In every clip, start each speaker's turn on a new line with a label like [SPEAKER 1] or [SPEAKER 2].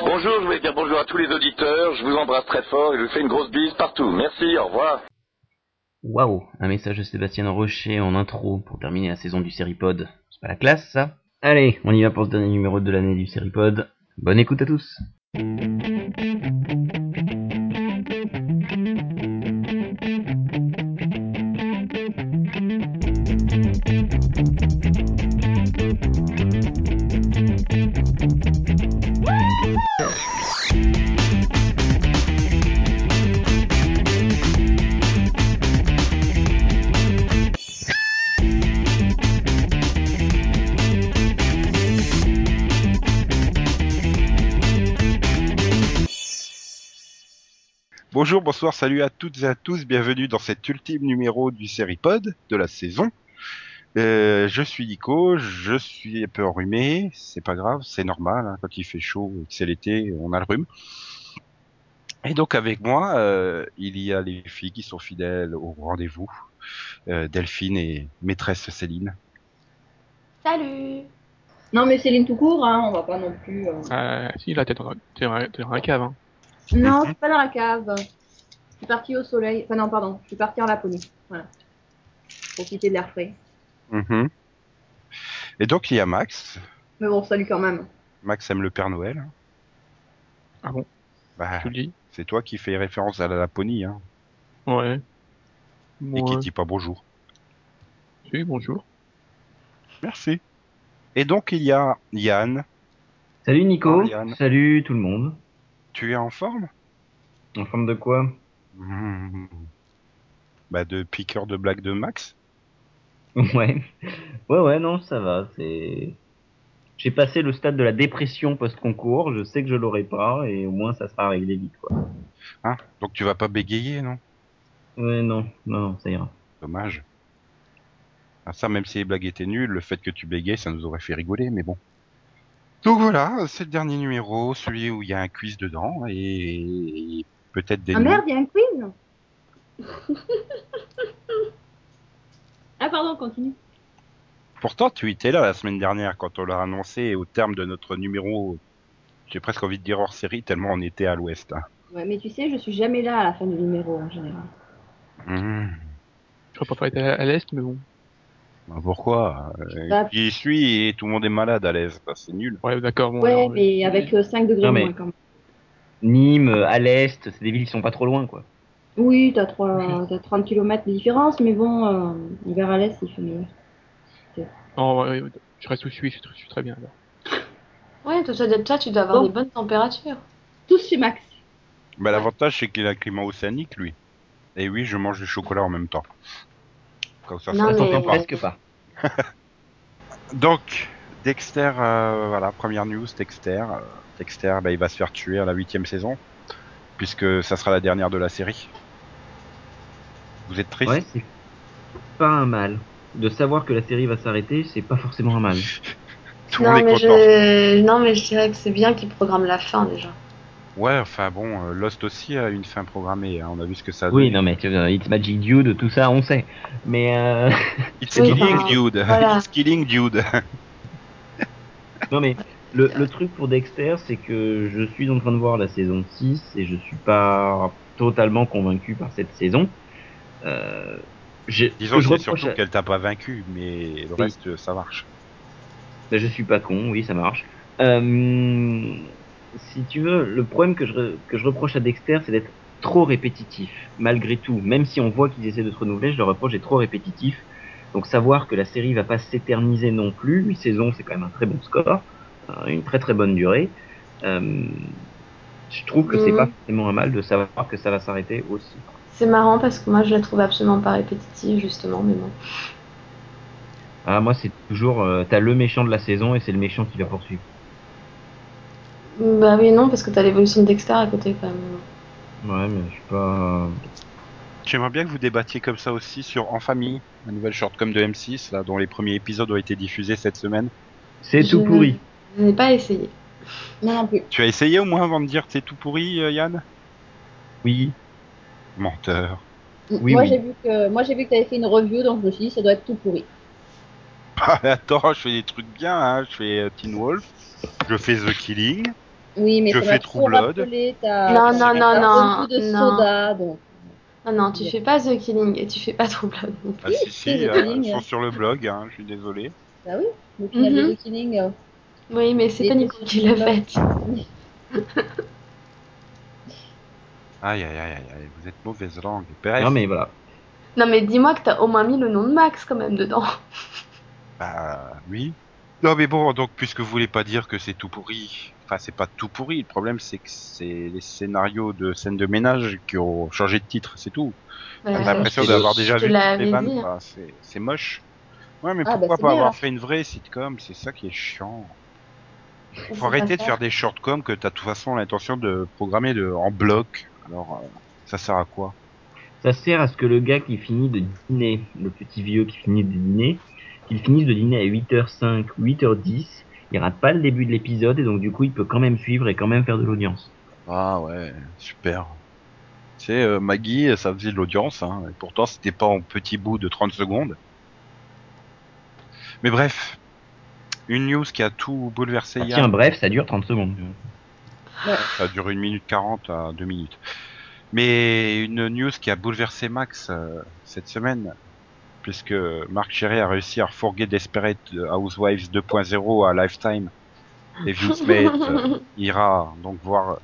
[SPEAKER 1] Bonjour, je voulais dire bonjour à tous les auditeurs. Je vous embrasse très fort et je vous fais une grosse bise partout. Merci, au revoir.
[SPEAKER 2] Waouh, un message de Sébastien Rocher en intro pour terminer la saison du Seripod. C'est pas la classe ça Allez, on y va pour ce dernier numéro de l'année du Seripod. Bonne écoute à tous
[SPEAKER 3] Bonjour, bonsoir, salut à toutes et à tous, bienvenue dans cet ultime numéro du Seripod de la saison. Euh, je suis Nico, je suis un peu enrhumé, c'est pas grave, c'est normal, hein, quand il fait chaud, que c'est l'été, on a le rhume. Et donc avec moi, euh, il y a les filles qui sont fidèles au rendez-vous, euh, Delphine et maîtresse Céline.
[SPEAKER 4] Salut
[SPEAKER 5] Non, mais Céline tout court, hein, on va pas non plus. euh,
[SPEAKER 6] Euh, si, là, t'es dans, t'es dans la- t'es dans la cave. Hein.
[SPEAKER 5] Non, je suis pas dans la cave. Je suis partie au soleil. Enfin, non, pardon, je suis partie en Laponie. Voilà. Profiter de l'air frais.
[SPEAKER 6] Mm-hmm.
[SPEAKER 3] Mhm. Et donc il y a Max,
[SPEAKER 5] Mais bon, salut quand même.
[SPEAKER 3] Max aime le Père Noël. hein.
[SPEAKER 6] Ah bon
[SPEAKER 3] Bah,
[SPEAKER 6] Tu le dis
[SPEAKER 3] c'est toi qui fais référence à la Laponie, hein,
[SPEAKER 6] Ouais.
[SPEAKER 3] et qui
[SPEAKER 6] Moi,
[SPEAKER 3] dit pas bonjour.
[SPEAKER 6] oui, bonjour.
[SPEAKER 3] Merci. Et donc il y a Yann,
[SPEAKER 2] Salut Nico,
[SPEAKER 3] Marianne.
[SPEAKER 2] salut tout le monde.
[SPEAKER 3] tu es en forme
[SPEAKER 2] En forme de quoi
[SPEAKER 3] Mhm. Bah de piqueur de blague de Max.
[SPEAKER 2] Ouais, ouais, ouais, non, ça va, c'est... J'ai passé le stade de la dépression post-concours, je sais que je l'aurai pas, et au moins ça sera réglé vite, quoi.
[SPEAKER 3] Hein Donc tu vas pas bégayer, non
[SPEAKER 2] Ouais, non, non, non, ça ira.
[SPEAKER 3] Dommage. Ah, ça, même si les blagues étaient nulles, le fait que tu bégayes, ça nous aurait fait rigoler, mais bon. Donc voilà, c'est le dernier numéro, celui où il y a un quiz dedans, et peut-être des...
[SPEAKER 5] Ah merde, il y a un quiz Ah, pardon, continue.
[SPEAKER 3] Pourtant, tu étais là la semaine dernière quand on l'a annoncé au terme de notre numéro, j'ai presque envie de dire hors série, tellement on était à l'ouest. hein.
[SPEAKER 5] Ouais, mais tu sais, je suis jamais là à la fin du numéro en général.
[SPEAKER 3] Mmh.
[SPEAKER 6] Je crois pas être à à l'est, mais bon.
[SPEAKER 3] Bah, Pourquoi Euh,
[SPEAKER 5] Bah-
[SPEAKER 3] J'y suis et tout le monde est malade à l'aise, Bah, c'est nul.
[SPEAKER 6] Ouais, d'accord. Bon,
[SPEAKER 5] Ouais,
[SPEAKER 6] alors,
[SPEAKER 5] mais avec euh, 5 degrés
[SPEAKER 2] Non,
[SPEAKER 5] de
[SPEAKER 2] mais-
[SPEAKER 5] moins quand même.
[SPEAKER 2] Nîmes, à l'Est, c'est des villes qui sont pas trop loin, quoi.
[SPEAKER 5] Oui, t'as trois- t'as 30 km de différence, mais bon, euh, vers à l'est, il fait meilleur.
[SPEAKER 6] Non, Oh, ouais, ouais, je reste où je suis, je suis, je suis très bien. alors.
[SPEAKER 4] Ouais, toi, toi, toi, tu dois avoir
[SPEAKER 5] Bon.
[SPEAKER 4] des bonnes températures.
[SPEAKER 5] Tous chez Max.
[SPEAKER 3] Bah, L'avantage, c'est qu'il a un climat océanique, lui. Et oui, je mange du chocolat en même temps. Comme ça,
[SPEAKER 4] Non,
[SPEAKER 2] Ça
[SPEAKER 3] ça
[SPEAKER 2] s'entend
[SPEAKER 4] mais-
[SPEAKER 2] presque pas.
[SPEAKER 3] Donc, Dexter, euh, voilà, première news, Dexter. Euh, Dexter, bah, il va se faire tuer à la huitième saison, puisque ça sera la dernière de la série. Vous êtes triste
[SPEAKER 2] Ouais, c'est pas un mal. De savoir que la série va s'arrêter, c'est pas forcément un mal.
[SPEAKER 3] Tout le
[SPEAKER 4] Non
[SPEAKER 3] monde est
[SPEAKER 4] mais,
[SPEAKER 3] content.
[SPEAKER 4] je... non, mais je dirais que c'est bien qu'ils programment la fin déjà.
[SPEAKER 3] Ouais, enfin bon, euh, Lost aussi a une fin programmée, hein, on a vu ce que ça a
[SPEAKER 2] Oui,
[SPEAKER 3] donné.
[SPEAKER 2] non, mais tu vois, It's Magic Dude, tout ça, on sait. Mais euh...
[SPEAKER 3] It's
[SPEAKER 4] Oui,
[SPEAKER 3] killing
[SPEAKER 4] enfin,
[SPEAKER 3] dude
[SPEAKER 4] voilà.
[SPEAKER 3] It's killing dude
[SPEAKER 2] non, mais le, le truc pour Dexter, c'est que je suis en train de voir la saison 6 et je suis pas totalement convaincu par cette saison. Euh... j'ai-
[SPEAKER 3] Disons que
[SPEAKER 2] je
[SPEAKER 3] c'est
[SPEAKER 2] reproche
[SPEAKER 3] surtout
[SPEAKER 2] à-
[SPEAKER 3] qu'elle t'a pas vaincu, mais le
[SPEAKER 2] Oui.
[SPEAKER 3] reste, euh, ça marche.
[SPEAKER 2] Ben, je suis pas con, oui, ça marche. Euh, si tu veux, le problème que je, re- que je reproche à Dexter, c'est d'être trop répétitif, malgré tout. Même si on voit qu'ils essaient de se renouveler, je leur reproche d'être trop répétitif. Donc savoir que la série va pas s'éterniser non plus, huit saisons, c'est quand même un très bon score, euh, une très très bonne durée. Euh, je trouve que c'est
[SPEAKER 4] Mhm.
[SPEAKER 2] pas forcément un mal de savoir que ça va s'arrêter aussi.
[SPEAKER 4] C'est marrant parce que moi je la trouve absolument pas répétitive justement, mais bon.
[SPEAKER 2] Ah, moi, c'est toujours, euh, t'as le méchant de la saison et c'est le méchant qui va poursuivre.
[SPEAKER 4] Bah oui, non, parce que t'as l'évolution de Dexter à côté quand même.
[SPEAKER 2] Ouais, mais je suis pas.
[SPEAKER 3] J'aimerais bien que vous débattiez comme ça aussi sur En Famille, la nouvelle shortcom de M6, là, dont les premiers épisodes ont été diffusés cette semaine.
[SPEAKER 2] C'est
[SPEAKER 4] Je
[SPEAKER 2] tout
[SPEAKER 4] ne-
[SPEAKER 2] pourri.
[SPEAKER 4] Je n'ai pas essayé.
[SPEAKER 5] Non, non plus.
[SPEAKER 3] Tu as essayé au moins avant de dire que c'est tout pourri, euh, Yann
[SPEAKER 2] Oui.
[SPEAKER 3] Menteur.
[SPEAKER 2] Oui,
[SPEAKER 5] moi
[SPEAKER 2] oui.
[SPEAKER 5] j'ai vu que moi j'ai vu que t'avais fait une review donc je me suis dit ça doit être tout pourri.
[SPEAKER 3] Ah, attends, je fais des trucs bien, hein. je fais euh, Teen Wolf, je fais The Killing,
[SPEAKER 5] Oui, mais
[SPEAKER 3] Je
[SPEAKER 5] ça
[SPEAKER 3] fais
[SPEAKER 5] va trop
[SPEAKER 3] troublade.
[SPEAKER 5] rappeler ta...
[SPEAKER 4] Non,
[SPEAKER 5] ta-
[SPEAKER 4] non,
[SPEAKER 5] ta
[SPEAKER 4] non,
[SPEAKER 5] revue de
[SPEAKER 4] non.
[SPEAKER 5] soda, donc.
[SPEAKER 4] Ah non, tu
[SPEAKER 5] Bien.
[SPEAKER 4] fais pas The Killing et tu fais pas Troublade. non plus.
[SPEAKER 3] Ah si,
[SPEAKER 5] si,
[SPEAKER 3] si,
[SPEAKER 5] je
[SPEAKER 3] euh,
[SPEAKER 5] ligne.
[SPEAKER 3] elles sont sur le blog, hein, je suis désolé.
[SPEAKER 5] Bah oui, le final
[SPEAKER 4] Mhm.
[SPEAKER 5] de The Killing. euh,
[SPEAKER 4] Oui, mais c'est
[SPEAKER 5] Et-
[SPEAKER 4] pas Nico qui l'a fait.
[SPEAKER 3] Aïe, aïe, aïe, aïe, aïe, vous êtes mauvaise langue. Bref,
[SPEAKER 2] Non, mais voilà.
[SPEAKER 4] Non, mais dis-moi que t'as au moins mis le nom de Max quand même dedans.
[SPEAKER 3] bah oui. Non mais bon, donc puisque vous voulez pas dire que c'est tout pourri, enfin c'est pas tout pourri, le problème c'est que c'est les scénarios de scènes de ménage qui ont changé de titre, c'est tout.
[SPEAKER 4] Voilà.
[SPEAKER 3] J'ai l'impression
[SPEAKER 2] je te-
[SPEAKER 3] d'avoir déjà
[SPEAKER 4] je te
[SPEAKER 3] vu toutes les
[SPEAKER 4] l'avais
[SPEAKER 3] vannes,
[SPEAKER 4] dit. hein.
[SPEAKER 3] quoi. C'est- c'est moche. Ouais mais
[SPEAKER 5] Ah, bah,
[SPEAKER 3] pourquoi
[SPEAKER 5] c'est
[SPEAKER 3] pas
[SPEAKER 5] bien,
[SPEAKER 3] avoir
[SPEAKER 5] alors.
[SPEAKER 3] fait une vraie sitcom, c'est ça qui est chiant.
[SPEAKER 5] on sait
[SPEAKER 3] Faut arrêter
[SPEAKER 5] pas
[SPEAKER 3] de
[SPEAKER 5] ça.
[SPEAKER 3] faire des shortcoms que t'as de toute façon l'intention de programmer de, en bloc, alors euh, ça sert à quoi
[SPEAKER 2] Ça sert à ce que le gars qui finit de dîner, le petit vieux qui finit de dîner, qu'il finisse de dîner à 8h05 ou 8h10, il rate pas le début de l'épisode et donc du coup il peut quand même suivre et quand même faire de l'audience.
[SPEAKER 3] Ah ouais, super. Tu sais, euh, Maggie, ça faisait de l'audience, hein, et pourtant c'était pas en petit bout de 30 secondes. Mais bref, une news qui a tout bouleversé
[SPEAKER 2] Ah,
[SPEAKER 3] hier.
[SPEAKER 2] tiens, bref, ça dure 30 secondes.
[SPEAKER 3] Ça dure une minute 40 à deux minutes. Mais une news qui a bouleversé Max euh, cette semaine, puisque Marc Cherry a réussi à refourguer Desperate Housewives 2.0 à Lifetime. Et Will Smith euh, ira donc voir euh,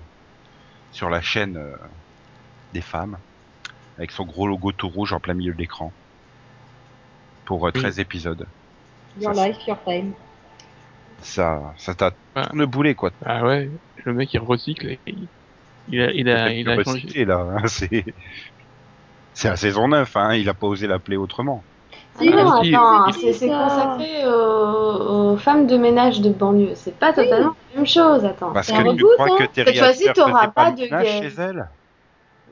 [SPEAKER 3] sur la chaîne euh, des femmes, avec son gros logo tout rouge en plein milieu de l'écran, pour euh,
[SPEAKER 6] Oui.
[SPEAKER 3] 13 épisodes.
[SPEAKER 5] Your
[SPEAKER 3] Ça,
[SPEAKER 5] life, your time.
[SPEAKER 3] Ah, Ça, ça t'a
[SPEAKER 6] Ouais.
[SPEAKER 3] le boulet, quoi.
[SPEAKER 6] Ah ouais, le mec il recycle et il, il a, il a,
[SPEAKER 3] Peut-être
[SPEAKER 6] il
[SPEAKER 3] que
[SPEAKER 6] a
[SPEAKER 3] bah,
[SPEAKER 6] changé.
[SPEAKER 3] c'était, là, hein, c'est c'est la saison 9, hein, il a pas osé l'appeler autrement.
[SPEAKER 4] Ah non,
[SPEAKER 6] si.
[SPEAKER 4] attends,
[SPEAKER 5] C'est
[SPEAKER 4] c'est c'est
[SPEAKER 5] ça.
[SPEAKER 4] consacré aux, aux femmes de ménage de banlieue. C'est pas totalement la même chose, attends.
[SPEAKER 6] Bah,
[SPEAKER 3] Parce
[SPEAKER 5] C'est
[SPEAKER 3] que
[SPEAKER 5] un
[SPEAKER 3] tu
[SPEAKER 5] reboot,
[SPEAKER 3] crois
[SPEAKER 5] hein.
[SPEAKER 3] que Terry
[SPEAKER 4] Cette fois-ci,
[SPEAKER 3] Hatcher
[SPEAKER 4] t'auras
[SPEAKER 3] faisait
[SPEAKER 4] pas
[SPEAKER 3] le
[SPEAKER 4] de
[SPEAKER 3] ménage
[SPEAKER 4] gay.
[SPEAKER 3] chez elle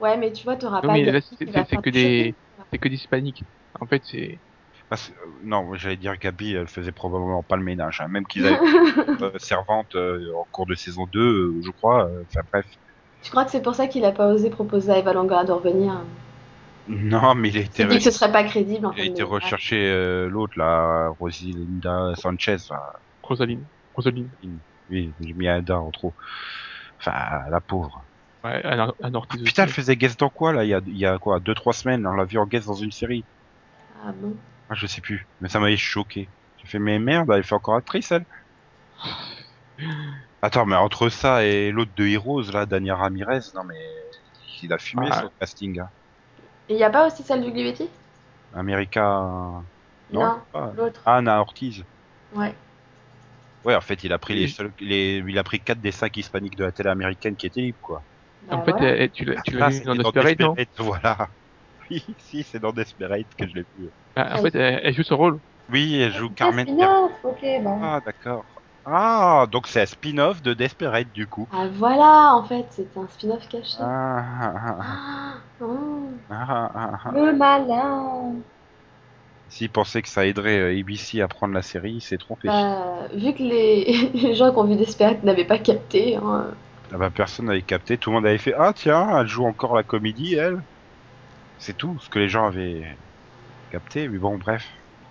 [SPEAKER 4] Ouais, mais tu vois, t'auras
[SPEAKER 6] Non,
[SPEAKER 4] pas
[SPEAKER 6] mais
[SPEAKER 4] de-
[SPEAKER 6] là,
[SPEAKER 4] qui
[SPEAKER 6] c'est-
[SPEAKER 4] va
[SPEAKER 6] c'est- c'est
[SPEAKER 4] faire
[SPEAKER 6] que
[SPEAKER 4] du
[SPEAKER 6] des-
[SPEAKER 4] shopping.
[SPEAKER 6] C'est que des hispaniques. En fait, c'est.
[SPEAKER 3] Parce- euh, Non, j'allais dire Gabi, elle faisait probablement pas le ménage, hein, même qu'ils avaient euh, servante euh, en cours de saison 2, euh, je crois. euh, Enfin bref.
[SPEAKER 4] Tu crois que c'est pour ça qu'il a pas osé proposer à Eva Longoria de revenir
[SPEAKER 6] Mm.
[SPEAKER 3] Non, mais il a
[SPEAKER 4] Il
[SPEAKER 3] été,
[SPEAKER 4] s'est dit que ce serait pas crédible. en
[SPEAKER 3] il a
[SPEAKER 4] fait,
[SPEAKER 3] été
[SPEAKER 4] mais-
[SPEAKER 3] recherché euh, l'autre, là, Rosalinda Sanchez. là.
[SPEAKER 6] Rosaline. Rosaline.
[SPEAKER 3] Oui, j'ai mis Ada en trop. Enfin, la pauvre.
[SPEAKER 6] Ouais, un, or- un
[SPEAKER 3] Ah,
[SPEAKER 6] ortise
[SPEAKER 3] putain, elle
[SPEAKER 6] aussi.
[SPEAKER 3] faisait guest dans quoi là il y, a, il y a quoi deux trois semaines, on l'a vu en guest dans une série.
[SPEAKER 4] Ah bon
[SPEAKER 3] Ah, je sais plus, mais ça m'avait choqué. J'ai fait mais merde, elle fait encore actrice elle. Attends, mais entre ça et l'autre de Heroes là, Daniel Ramirez, non mais il a fumé
[SPEAKER 6] Ah.
[SPEAKER 3] son casting. hein.
[SPEAKER 4] Et il y a pas aussi celle du Glibetti
[SPEAKER 3] America non,
[SPEAKER 4] Non,
[SPEAKER 3] pas.
[SPEAKER 4] l'autre.
[SPEAKER 3] Anna Ortiz.
[SPEAKER 4] Ouais.
[SPEAKER 3] Ouais, en fait, il a pris les
[SPEAKER 6] Oui.
[SPEAKER 3] seuls, les, il a pris quatre des cinq hispaniques de la télé américaine qui étaient libres quoi.
[SPEAKER 6] En
[SPEAKER 5] Ah
[SPEAKER 4] Bah,
[SPEAKER 6] fait,
[SPEAKER 4] voilà.
[SPEAKER 6] elle- elle- tu l'as tu l'as
[SPEAKER 3] Ah,
[SPEAKER 6] vu
[SPEAKER 3] c'était
[SPEAKER 6] dans Desperate, non
[SPEAKER 3] Desperate, voilà. Oui, si, c'est dans Desperate que je l'ai vu.
[SPEAKER 6] Ah, En fait, elle, elle joue son rôle.
[SPEAKER 3] Oui, elle joue Carmen.
[SPEAKER 5] un spin-off, ok, bon.
[SPEAKER 3] Ah, d'accord. Ah, donc c'est un spin-off de Desperate, du coup.
[SPEAKER 4] Ah voilà, en fait, c'est un spin-off caché.
[SPEAKER 3] Ah, ah,
[SPEAKER 4] Ah, oh.
[SPEAKER 3] ah, ah, ah, ah.
[SPEAKER 5] Le malin.
[SPEAKER 3] S'il pensait que ça aiderait euh, ABC à prendre la série, il s'est trompé.
[SPEAKER 4] Bah, vu que les, les gens qui ont vu Desperate n'avaient pas capté, hein,
[SPEAKER 3] Ah bah, personne n'avait capté, tout le monde avait fait Ah, tiens, elle joue encore la comédie, elle. C'est tout ce que les gens avaient capté, mais bon, bref.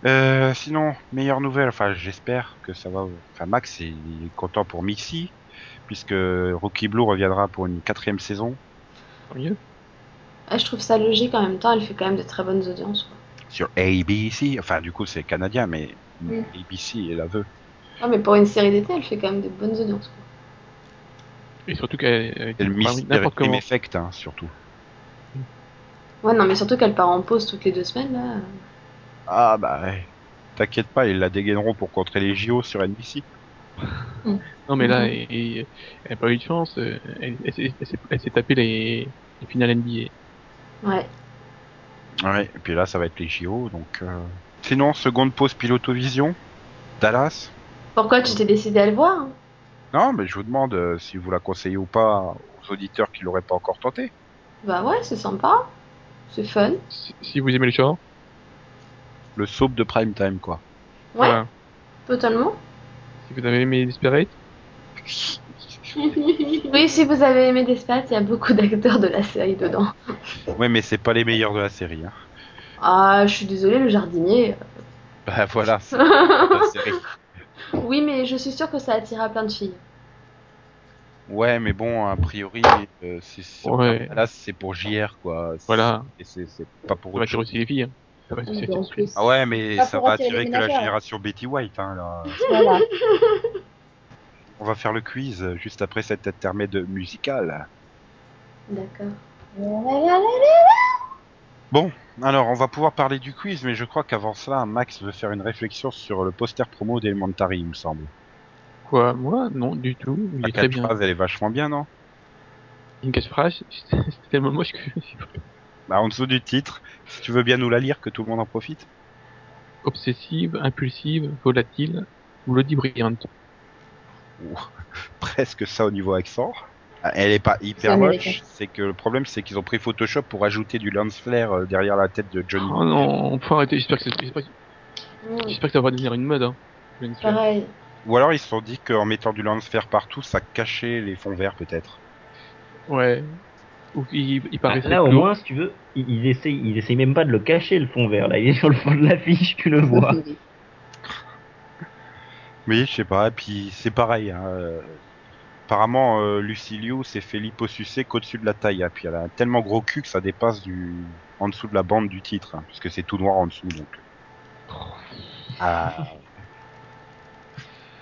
[SPEAKER 3] Euh, sinon, meilleure nouvelle, enfin, j'espère que ça va. Enfin, Max il est content pour Mixi, puisque Rocky Blue reviendra pour une quatrième saison.
[SPEAKER 6] Tant mieux.
[SPEAKER 4] ah, je trouve ça logique en même temps, elle fait quand même de très bonnes audiences. Quoi.
[SPEAKER 3] sur ABC. Enfin, du coup, c'est canadien, mais
[SPEAKER 5] Mm.
[SPEAKER 3] ABC, elle la veut.
[SPEAKER 4] Ah, mais pour une série d'été, elle fait quand même de bonnes audiences. Quoi.
[SPEAKER 6] Et surtout qu'elle. elle-
[SPEAKER 3] Elle
[SPEAKER 6] elle-
[SPEAKER 3] mise
[SPEAKER 6] N'importe comment.
[SPEAKER 3] effect, hein, surtout.
[SPEAKER 4] Ouais, non, mais surtout qu'elle part en pause toutes les deux semaines, là.
[SPEAKER 3] Ah, bah ouais. T'inquiète pas, ils la dégaineront pour contrer les JO sur NBC.
[SPEAKER 6] Non, mais là,
[SPEAKER 4] Mhm.
[SPEAKER 6] elle- elle elle a pas eu de chance. euh, Elle, elle s'est- elle s'est- elle s'est tapée les, les finales NBA.
[SPEAKER 4] Ouais.
[SPEAKER 3] Ouais, et puis là, ça va être les JO, donc... euh. Sinon, seconde pause pilotovision, Dallas.
[SPEAKER 4] Pourquoi tu t'es décidé à le voir hein
[SPEAKER 3] Non, mais je vous demande euh, si vous la conseillez ou pas aux auditeurs qui l'auraient pas encore tenté.
[SPEAKER 4] Bah ouais, c'est sympa. C'est fun.
[SPEAKER 6] Si, si vous aimez le genre,
[SPEAKER 3] Le soap de prime time, quoi.
[SPEAKER 4] Ouais,
[SPEAKER 6] voilà.
[SPEAKER 4] totalement.
[SPEAKER 6] Si vous avez aimé Desperate,
[SPEAKER 4] Oui, si vous avez aimé Desperate, il y a beaucoup d'acteurs de la série dedans.
[SPEAKER 3] Ouais, mais c'est pas les meilleurs de la série, hein.
[SPEAKER 4] Ah, je suis désolée, le jardinier.
[SPEAKER 3] Bah voilà, c'est la série.
[SPEAKER 4] Oui, mais je suis sûre que ça attira plein de filles.
[SPEAKER 3] Ouais, mais bon, a priori, euh, c'est- c'est-
[SPEAKER 6] Ouais.
[SPEAKER 3] là c'est pour JR quoi. C'est-
[SPEAKER 6] Voilà.
[SPEAKER 3] Et c'est c'est pas pour
[SPEAKER 6] Ça
[SPEAKER 3] autre
[SPEAKER 6] va attirer
[SPEAKER 3] chose.
[SPEAKER 6] aussi les filles. hein. Ça va aussi
[SPEAKER 5] Oui,
[SPEAKER 6] attirer
[SPEAKER 5] donc,
[SPEAKER 6] les filles.
[SPEAKER 3] Ah ouais, mais
[SPEAKER 5] Pas
[SPEAKER 3] ça
[SPEAKER 5] pour
[SPEAKER 3] va
[SPEAKER 5] attirer
[SPEAKER 3] attirer
[SPEAKER 5] les
[SPEAKER 3] que la
[SPEAKER 5] ménagères.
[SPEAKER 3] génération Betty White. Hein, là.
[SPEAKER 5] Voilà.
[SPEAKER 3] On va faire le quiz euh, juste après cet intermède musical.
[SPEAKER 4] D'accord.
[SPEAKER 3] Alors, on va pouvoir parler du quiz, mais je crois qu'avant cela, Max veut faire une réflexion sur le poster promo d'Elementary, il me semble.
[SPEAKER 6] Quoi Moi Non, du tout. Il
[SPEAKER 3] La
[SPEAKER 6] est très
[SPEAKER 3] catchphrase,
[SPEAKER 6] bien.
[SPEAKER 3] elle est vachement bien, non
[SPEAKER 6] Une catchphrase, c'est tellement moche que...
[SPEAKER 3] Bah, en dessous du titre, si tu veux bien nous la lire, que tout le monde en profite.
[SPEAKER 6] Obsessive, impulsive, volatile, Bloody brillante.
[SPEAKER 3] Ou presque ça au niveau accent. Ah, Elle est pas hyper
[SPEAKER 5] C'est
[SPEAKER 3] moche.
[SPEAKER 5] américain.
[SPEAKER 3] C'est que le problème, c'est qu'ils ont pris Photoshop pour ajouter du lance flare euh, derrière la tête de Johnny.
[SPEAKER 6] Oh non, faut arrêter. J'espère que, c'est- j'espère que-
[SPEAKER 4] Mmh,
[SPEAKER 6] j'espère que ça va devenir une mode. Hein. Je ne sais pas.
[SPEAKER 4] pareil.
[SPEAKER 3] Ou alors, ils se sont dit qu'en mettant du lance flare partout, ça cachait les fonds verts, peut-être.
[SPEAKER 6] Ouais. Ou il, il
[SPEAKER 2] Bah,
[SPEAKER 6] paraît
[SPEAKER 2] là, au moins, si tu veux, il, il essaye, il essaye même pas de le cacher, le fond vert. Là, il est sur le fond de l'affiche, tu le vois.
[SPEAKER 3] Oui, je sais pas. Et puis, c'est pareil. hein, euh, Apparemment, euh, Lucy Liu s'est fait liposucer qu'au-dessus de la taille. hein. Puis, elle a un tellement gros cul que ça dépasse du... en dessous de la bande du titre. hein, puisque c'est tout noir en dessous, donc. Ah,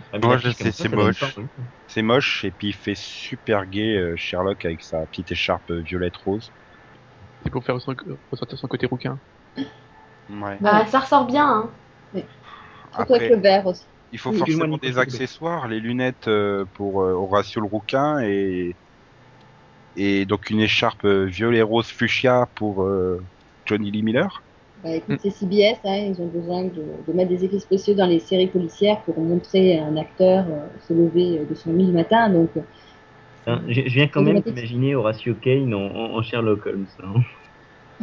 [SPEAKER 2] Ah, mais
[SPEAKER 3] Moi,
[SPEAKER 2] l'affiche
[SPEAKER 3] je
[SPEAKER 2] comme
[SPEAKER 3] sais,
[SPEAKER 2] ça,
[SPEAKER 3] c'est
[SPEAKER 2] ça donne
[SPEAKER 3] moche.
[SPEAKER 2] pas envie.
[SPEAKER 3] c'est moche. Et puis, il fait super gay euh, Sherlock avec sa petite écharpe euh, violette-rose.
[SPEAKER 6] C'est pour faire ressor- ressortir son côté rouquin.
[SPEAKER 3] Ouais.
[SPEAKER 4] Bah, ça ressort bien, hein.
[SPEAKER 5] Surtout avec le vert aussi.
[SPEAKER 3] Il faut
[SPEAKER 2] Oui, excuse-moi,
[SPEAKER 3] forcément
[SPEAKER 2] Nico,
[SPEAKER 3] des
[SPEAKER 2] s'il te plaît.
[SPEAKER 3] accessoires, les lunettes euh, pour euh, Horatio le rouquin et et donc une écharpe euh, violet rose fuchsia pour euh, Johnny Lee Miller.
[SPEAKER 5] Bah,
[SPEAKER 3] Mm.
[SPEAKER 5] écoute, c'est CBS, hein, ils ont besoin de, de mettre des effets spéciaux dans les séries policières pour montrer un acteur euh, se lever euh, de son lit le matin. Donc, euh,
[SPEAKER 2] Hein, je, je viens quand même
[SPEAKER 5] Cinématique.
[SPEAKER 2] d'imaginer Horatio Kane en, en- en Sherlock Holmes. hein.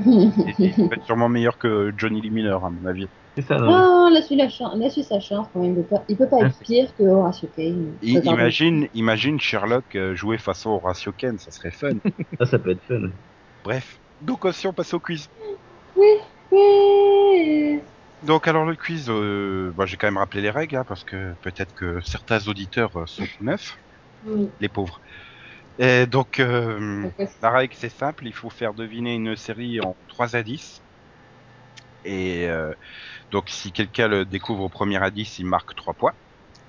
[SPEAKER 3] Et Il va être sûrement meilleur que Johnny Lee Miller à mon avis.
[SPEAKER 2] C'est ça, non
[SPEAKER 5] ah, là, celui la chan- là, celui sa chance quand même. Il peut pas, il peut pas
[SPEAKER 2] Ah,
[SPEAKER 5] être
[SPEAKER 2] c'est-
[SPEAKER 5] pire que Horatio Kane.
[SPEAKER 3] I-
[SPEAKER 5] Pardon.
[SPEAKER 3] imagine, imagine Sherlock euh, jouer face à Horatio Kane, ça serait fun.
[SPEAKER 2] ça, ça peut être fun.
[SPEAKER 3] Bref. Donc aussi on passe au quiz.
[SPEAKER 5] Oui.
[SPEAKER 3] Donc alors le quiz, euh, bah, j'ai quand même rappelé les règles hein, parce que peut-être que certains auditeurs euh, sont tout neufs,
[SPEAKER 4] Oui.
[SPEAKER 3] les pauvres. Et donc euh,
[SPEAKER 5] Donc, voici-
[SPEAKER 3] La règle, c'est simple, il faut faire deviner une série en 3 indices. Et euh, donc, si quelqu'un le découvre au premier indice, il marque 3 points.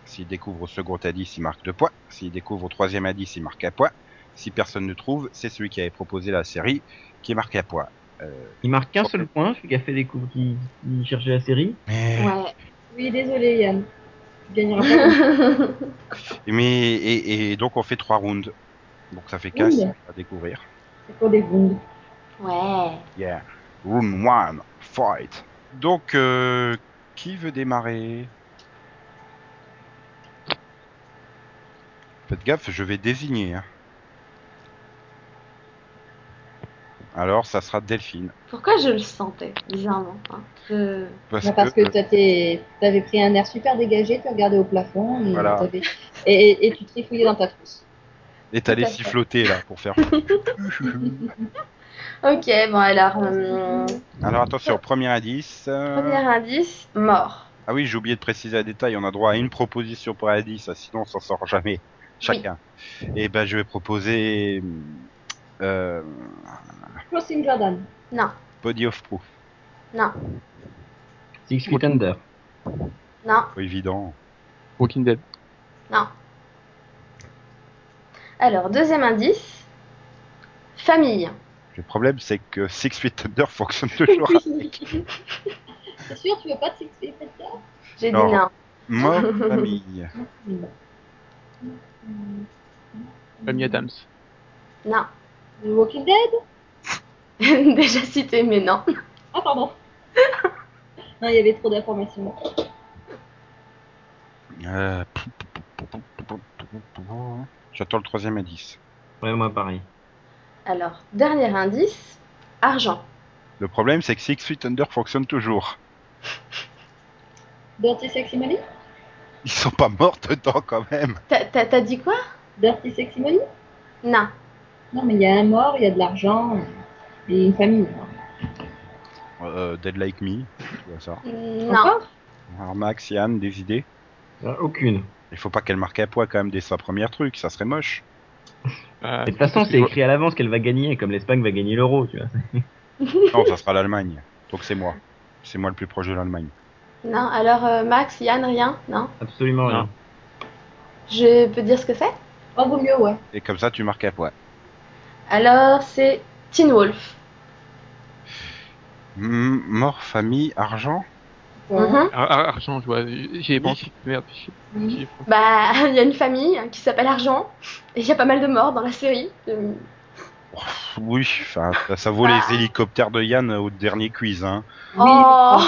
[SPEAKER 3] S'il découvre au second indice, il marque 2 points. S'il découvre au troisième indice, il marque 1 point. Si personne ne trouve, c'est celui qui avait proposé la série qui marque 1 point.
[SPEAKER 2] Il marque qu'un seul point, celui qui a fait des coups qui, qui cherchait la série.
[SPEAKER 3] Mais,
[SPEAKER 4] Ouais.
[SPEAKER 5] Oui, désolé Yann. Tu gagneras pas.
[SPEAKER 3] mais- et, et donc, on fait 3 rounds. Donc, ça fait 15
[SPEAKER 5] Oui.
[SPEAKER 3] à découvrir.
[SPEAKER 5] C'est pour des boons.
[SPEAKER 4] Ouais.
[SPEAKER 3] Yeah. Round 1, fight. Donc, euh, qui veut démarrer Faites gaffe, je vais désigner. hein. Alors, ça sera Delphine.
[SPEAKER 4] Pourquoi je le sentais, bizarrement. hein. Je...
[SPEAKER 3] Parce
[SPEAKER 5] Bah, parce
[SPEAKER 3] que, euh,
[SPEAKER 5] que t'as tes- t'avais pris un air super dégagé, tu regardais au plafond et,
[SPEAKER 3] Voilà.
[SPEAKER 5] t'avais- et, et- et tu trifouillais dans ta trousse.
[SPEAKER 3] et t'as les
[SPEAKER 4] tout à fait.
[SPEAKER 3] siffloter là pour faire.
[SPEAKER 4] Ok, bon, alors, euh,
[SPEAKER 3] Alors attention, premier indice. euh,
[SPEAKER 4] premier indice, mort.
[SPEAKER 3] Ah oui, j'ai oublié de préciser un détail. On a droit à une proposition par indice, ah, sinon on s'en sort jamais. Chacun. Et ben, je vais proposer euh,
[SPEAKER 5] Crossing Jordan.
[SPEAKER 4] Non,
[SPEAKER 3] Body of Proof.
[SPEAKER 4] non,
[SPEAKER 2] Six Feet Under.
[SPEAKER 4] non,
[SPEAKER 3] Pas évident.
[SPEAKER 6] Walking Dead.
[SPEAKER 4] non. Alors, deuxième indice, famille.
[SPEAKER 3] Le problème, c'est que Six Feet Thunder fonctionne toujours.
[SPEAKER 5] C'est sûr, tu veux pas de Six Feet Under
[SPEAKER 4] J'ai dit
[SPEAKER 3] Non.
[SPEAKER 4] non.
[SPEAKER 3] Mort famille.
[SPEAKER 6] Famille Adams.
[SPEAKER 4] Non.
[SPEAKER 5] The Walking Dead
[SPEAKER 4] Déjà cité, mais non.
[SPEAKER 5] Ah, pardon. non, il y avait trop d'informations.
[SPEAKER 3] Euh, J'attends le troisième indice.
[SPEAKER 2] Ouais, moi pareil.
[SPEAKER 4] Alors, dernier indice, argent.
[SPEAKER 3] Le problème, c'est que Six Feet Under fonctionne toujours.
[SPEAKER 5] Dirty Sexy Money
[SPEAKER 3] Ils sont pas morts dedans quand même.
[SPEAKER 4] T'as- T'as t'as dit quoi
[SPEAKER 5] Dirty Sexy Money
[SPEAKER 4] Non.
[SPEAKER 5] Non, mais il y a un mort, il y a de l'argent et une famille.
[SPEAKER 3] Euh, Dead Like Me, tu vois ça.
[SPEAKER 4] Non.
[SPEAKER 3] Alors Max, Yann, des idées
[SPEAKER 2] Ah, aucune.
[SPEAKER 3] Il faut pas qu'elle marque à poids quand même dès sa première truc, ça serait moche.
[SPEAKER 6] Ah,
[SPEAKER 2] Mais de toute façon,
[SPEAKER 6] parce que
[SPEAKER 2] c'est
[SPEAKER 6] je vois-
[SPEAKER 2] écrit à l'avance qu'elle va gagner, comme l'Espagne va gagner l'euro, tu vois.
[SPEAKER 3] Non, ça sera l'Allemagne. Donc c'est moi. C'est moi le plus proche de l'Allemagne.
[SPEAKER 4] Non, alors euh, Max, Yann, rien Non
[SPEAKER 2] Absolument rien.
[SPEAKER 4] Je peux dire ce que c'est
[SPEAKER 5] Oh, vaut mieux, ouais.
[SPEAKER 3] Et comme ça, tu marques un point.
[SPEAKER 4] Alors, c'est Teen Wolf.
[SPEAKER 3] M- mort, famille, argent.
[SPEAKER 5] Ouais.
[SPEAKER 4] Mhm.
[SPEAKER 6] Ar- ar- Argent, Ah, je vois. J'y ai pensé. Merde. j'y- j'y ai pensé.
[SPEAKER 4] Bah, il y a une famille hein, qui s'appelle Argent, et il y a pas mal de morts dans la série. Euh,
[SPEAKER 3] Pff, Oui, enfin, ça, ça vaut
[SPEAKER 5] Ah.
[SPEAKER 3] les hélicoptères de Yann au dernier quiz. Hein.
[SPEAKER 4] Oh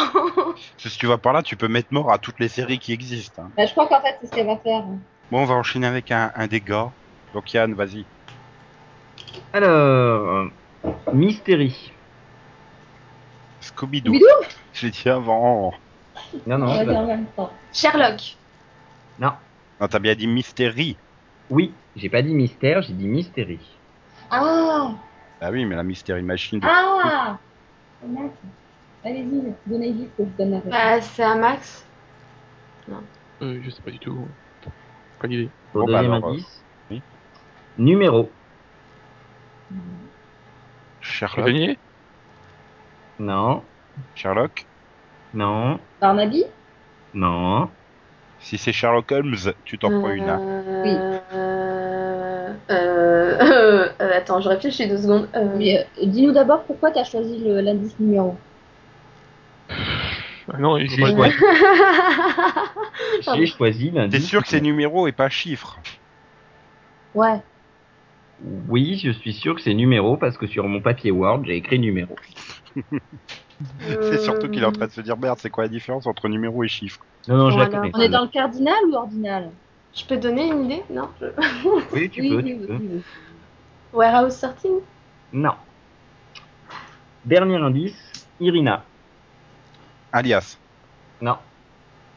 [SPEAKER 3] Si tu vas par là, tu peux mettre mort à toutes les séries qui existent. hein.
[SPEAKER 5] Bah, je crois qu'en fait, c'est ce qu'elle va faire.
[SPEAKER 3] Bon, on va enchaîner avec un, un des gars. Donc Yann, vas-y.
[SPEAKER 2] Alors, euh, Mystérie.
[SPEAKER 3] Scooby-Doo.
[SPEAKER 5] Scooby-Doo
[SPEAKER 3] J'ai dit avant.
[SPEAKER 2] Non, non,
[SPEAKER 5] on va
[SPEAKER 2] bah,
[SPEAKER 5] dire en même temps.
[SPEAKER 4] Sherlock.
[SPEAKER 3] Non, t'as bien dit mystérie.
[SPEAKER 2] oui, j'ai pas dit mystère, j'ai dit mystérie.
[SPEAKER 5] Ah
[SPEAKER 3] Ah oui, mais la mystérie machine. de-
[SPEAKER 5] Ah Oh, mince. Allez-y, donnez vite que je donne la réponse.
[SPEAKER 4] Bah, c'est à Max.
[SPEAKER 6] Euh, je sais pas du tout. Pas d'idée.
[SPEAKER 2] Pour
[SPEAKER 3] Bon, bah,
[SPEAKER 2] deuxième
[SPEAKER 3] alors,
[SPEAKER 2] indice.
[SPEAKER 3] euh, oui.
[SPEAKER 2] Numéro.
[SPEAKER 3] Sherlock.
[SPEAKER 6] Prisonnier
[SPEAKER 2] Non,
[SPEAKER 3] Sherlock.
[SPEAKER 2] non,
[SPEAKER 5] Barnaby
[SPEAKER 2] non.
[SPEAKER 3] Si c'est Sherlock Holmes, tu t'en prends une. hein.
[SPEAKER 4] Euh,
[SPEAKER 5] Oui.
[SPEAKER 4] euh, euh, euh, attends, je réfléchis deux secondes. Euh,
[SPEAKER 5] Mais euh, dis-nous d'abord pourquoi tu as choisi le- l'indice numéro
[SPEAKER 6] Ah Non, je
[SPEAKER 2] J'ai
[SPEAKER 6] vois
[SPEAKER 2] choisi,
[SPEAKER 4] Pardon.
[SPEAKER 2] j'ai choisi
[SPEAKER 3] T'es
[SPEAKER 5] Euh.
[SPEAKER 2] l'indice.
[SPEAKER 3] sûr que c'est numéro et pas chiffre
[SPEAKER 5] Ouais.
[SPEAKER 2] Oui, je suis sûr que c'est numéro parce que sur mon papier Word, j'ai écrit numéro.
[SPEAKER 5] Euh.
[SPEAKER 3] C'est surtout qu'il est en
[SPEAKER 4] euh,
[SPEAKER 3] train de se dire merde, c'est quoi la différence entre numéro et chiffre
[SPEAKER 2] Non, non, je
[SPEAKER 4] Voilà.
[SPEAKER 2] la
[SPEAKER 5] On est
[SPEAKER 2] connais.
[SPEAKER 5] dans le cardinal ou ordinal
[SPEAKER 4] Je peux donner une idée Non je-
[SPEAKER 2] Oui, tu
[SPEAKER 5] oui,
[SPEAKER 2] peux,
[SPEAKER 5] oui,
[SPEAKER 2] tu
[SPEAKER 5] oui,
[SPEAKER 2] peux.
[SPEAKER 5] oui.
[SPEAKER 4] Warehouse 13
[SPEAKER 2] Non. Dernier indice, Irina.
[SPEAKER 3] Alias.
[SPEAKER 2] Non.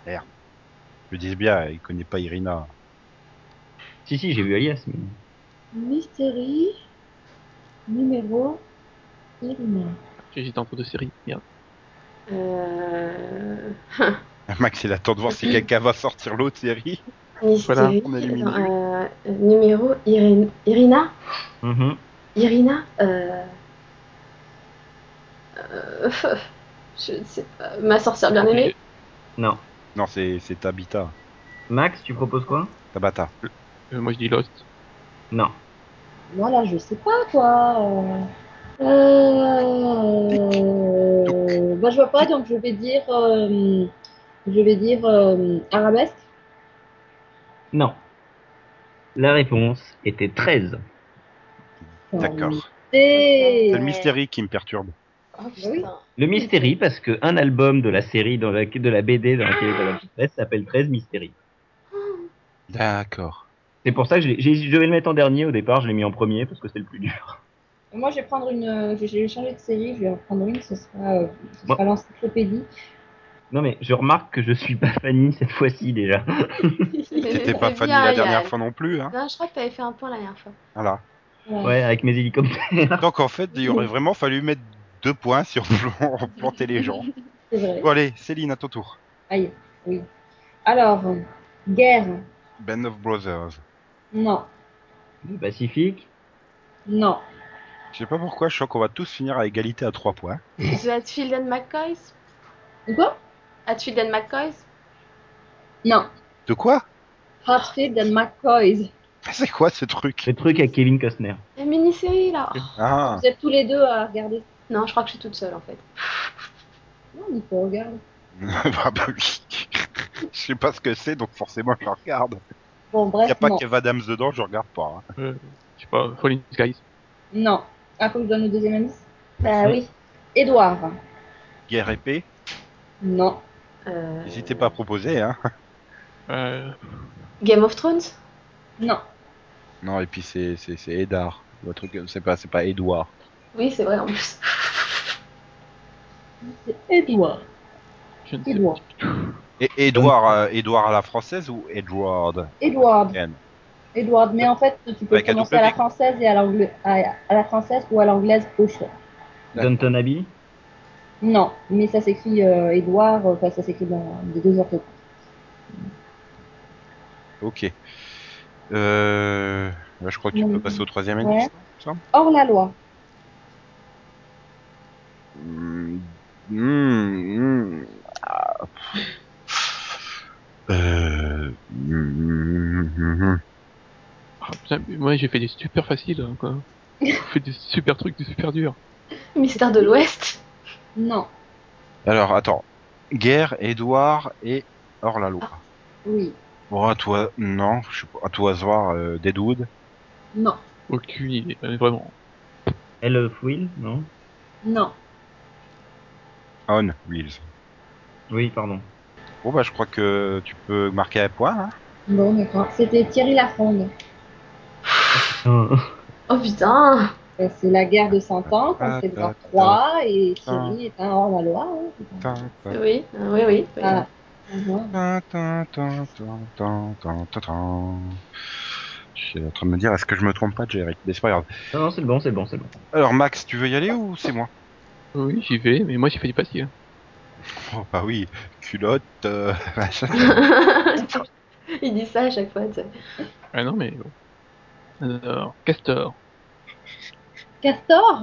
[SPEAKER 3] Je dis bien, il connaît pas Irina.
[SPEAKER 2] Si, si, j'ai vu Alias. mais-
[SPEAKER 5] Mystérie, numéro, Irina.
[SPEAKER 6] J'hésite entre deux séries. Merde.
[SPEAKER 4] Euh...
[SPEAKER 3] Max, il attend de voir si quelqu'un va sortir l'autre série.
[SPEAKER 4] Mystérie.
[SPEAKER 3] on a éliminé.
[SPEAKER 4] euh, numéro Irin- Irina
[SPEAKER 2] Mhm.
[SPEAKER 4] Irina euh... euh, Je ne sais pas. Ma sorcière bien aimée
[SPEAKER 2] Non.
[SPEAKER 3] Non, c'est c'est Tabitha.
[SPEAKER 2] Max, tu proposes quoi
[SPEAKER 3] Tabata.
[SPEAKER 6] Euh, moi je dis Lost.
[SPEAKER 2] Non.
[SPEAKER 5] Moi là, je sais pas quoi. euh. Euh, Bah, je vois pas, donc je vais dire, euh, je vais dire euh, arabesque.
[SPEAKER 2] Non. La réponse était 13.
[SPEAKER 5] Enfin,
[SPEAKER 3] D'accord.
[SPEAKER 5] Ah, C'est
[SPEAKER 3] C'est le mystérie qui me perturbe.
[SPEAKER 4] Oh
[SPEAKER 5] Bah oui.
[SPEAKER 4] putain.
[SPEAKER 2] Le Mystérie, parce que un album de la série, dans la, de la BD dans laquelle est la
[SPEAKER 5] Ah.
[SPEAKER 2] petite presse s'appelle 13 Mystérie.
[SPEAKER 3] D'accord.
[SPEAKER 2] C'est pour ça que je l'ai- j'ai- je devais le mettre en dernier au départ, je l'ai mis en premier parce que c'est le plus dur.
[SPEAKER 5] Moi, je vais prendre une. euh, Je je vais changer de série, je vais en prendre une, ce sera, euh, ce
[SPEAKER 2] Bon.
[SPEAKER 5] sera l'encyclopédie.
[SPEAKER 2] Non mais je remarque que je suis pas Fanny cette fois-ci déjà.
[SPEAKER 5] Ah.
[SPEAKER 3] T'étais pas
[SPEAKER 4] C'est
[SPEAKER 3] Fanny
[SPEAKER 4] bien,
[SPEAKER 3] la dernière
[SPEAKER 4] Yann.
[SPEAKER 3] fois non plus, hein
[SPEAKER 4] Non, je crois que t'avais fait un point la dernière fois.
[SPEAKER 3] Voilà.
[SPEAKER 5] Voilà.
[SPEAKER 2] Ouais, avec mes hélicoptères.
[SPEAKER 3] Donc en fait, il aurait vraiment fallu mettre deux points sur planter les gens.
[SPEAKER 5] C'est vrai.
[SPEAKER 3] Bon allez, Céline, à ton tour.
[SPEAKER 5] Aïe, oui. Alors, guerre.
[SPEAKER 3] Band of Brothers.
[SPEAKER 5] Non,
[SPEAKER 2] Le Pacifique.
[SPEAKER 5] non.
[SPEAKER 3] Je sais pas pourquoi, je crois qu'on va tous finir à égalité à trois points.
[SPEAKER 4] The Hatfield and McCoys
[SPEAKER 5] De Quoi
[SPEAKER 4] Hatfield and McCoys
[SPEAKER 5] Non.
[SPEAKER 3] De quoi
[SPEAKER 5] Hartfield and McCoys.
[SPEAKER 3] C'est quoi ce truc
[SPEAKER 2] Le truc avec Kevin Costner.
[SPEAKER 4] La mini-série là Oh.
[SPEAKER 3] Ah
[SPEAKER 5] Vous êtes tous les deux à regarder.
[SPEAKER 4] Non, je crois que je suis toute seule en fait.
[SPEAKER 5] Non, on peut regarder.
[SPEAKER 3] bah, bah oui. je sais pas ce que c'est, donc forcément je la regarde.
[SPEAKER 5] Bon,
[SPEAKER 3] Il y
[SPEAKER 5] bref,
[SPEAKER 3] a pas
[SPEAKER 5] non.
[SPEAKER 3] Kev Adams dedans, je regarde pas. hein.
[SPEAKER 6] Je sais pas, Falling Skies.
[SPEAKER 5] Non. Ah, faut que je donne le deuxième indice.
[SPEAKER 4] Bah oui.
[SPEAKER 5] Édouard.
[SPEAKER 3] Guerre épée,
[SPEAKER 5] Non.
[SPEAKER 4] Euh,
[SPEAKER 3] n'hésitez pas à proposer. Hein.
[SPEAKER 6] Euh,
[SPEAKER 4] Game of Thrones
[SPEAKER 5] Non.
[SPEAKER 3] Non, et puis c'est c'est c'est Edar. Le truc, c'est pas c'est pas Edouard.
[SPEAKER 4] Oui, c'est vrai en plus.
[SPEAKER 5] C'est Édouard.
[SPEAKER 6] je ne sais
[SPEAKER 5] Édouard.
[SPEAKER 6] pas.
[SPEAKER 3] Et Edouard, euh, Edouard à la française ou Edward
[SPEAKER 5] Édouard.
[SPEAKER 3] N.
[SPEAKER 5] Édouard. Mais en fait, tu peux
[SPEAKER 3] Avec un
[SPEAKER 5] prononcer à
[SPEAKER 3] double
[SPEAKER 5] la
[SPEAKER 3] V.
[SPEAKER 5] française et à l'anglaise. À, à la française ou à l'anglaise au choix.
[SPEAKER 3] D'accord.
[SPEAKER 2] Downton Abbey.
[SPEAKER 5] Non. Mais ça s'écrit euh, Édouard. Enfin, ça s'écrit dans les deux orthographes.
[SPEAKER 3] Ok. Euh... Là, je crois que tu
[SPEAKER 5] Oui.
[SPEAKER 3] peux passer au troisième
[SPEAKER 5] Ouais.
[SPEAKER 3] indice.
[SPEAKER 5] Hors la loi.
[SPEAKER 3] Hmm, hmm, hmm, ah, pff. Euh, hmm, hmm, hmm, hmm.
[SPEAKER 6] Ah, putain, moi j'ai fait des super faciles, hein, quoi. j'ai fait des super trucs, des super durs.
[SPEAKER 4] Mystère de l'Ouest.
[SPEAKER 5] Non.
[SPEAKER 3] Alors, attends. Guerre, Édouard et hors-la-loi.
[SPEAKER 5] Oui.
[SPEAKER 3] Bon, à toi, non, je sais pas, à toi, Zoar, euh, Deadwood.
[SPEAKER 5] Non.
[SPEAKER 6] Aucune idée, euh, vraiment.
[SPEAKER 2] Elle of Will, non
[SPEAKER 5] Non.
[SPEAKER 3] On, Wheels.
[SPEAKER 2] Oui, pardon.
[SPEAKER 3] Bon, bah, je crois que tu peux marquer un point, hein.
[SPEAKER 5] Bon, d'accord. C'était Thierry Lafronde.
[SPEAKER 2] Euh,
[SPEAKER 4] Oh putain
[SPEAKER 5] Euh, C'est la guerre de 100 ans, quand
[SPEAKER 3] Ah,
[SPEAKER 5] c'est
[SPEAKER 3] ta,
[SPEAKER 5] dans
[SPEAKER 3] ta,
[SPEAKER 5] 3, et Thierry est un hors la loi. hein.
[SPEAKER 3] Tin, tin,
[SPEAKER 4] Oui, euh, oui, oui. oui.
[SPEAKER 5] Ah. Ouais.
[SPEAKER 3] tin, tin, tin, tin, tin, tin, tin, tin. Je suis en train de me dire, est-ce que je me trompe pas, Jerry Mais c'est pas grave.
[SPEAKER 2] non, non, c'est bon, c'est bon, c'est bon.
[SPEAKER 3] Alors, Max, tu veux y aller ou c'est moi
[SPEAKER 6] Oui, j'y vais, mais moi j'ai fait des faciles.
[SPEAKER 3] Oh, bah oui, culotte, euh, machin.
[SPEAKER 4] Il dit ça à chaque fois. tu sais.
[SPEAKER 6] Ah non, mais bon. Alors, Castor.
[SPEAKER 5] Castor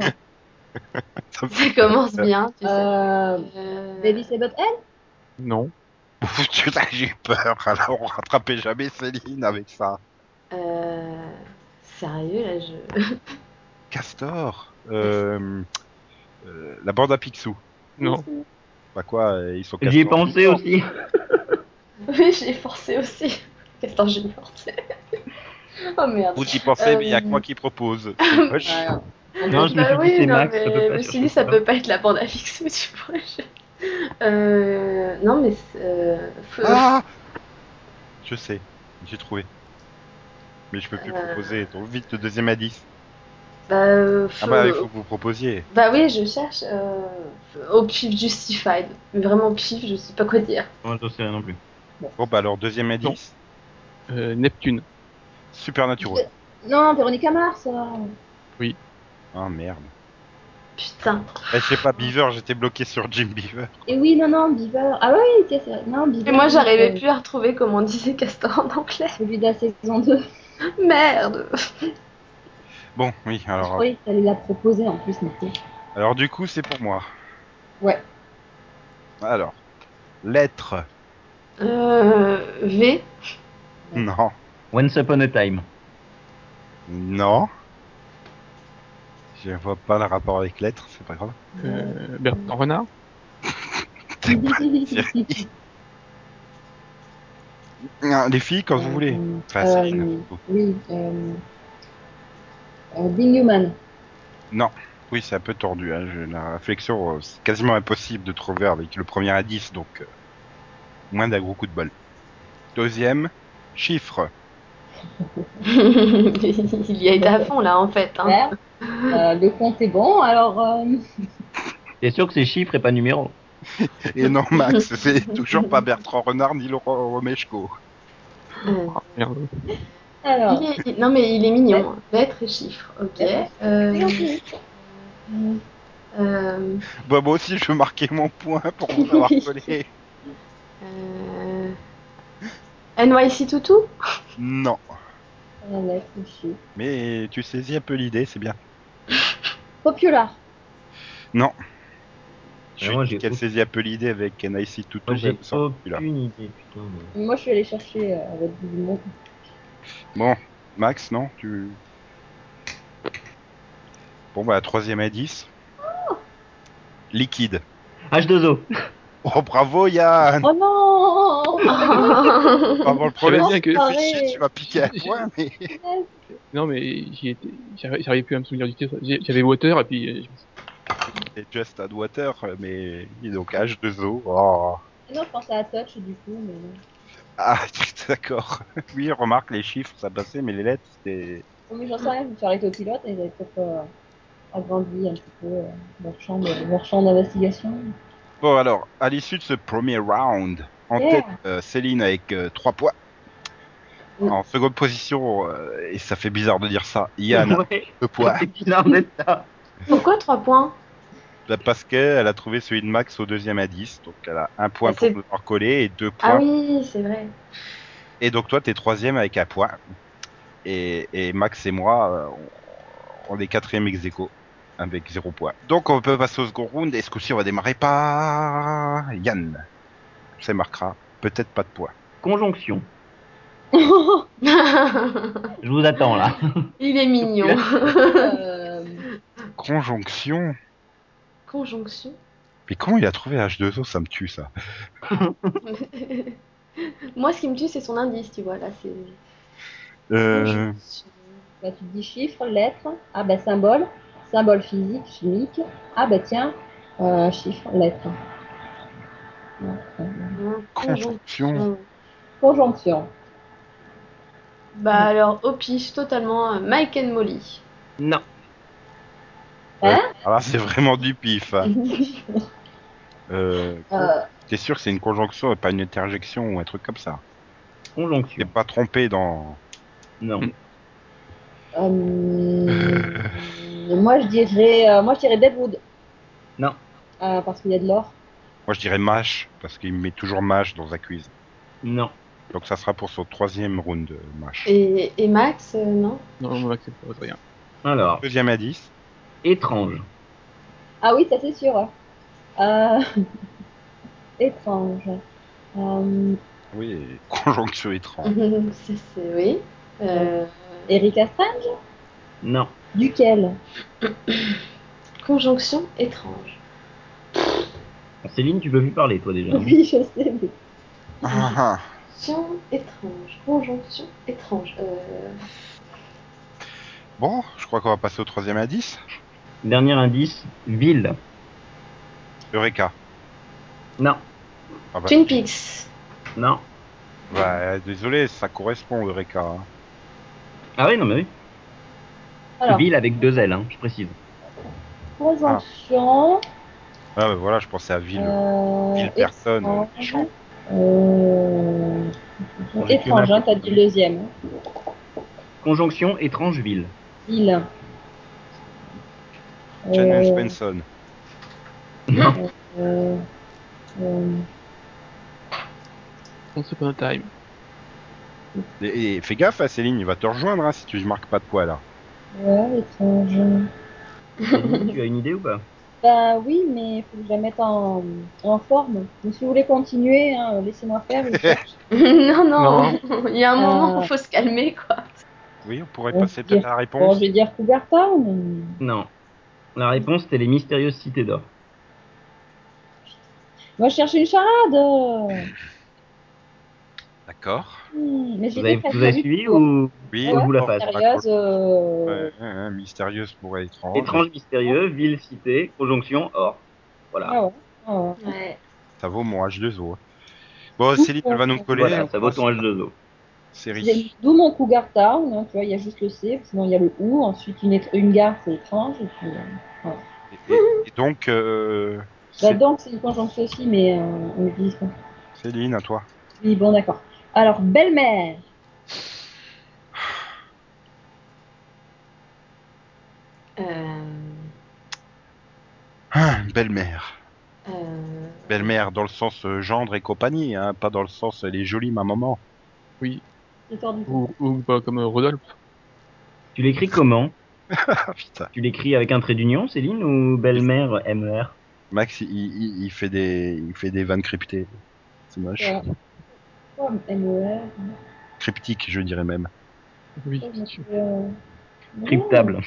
[SPEAKER 3] Ça me
[SPEAKER 4] Ça commence bien, tu sais.
[SPEAKER 5] euh,
[SPEAKER 4] Euh,
[SPEAKER 5] Davis et Butthead
[SPEAKER 6] Non.
[SPEAKER 3] fout, putain, j'ai eu peur. Alors, on rattrapait jamais Céline avec ça.
[SPEAKER 4] euh, Sérieux, là, je.
[SPEAKER 3] Castor, euh, euh, la bande à Picsou.
[SPEAKER 6] Non.
[SPEAKER 3] Bah quoi, euh, ils sont
[SPEAKER 2] J'y ai
[SPEAKER 3] castors.
[SPEAKER 2] pensé aussi.
[SPEAKER 4] Oui, j'ai forcé aussi. Castor, j'ai forcé. Oh merde.
[SPEAKER 3] Vous y pensez, mais il n'y a que
[SPEAKER 4] Euh,
[SPEAKER 3] moi qui propose. C'est moche.
[SPEAKER 5] Voilà.
[SPEAKER 2] Non, je me
[SPEAKER 4] Bah
[SPEAKER 2] suis dit,
[SPEAKER 4] oui,
[SPEAKER 2] c'est
[SPEAKER 4] non,
[SPEAKER 2] Max, ça
[SPEAKER 4] mais
[SPEAKER 2] peut
[SPEAKER 4] je
[SPEAKER 2] pas
[SPEAKER 4] me
[SPEAKER 2] sur
[SPEAKER 4] suis dit, ça
[SPEAKER 2] ça.
[SPEAKER 4] peut pas être la bande à fixe, tu vois. je- Euh, non, mais. c'est, Euh, feu-
[SPEAKER 3] Ah je sais, j'ai trouvé. Mais je peux plus
[SPEAKER 4] Euh.
[SPEAKER 3] proposer. Donc vite le deuxième indice.
[SPEAKER 4] Bah, euh,
[SPEAKER 3] Ah bah il
[SPEAKER 4] feu-
[SPEAKER 3] faut que vous proposiez.
[SPEAKER 4] Bah oui, je cherche euh, au pif Justified. Mais Vraiment pif, je sais pas quoi dire.
[SPEAKER 2] Non, j'en sais rien non plus.
[SPEAKER 3] Bon bah alors deuxième indice.
[SPEAKER 6] Euh, Neptune.
[SPEAKER 3] Supernatural.
[SPEAKER 5] Non, Véronica Mars. euh,
[SPEAKER 3] Ah merde.
[SPEAKER 4] Putain.
[SPEAKER 3] Eh, je sais pas Beaver, j'étais bloqué sur Jim Beaver.
[SPEAKER 5] Et oui, non, non, Beaver. Ah oui, tiens, c'est vrai. Non, Beaver.
[SPEAKER 4] Et moi, j'arrivais
[SPEAKER 5] euh,
[SPEAKER 4] plus à retrouver comment on disait Castor en anglais.
[SPEAKER 5] Celui de la saison 2.
[SPEAKER 4] Merde.
[SPEAKER 3] Bon oui
[SPEAKER 5] Je
[SPEAKER 3] alors
[SPEAKER 5] croyais que t'allais la proposer en plus, Nico.
[SPEAKER 3] alors du coup c'est pour moi.
[SPEAKER 5] Ouais.
[SPEAKER 3] Alors lettre.
[SPEAKER 4] Euh, v.
[SPEAKER 3] Non
[SPEAKER 2] Once Upon a Time.
[SPEAKER 3] non. Je vois pas le rapport avec lettre, c'est pas grave.
[SPEAKER 6] Euh, Bertrand Renard.
[SPEAKER 3] C'est pas Non, Ah, Les filles quand vous voulez.
[SPEAKER 5] Euh,
[SPEAKER 3] Enfin, Céline,
[SPEAKER 5] euh,
[SPEAKER 3] plutôt.
[SPEAKER 5] oui. Euh, euh, Being Human.
[SPEAKER 3] Oui, c'est un peu tordu. Hein. je- La réflexion, euh, c'est quasiment impossible de trouver avec le premier indice, donc euh, moins d'un gros coup de bol. Deuxième, chiffre.
[SPEAKER 4] Il y a été à fond là, en fait. hein.
[SPEAKER 5] Super. Euh, le compte est bon, alors. euh,
[SPEAKER 2] T'es sûr que c'est chiffre et pas numéro
[SPEAKER 3] Et non, Max, c'est toujours pas Bertrand Renard ni Laurent Romeshko.
[SPEAKER 4] Euh,
[SPEAKER 6] Ah, merde.
[SPEAKER 5] alors.
[SPEAKER 4] il est- Non, mais il est mignon. hein. Lettres et chiffres. Ok.
[SPEAKER 5] C'est
[SPEAKER 4] Euh,
[SPEAKER 5] gentil.
[SPEAKER 4] euh,
[SPEAKER 3] Bah, moi aussi, je marquais mon point pour vous avoir collé.
[SPEAKER 4] euh, NYC Toutou
[SPEAKER 3] Non.
[SPEAKER 5] Ah, là, c'est chiant.
[SPEAKER 3] Mais tu saisis un peu l'idée, c'est bien.
[SPEAKER 5] Popular.
[SPEAKER 3] Je
[SPEAKER 2] Mais
[SPEAKER 3] suis
[SPEAKER 2] Ah, moi,
[SPEAKER 3] dit
[SPEAKER 2] j'ai
[SPEAKER 3] qu'elle
[SPEAKER 2] aucune-
[SPEAKER 3] saisit un peu l'idée avec NIC tout
[SPEAKER 2] Moi, j'ai
[SPEAKER 3] tout.
[SPEAKER 2] aucune idée, putain. mais-
[SPEAKER 5] Moi, je suis allée chercher euh, avec du monde.
[SPEAKER 3] Bon, Max, non tu... Bon, bah, troisième indice. Liquide.
[SPEAKER 2] H2O.
[SPEAKER 3] Oh, bravo, Yann
[SPEAKER 5] Oh non
[SPEAKER 3] Ah bon, le
[SPEAKER 6] J'avais
[SPEAKER 3] problème,
[SPEAKER 6] bien
[SPEAKER 3] c'est que
[SPEAKER 6] que-
[SPEAKER 3] tu, fais chier, tu m'as piqué un
[SPEAKER 6] J'ai-
[SPEAKER 3] point, mais...
[SPEAKER 6] Non, mais j'y étais. J'arri- J'arrivais plus à me souvenir du titre. J'ai- J'avais Water et puis. euh, je me suis-
[SPEAKER 3] C'est Just Add Water, mais... dis Donc, H2O, oh...
[SPEAKER 5] Non, je pensais à Touch du coup, mais non.
[SPEAKER 3] Ah, d'accord. Oui, remarque, les chiffres, ça passait, mais les lettres, c'était...
[SPEAKER 5] Bon, mais j'en sais rien, je me suis arrêtée au pilote et j'avais peut-être euh, agrandi un petit peu euh, leur champ de- leur champ d'investigation.
[SPEAKER 3] Bon, alors, à l'issue de ce premier round, en
[SPEAKER 5] Yeah.
[SPEAKER 3] tête, euh, Céline avec 3 points.
[SPEAKER 5] Mm.
[SPEAKER 3] En seconde position, euh, et ça fait bizarre de dire ça,
[SPEAKER 5] Mm.
[SPEAKER 3] Yann,
[SPEAKER 2] Ouais,
[SPEAKER 3] 2 points.
[SPEAKER 2] c'est bizarre d'être là.
[SPEAKER 4] Pourquoi 3 points
[SPEAKER 3] Bah, Parce qu'elle a trouvé celui de Max au deuxième indice, donc elle a un
[SPEAKER 5] Ah,
[SPEAKER 3] point
[SPEAKER 4] Bah,
[SPEAKER 3] pour
[SPEAKER 4] c'est-
[SPEAKER 3] pouvoir coller et deux points.
[SPEAKER 4] Ah oui, c'est vrai.
[SPEAKER 3] Et donc toi, t'es troisième avec un point. Et, et Max et moi, euh, on on est quatrième ex aequo, avec zéro point. Donc on peut passer au second round. Et ce coup-ci, on va démarrer par Yann. C'est marquera. Peut-être pas de points.
[SPEAKER 2] Conjonction.
[SPEAKER 4] Il
[SPEAKER 2] Je vous attends là.
[SPEAKER 4] est mignon.
[SPEAKER 5] Euh,
[SPEAKER 3] Conjonction.
[SPEAKER 4] Conjonction.
[SPEAKER 3] Mais comment il a trouvé H2O Ça me tue ça.
[SPEAKER 4] Moi, ce qui me tue, c'est son indice, tu vois. Là, c'est.
[SPEAKER 3] Euh,
[SPEAKER 5] bah, tu dis chiffre, lettre, ah bah symbole, symbole physique, chimique, ah bah tiens, euh, chiffre, lettre.
[SPEAKER 3] conjonction.
[SPEAKER 5] Conjonction.
[SPEAKER 4] Bah alors, au pif, totalement euh, Mike and Molly.
[SPEAKER 2] Non.
[SPEAKER 3] Alors Ah, là, c'est vraiment du pif. hein. Euh,
[SPEAKER 5] Euh,
[SPEAKER 3] T'es sûr que c'est une conjonction et pas une interjection ou un truc comme ça T'es
[SPEAKER 2] Conjonction.
[SPEAKER 3] pas trompé dans.
[SPEAKER 2] Non.
[SPEAKER 5] euh, moi je dirais, euh, moi je dirais Deadwood.
[SPEAKER 2] Non.
[SPEAKER 5] Euh, parce qu'il y a de l'or.
[SPEAKER 3] Moi, je dirais mash parce qu'il met toujours mash dans sa quiz.
[SPEAKER 2] Non.
[SPEAKER 3] Donc ça sera pour son troisième round euh, mash.
[SPEAKER 4] Et, et Max, euh, non
[SPEAKER 6] Non, on l'accepte pas, rien.
[SPEAKER 2] Alors,
[SPEAKER 3] Deuxième indice.
[SPEAKER 2] étrange.
[SPEAKER 5] Ah oui, ça c'est sûr. ouais. Euh, étrange. Euh,
[SPEAKER 3] Oui, conjonction
[SPEAKER 4] Mm.
[SPEAKER 3] étrange.
[SPEAKER 4] C'est, c'est- oui. Euh,
[SPEAKER 5] Eric Astrange
[SPEAKER 2] Non.
[SPEAKER 5] Duquel
[SPEAKER 4] conjonction étrange.
[SPEAKER 2] Céline, tu peux plus parler toi déjà.
[SPEAKER 5] Oui, je sais, mais
[SPEAKER 3] Ah, ah.
[SPEAKER 4] Conjonction étrange. Conjonction étrange. Euh,
[SPEAKER 3] Bon, je crois qu'on va passer au troisième indice.
[SPEAKER 2] Dernier indice, ville.
[SPEAKER 3] Eureka.
[SPEAKER 2] Non.
[SPEAKER 3] Ah bah,
[SPEAKER 4] Twin Peaks.
[SPEAKER 2] Non.
[SPEAKER 3] bah, euh, désolé, ça correspond Eureka. hein.
[SPEAKER 2] Ah oui, non mais oui.
[SPEAKER 5] alors
[SPEAKER 2] Ville avec deux L, hein, je précise.
[SPEAKER 5] conjonction.
[SPEAKER 3] Ah bah, voilà, je pensais à ville.
[SPEAKER 5] euh,
[SPEAKER 3] ville personne.
[SPEAKER 5] étrange.
[SPEAKER 3] euh, champ.
[SPEAKER 5] Euh,
[SPEAKER 2] On est
[SPEAKER 5] Étrange,
[SPEAKER 2] plus
[SPEAKER 5] hein, t'as dit le deuxième.
[SPEAKER 2] Conjonction, étrange ville.
[SPEAKER 5] Il.
[SPEAKER 3] Challenge Benson.
[SPEAKER 2] Non.
[SPEAKER 5] euh, euh,
[SPEAKER 6] Once upon a time.
[SPEAKER 3] Et, et fais gaffe à Céline, il va te rejoindre hein, si tu ne marques pas de poids là.
[SPEAKER 5] ouais, étrange.
[SPEAKER 2] Céline, tu as une idée ou pas
[SPEAKER 5] Ben oui, mais faut que je la mette en, en forme. Donc si vous voulez continuer, hein, laissez-moi faire. je cherche.
[SPEAKER 4] non, non. Il y a un moment où
[SPEAKER 5] Euh.
[SPEAKER 4] faut se calmer, quoi.
[SPEAKER 3] Oui, on pourrait
[SPEAKER 5] On
[SPEAKER 3] passer
[SPEAKER 5] dit-
[SPEAKER 3] peut-être à la
[SPEAKER 5] bon, je
[SPEAKER 3] réponse.
[SPEAKER 5] vais dire Cougar Town.
[SPEAKER 2] Non. La réponse, c'était les mystérieuses cités d'or.
[SPEAKER 5] Moi, je cherchais une charade.
[SPEAKER 3] D'accord.
[SPEAKER 5] Hmm, mais j'ai
[SPEAKER 2] Vous avez,
[SPEAKER 5] dit que ça
[SPEAKER 2] vous avez
[SPEAKER 5] serait
[SPEAKER 2] suivi
[SPEAKER 5] pour-
[SPEAKER 2] ou
[SPEAKER 3] Oui,
[SPEAKER 2] que vous la fasse
[SPEAKER 5] sérieuse. euh,
[SPEAKER 3] ouais, ouais, ouais, mystérieuse pour étrange.
[SPEAKER 2] Étrange, mystérieux, ville, cité, conjonction, or. Voilà.
[SPEAKER 5] ah ouais, ah ouais.
[SPEAKER 4] Ouais.
[SPEAKER 3] Ça vaut mon H2O. hein. Bon, Céline, elle va nous coller.
[SPEAKER 2] Voilà, ça vaut ton
[SPEAKER 3] ton
[SPEAKER 2] H2O.
[SPEAKER 3] Série.
[SPEAKER 5] D'où mon Cougar Town. hein, tu vois, il y a juste le C, sinon il y a le OU. Ensuite, une, étr- une gare, c'est étrange. Et puis, euh,
[SPEAKER 3] Et, et- et donc, euh,
[SPEAKER 5] bah,
[SPEAKER 3] Cé-
[SPEAKER 5] donc, c'est une conjonction aussi, mais euh, on utilise pas.
[SPEAKER 3] Céline, à toi.
[SPEAKER 5] Oui, bon, d'accord. Alors, belle-mère.
[SPEAKER 4] Euh,
[SPEAKER 3] Ah, belle-mère.
[SPEAKER 4] euh,
[SPEAKER 3] Belle-mère dans le sens euh, gendre et compagnie, hein, pas dans le sens euh, elle est jolie ma maman.
[SPEAKER 5] C'est tordu.
[SPEAKER 6] Ou, ou pas comme euh, Rodolphe.
[SPEAKER 2] Tu l'écris comment
[SPEAKER 3] Ah putain.
[SPEAKER 2] Tu l'écris avec un trait d'union, Céline, ou belle-mère E MER
[SPEAKER 3] Max, il, il- il fait des, il fait des vannes cryptées. C'est moche.
[SPEAKER 5] Ouais. Quoi, MER
[SPEAKER 3] Cryptique, je dirais même.
[SPEAKER 6] Oui,
[SPEAKER 5] Euh,
[SPEAKER 6] c'est sûr.
[SPEAKER 5] non.
[SPEAKER 2] Cryptable.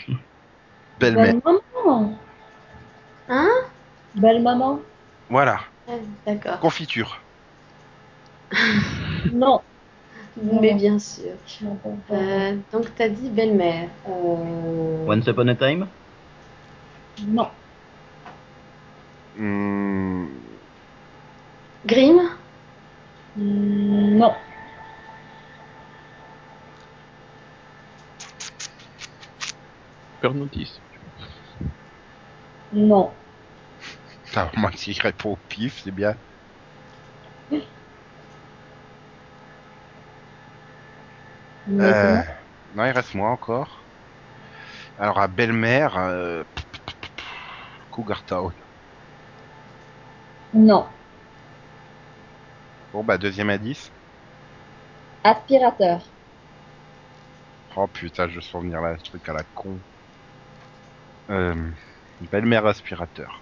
[SPEAKER 3] Belle-mère.
[SPEAKER 5] Belle maman.
[SPEAKER 4] Hein
[SPEAKER 5] Belle maman.
[SPEAKER 3] Voilà.
[SPEAKER 4] ah, D'accord.
[SPEAKER 3] Confiture.
[SPEAKER 5] Non.
[SPEAKER 4] Mais bien sûr.
[SPEAKER 5] Non, pas encore.
[SPEAKER 4] Euh, donc t'as dit belle-mère. Euh,
[SPEAKER 2] Once upon a time
[SPEAKER 5] Non.
[SPEAKER 3] Hmm,
[SPEAKER 4] Grimm.
[SPEAKER 5] Mm, Non.
[SPEAKER 6] Père Notice.
[SPEAKER 5] Non.
[SPEAKER 3] putain, Max, il répond Ah, au pif, c'est bien.
[SPEAKER 5] Mais
[SPEAKER 3] Euh, non, il reste moi encore. Alors, à belle-mère, euh, Cougar Town.
[SPEAKER 5] comment Non.
[SPEAKER 3] Bon, bah, deuxième indice.
[SPEAKER 5] Aspirateur.
[SPEAKER 3] Oh putain, je sens venir là, ce truc à la con. Euh, Belle-mère aspirateur.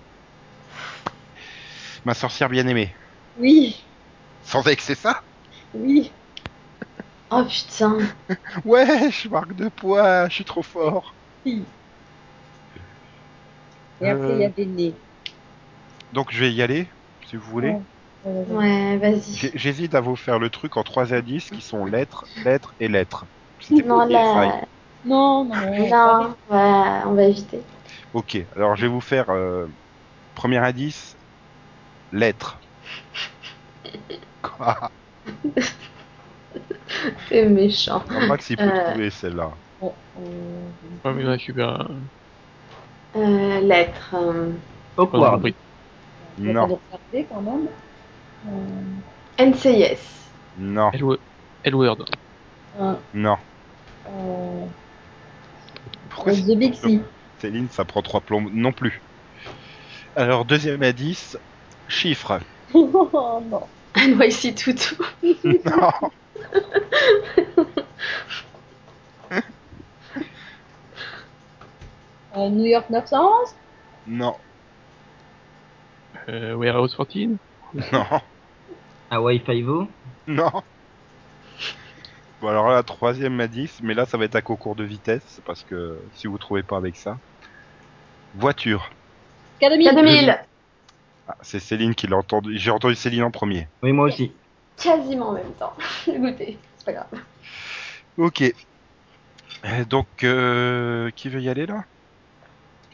[SPEAKER 3] Ma sorcière bien-aimée.
[SPEAKER 5] Oui,
[SPEAKER 3] Sans ex, c'est ça
[SPEAKER 5] oui.
[SPEAKER 4] Oh putain.
[SPEAKER 3] Ouais, je marque deux poids, je suis trop fort.
[SPEAKER 5] Et après,
[SPEAKER 3] Euh.
[SPEAKER 5] il y avait Né.
[SPEAKER 3] Donc je vais y aller, si vous voulez.
[SPEAKER 5] Ouais, ouais.
[SPEAKER 4] Ouais, vas-y.
[SPEAKER 3] J'ai- J'hésite à vous faire le truc en trois indices qui sont lettres, lettres et lettres. C'était
[SPEAKER 4] Non,
[SPEAKER 3] pour dire ça.
[SPEAKER 4] là.
[SPEAKER 5] Non, non,
[SPEAKER 4] Non, ouais, on va éviter.
[SPEAKER 3] Ok, alors je vais vous faire euh, premier indice, lettres. Quoi
[SPEAKER 4] C'est méchant.
[SPEAKER 3] Je crois pas que s'il peut
[SPEAKER 4] Euh.
[SPEAKER 3] trouver celle-là.
[SPEAKER 5] Bon, euh,
[SPEAKER 6] Ouais, mais là, je suis bien.
[SPEAKER 4] Euh, lettre. euh,
[SPEAKER 2] Awkward.
[SPEAKER 5] on va pas
[SPEAKER 3] Non,
[SPEAKER 5] le regarder quand même. Euh,
[SPEAKER 4] NCIS.
[SPEAKER 3] non,
[SPEAKER 6] L-Word.
[SPEAKER 5] un,
[SPEAKER 3] non.
[SPEAKER 5] euh,
[SPEAKER 3] Pourquoi
[SPEAKER 5] The Big Sea.
[SPEAKER 3] Céline, ça prend trois plombes non plus. Alors deuxième indice, chiffres.
[SPEAKER 5] Oh, non.
[SPEAKER 4] NYC Toutou.
[SPEAKER 3] Non.
[SPEAKER 5] Euh, New York 911
[SPEAKER 3] Non,
[SPEAKER 6] Euh, Warehouse 14.
[SPEAKER 3] non,
[SPEAKER 2] Hawaii Five-O.
[SPEAKER 3] non. Bon alors là, troisième indice, mais là ça va être un concours de vitesse, parce que si vous trouvez pas avec ça. Voiture.
[SPEAKER 5] Academy
[SPEAKER 4] 4000.
[SPEAKER 3] Ah, c'est Céline qui l'a entendu. J'ai entendu Céline en premier.
[SPEAKER 2] Oui, moi aussi.
[SPEAKER 4] Quasiment en même temps. Écoutez, c'est pas grave.
[SPEAKER 3] Ok. Euh, Donc, euh, qui veut y aller là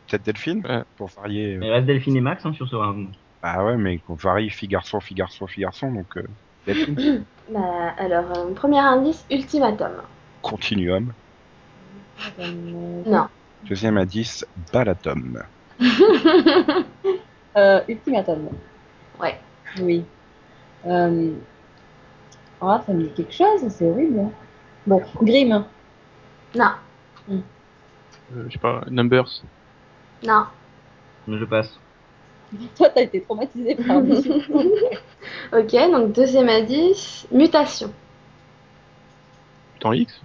[SPEAKER 3] Peut-être Delphine
[SPEAKER 6] Ouais.
[SPEAKER 3] Pour varier. euh.
[SPEAKER 2] Il reste Delphine et Max hein, sur ce round.
[SPEAKER 3] Ah ouais, mais qu'on varie fille-garçon, fille-garçon, fille-garçon, donc euh, Delphine.
[SPEAKER 4] Bah, alors, euh, premier indice, ultimatum.
[SPEAKER 3] Continuum.
[SPEAKER 5] Euh,
[SPEAKER 4] Non.
[SPEAKER 3] Deuxième indice, Balatom.
[SPEAKER 5] euh, Ultimatum.
[SPEAKER 4] Ouais.
[SPEAKER 5] Oui. Euh... Ah, ça me dit quelque chose, c'est horrible. hein. Bon, Grimm. hein.
[SPEAKER 4] Non.
[SPEAKER 6] Euh, je sais pas, Numbers.
[SPEAKER 4] Non.
[SPEAKER 2] Je passe.
[SPEAKER 5] Toi, t'as été traumatisé par le
[SPEAKER 4] Ok, donc deuxième indice, mutation.
[SPEAKER 6] Temps X.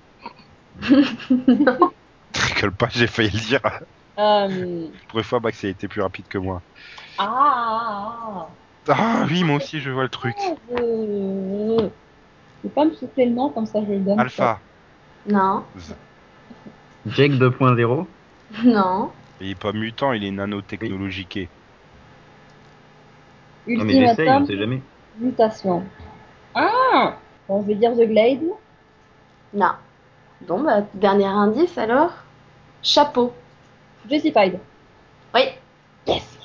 [SPEAKER 3] Rigole pas, j'ai failli le dire.
[SPEAKER 5] euh...
[SPEAKER 3] Pour une fois, Max a été plus rapide que moi.
[SPEAKER 5] Ah, ah, ah.
[SPEAKER 3] Ah oui, moi aussi, je vois le truc.
[SPEAKER 5] Ah, je... je peux pas me souffler le nom comme ça, je le donne.
[SPEAKER 3] Alpha.
[SPEAKER 4] Non.
[SPEAKER 2] Jake 2.0.
[SPEAKER 4] Non.
[SPEAKER 3] Il est pas mutant, il est nanotechnologiqué.
[SPEAKER 2] Non, mais j'essaye, hein, on
[SPEAKER 5] Ultimatum,
[SPEAKER 2] sait jamais.
[SPEAKER 5] mutation. Ah Bon, je vais dire The Glade.
[SPEAKER 4] Non. Bon, bah, dernier indice alors. Chapeau.
[SPEAKER 5] Justified.
[SPEAKER 4] Oui.
[SPEAKER 5] Yes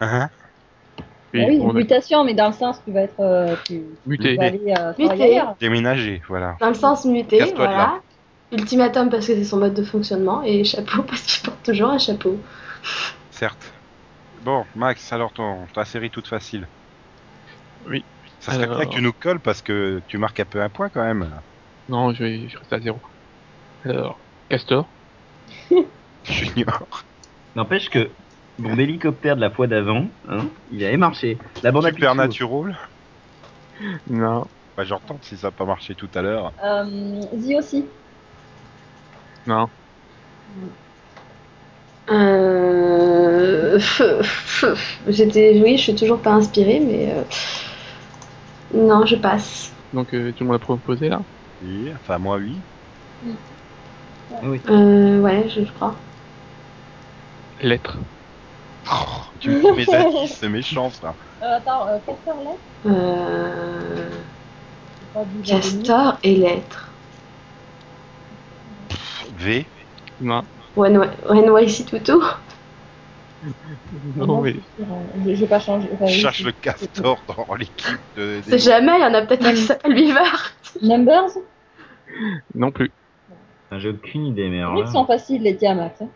[SPEAKER 3] Hein
[SPEAKER 5] Ah oui,
[SPEAKER 6] on a
[SPEAKER 5] mutation, mais dans le sens, tu vas être. euh, tu, tu
[SPEAKER 6] muté.
[SPEAKER 5] vas aller euh,
[SPEAKER 4] Muté.
[SPEAKER 5] travailler ailleurs.
[SPEAKER 3] Déménager, voilà.
[SPEAKER 4] Dans le sens muté,
[SPEAKER 3] Casse-toi de
[SPEAKER 4] voilà. Ultimatum parce que c'est son mode de fonctionnement et chapeau parce qu'il porte toujours un chapeau.
[SPEAKER 3] Certes. Bon, Max, alors ton, ta série toute facile.
[SPEAKER 6] Oui.
[SPEAKER 3] Ça serait
[SPEAKER 6] Alors-
[SPEAKER 3] bien que tu nous colles parce que tu marques un peu un point quand même.
[SPEAKER 6] Non, je vais, je reste à zéro. Alors, Castor.
[SPEAKER 3] Junior.
[SPEAKER 2] N'empêche que mon hélicoptère de la fois d'avant, hein, il avait marché. La bande à Picsou.
[SPEAKER 3] Supernatural.
[SPEAKER 6] Non.
[SPEAKER 3] Bah, j'entends si ça n'a pas marché tout à l'heure.
[SPEAKER 5] Euh, The aussi.
[SPEAKER 6] Non.
[SPEAKER 4] Euh... J'étais... Oui, je suis toujours pas inspirée, mais... euh, Non, je passe.
[SPEAKER 6] Donc, euh, tout le monde a proposé là.
[SPEAKER 3] Oui, enfin, moi, oui.
[SPEAKER 2] Ah Oui.
[SPEAKER 4] Euh, ouais, je crois.
[SPEAKER 6] Lettre.
[SPEAKER 3] Oh, tu me prends mes indices, c'est méchant ça.
[SPEAKER 5] Euh, attends, euh, Castor Lake
[SPEAKER 4] Euh...
[SPEAKER 5] c'est pas du Jacques
[SPEAKER 4] Castor et lettres.
[SPEAKER 3] V.
[SPEAKER 6] Non.
[SPEAKER 5] Ah
[SPEAKER 4] NYC Toutou
[SPEAKER 6] Non, mais.
[SPEAKER 5] Denis. Je, je vais pas changer. Enfin, Bah oui,
[SPEAKER 3] Cherche le castor dans l'équipe de.
[SPEAKER 4] C'est jamais, il y en a peut-être un qui s'appelle Bivard.
[SPEAKER 5] Numbers
[SPEAKER 6] Non plus.
[SPEAKER 2] Enfin, Ah, J'ai aucune idée, mais alors
[SPEAKER 5] Ils
[SPEAKER 2] là-
[SPEAKER 5] sont faciles, les diamants. hein.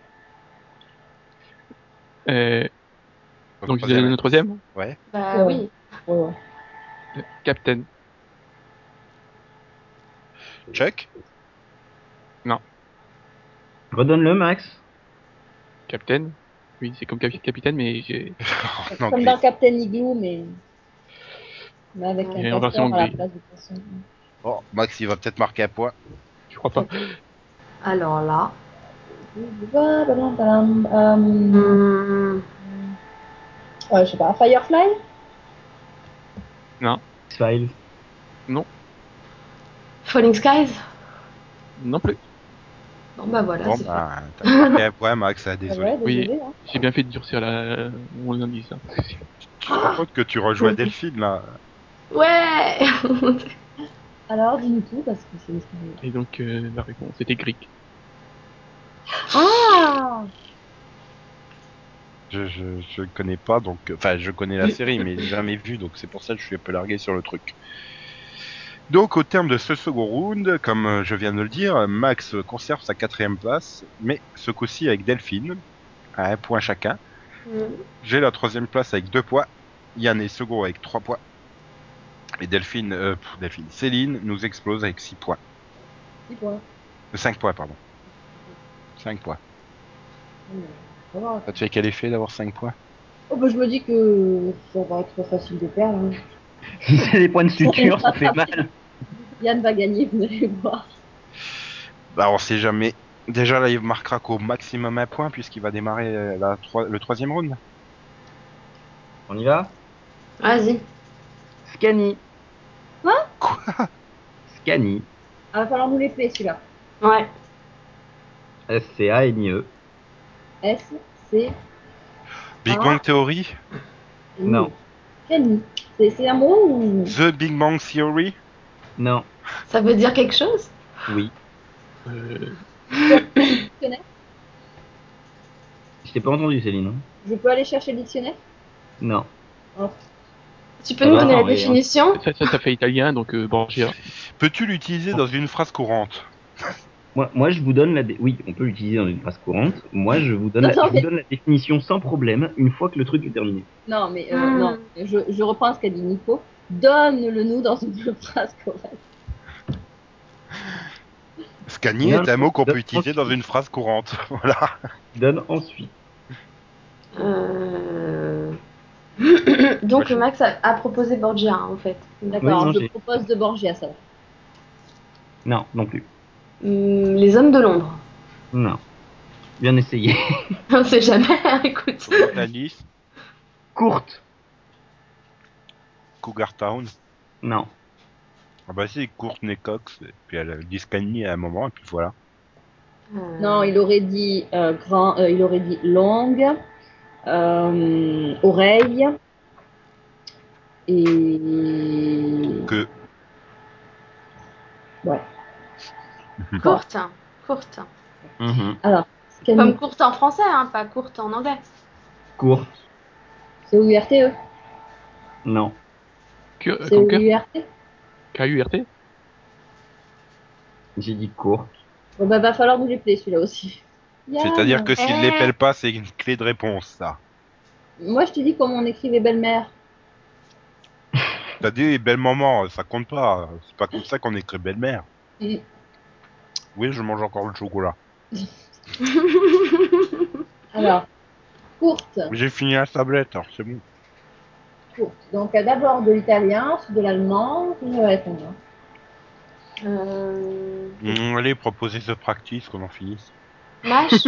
[SPEAKER 6] Euh, donc,
[SPEAKER 3] Troisième.
[SPEAKER 6] le troisième.
[SPEAKER 4] Bah
[SPEAKER 5] Ouais.
[SPEAKER 4] oui.
[SPEAKER 5] Ouais, ouais.
[SPEAKER 6] Euh, Captain.
[SPEAKER 3] Chuck.
[SPEAKER 2] Redonne-le, Max.
[SPEAKER 6] Captain. Oui, c'est comme capi- capitaine, mais j'ai.
[SPEAKER 3] Oh, en
[SPEAKER 5] Comme
[SPEAKER 3] anglais.
[SPEAKER 5] dans Captain Igloo, mais. Mais avec
[SPEAKER 4] Et
[SPEAKER 5] un castor
[SPEAKER 6] en version
[SPEAKER 5] à la
[SPEAKER 6] anglaise.
[SPEAKER 5] place du poisson.
[SPEAKER 3] Oh, Max, il va peut-être marquer un point.
[SPEAKER 6] Je crois pas.
[SPEAKER 4] Alors là.
[SPEAKER 5] Euh,
[SPEAKER 4] hmm,
[SPEAKER 5] ouais, Euh, je sais pas, Firefly
[SPEAKER 2] X-Files.
[SPEAKER 4] Falling Skies
[SPEAKER 6] Non plus.
[SPEAKER 4] Bon bah voilà,
[SPEAKER 3] bon,
[SPEAKER 4] c'est
[SPEAKER 3] bah, t'as fait un point, Max, ah,
[SPEAKER 5] Ah
[SPEAKER 3] désolé.
[SPEAKER 5] ouais, désolé, hein.
[SPEAKER 6] J'ai bien fait de durcir la... mon indice. hein.
[SPEAKER 3] Tu te rends compte que tu rejoins Delphine, là.
[SPEAKER 4] fait. Ouais
[SPEAKER 5] Alors, dis-nous tout, parce que c'est mystérieux.
[SPEAKER 6] Et donc, euh, la réponse était Greek.
[SPEAKER 5] Ah
[SPEAKER 3] Je, je, je connais pas, donc... euh, Enfin, je connais la série, mais jamais vue, donc c'est pour ça que je suis un peu largué sur le truc. Donc, au terme de ce second round, comme euh, je viens de le dire, Max conserve sa quatrième place, mais ce coup-ci avec Delphine, à un point chacun.
[SPEAKER 4] Hmm.
[SPEAKER 3] J'ai la troisième place avec deux points. Yann est second avec trois points. Et Delphine, euh, pff, Delphine, Céline nous explose avec six points.
[SPEAKER 5] Six points.
[SPEAKER 3] Euh, Cinq points, pardon. Cinq points.
[SPEAKER 5] Hum, ça va.
[SPEAKER 3] Ça te fait Ah, quel effet d'avoir cinq points
[SPEAKER 5] Oh, bah, je me dis que ça va être facile de perdre. hein.
[SPEAKER 2] Si c'est des points de suture, ça fait mal.
[SPEAKER 5] Yann va gagner, vous allez voir.
[SPEAKER 3] Bah, on sait jamais. Déjà, là, il marquera qu'au maximum un point puisqu'il va démarrer euh, la troi- le troisième
[SPEAKER 2] Ah
[SPEAKER 3] round.
[SPEAKER 2] On y va
[SPEAKER 4] Vas-y.
[SPEAKER 2] Scanny.
[SPEAKER 5] Quoi
[SPEAKER 3] Quoi
[SPEAKER 2] Scanny.
[SPEAKER 5] Ah, va falloir nous l'épée, celui-là.
[SPEAKER 4] Ouais.
[SPEAKER 2] S-C-A-N-I-E.
[SPEAKER 5] S, C,
[SPEAKER 3] Big
[SPEAKER 5] Ah.
[SPEAKER 3] Bang Theory
[SPEAKER 5] N. E.
[SPEAKER 2] Non.
[SPEAKER 5] Kenny. C'est c'est un mot ou.
[SPEAKER 3] The Big Bang Theory
[SPEAKER 2] Non.
[SPEAKER 4] Ça veut dire quelque chose
[SPEAKER 2] Oui.
[SPEAKER 6] Euh,
[SPEAKER 2] Je t'ai pas entendu, Céline. hein.
[SPEAKER 5] Je peux aller chercher le dictionnaire
[SPEAKER 2] Non.
[SPEAKER 4] Tu peux
[SPEAKER 2] Ah
[SPEAKER 4] nous
[SPEAKER 2] bah
[SPEAKER 4] donner
[SPEAKER 2] non,
[SPEAKER 4] la
[SPEAKER 2] mais, hein.
[SPEAKER 4] définition
[SPEAKER 6] ça, ça, ça fait italien, donc euh, Borgia.
[SPEAKER 3] Peux-tu l'utiliser dans une phrase courante
[SPEAKER 2] Moi, moi, je vous donne la. dé- Oui, on peut l'utiliser dans une phrase courante. Moi, je vous donne, la...
[SPEAKER 5] Non,
[SPEAKER 2] je vous
[SPEAKER 5] mais-
[SPEAKER 2] donne la définition sans problème une fois que le truc est terminé.
[SPEAKER 5] Non, mais euh,
[SPEAKER 4] Hmm.
[SPEAKER 5] non. Je, je reprends ce qu'a dit Nico. Donne-le nous dans une phrase correcte.
[SPEAKER 3] Scanner
[SPEAKER 2] Non,
[SPEAKER 3] est un mot qu'on
[SPEAKER 2] je-
[SPEAKER 3] peut utiliser dans une phrase courante. Voilà.
[SPEAKER 2] Je donne ensuite.
[SPEAKER 4] Euh,
[SPEAKER 3] Moi,
[SPEAKER 4] Donc
[SPEAKER 3] je-
[SPEAKER 4] Max a, a proposé Borgia hein, en fait.
[SPEAKER 2] Oui,
[SPEAKER 5] D'accord,
[SPEAKER 2] non,
[SPEAKER 5] je
[SPEAKER 2] j'ai-
[SPEAKER 5] propose de Borgia, ça va.
[SPEAKER 2] Non, non plus.
[SPEAKER 4] Hmm, les hommes de l'ombre.
[SPEAKER 2] Non. Bien essayé.
[SPEAKER 4] On sait jamais, hein, écoute.
[SPEAKER 3] Alice,
[SPEAKER 2] Courte.
[SPEAKER 3] Cougar Town.
[SPEAKER 2] Non.
[SPEAKER 3] Ah bah si, Courtney Cox, et puis elle dit Scanny à un moment, et puis voilà.
[SPEAKER 4] Euh,
[SPEAKER 5] Non, il aurait dit euh, grand, euh, il aurait dit longue, euh, oreille et
[SPEAKER 3] Que
[SPEAKER 4] Courte, hein, courte.
[SPEAKER 2] Mhm.
[SPEAKER 5] Scanny.
[SPEAKER 4] Comme courte en français, hein, pas courte en anglais.
[SPEAKER 2] Courte.
[SPEAKER 5] C'est URTE.
[SPEAKER 2] Non.
[SPEAKER 6] Cu- euh,
[SPEAKER 5] E. C'est
[SPEAKER 6] comme cœur
[SPEAKER 5] URT.
[SPEAKER 6] K-U-R-T
[SPEAKER 2] J'ai dit courte.
[SPEAKER 5] Bon bah va falloir nous l'épeler celui-là aussi.
[SPEAKER 3] c'est-à-dire
[SPEAKER 5] Yann.
[SPEAKER 3] que s'il
[SPEAKER 4] Eh.
[SPEAKER 3] l'épelle pas, c'est une clé de réponse, ça.
[SPEAKER 5] Moi je te dis comment on écrit les belles-mères.
[SPEAKER 3] T'as dit belle maman, ça compte pas. C'est pas comme ça qu'on écrit belle-mère.
[SPEAKER 5] Mm.
[SPEAKER 3] Oui, je mange encore le chocolat.
[SPEAKER 5] Alors courte,
[SPEAKER 3] J'ai fini la tablette, alors c'est bon.
[SPEAKER 5] courte. Donc euh, d'abord de l'italien, ensuite de l'allemand, puis je vais répondre. hein.
[SPEAKER 4] Euh...
[SPEAKER 3] Mm, allez, proposez ce practice, qu'on en finisse.
[SPEAKER 4] Mâche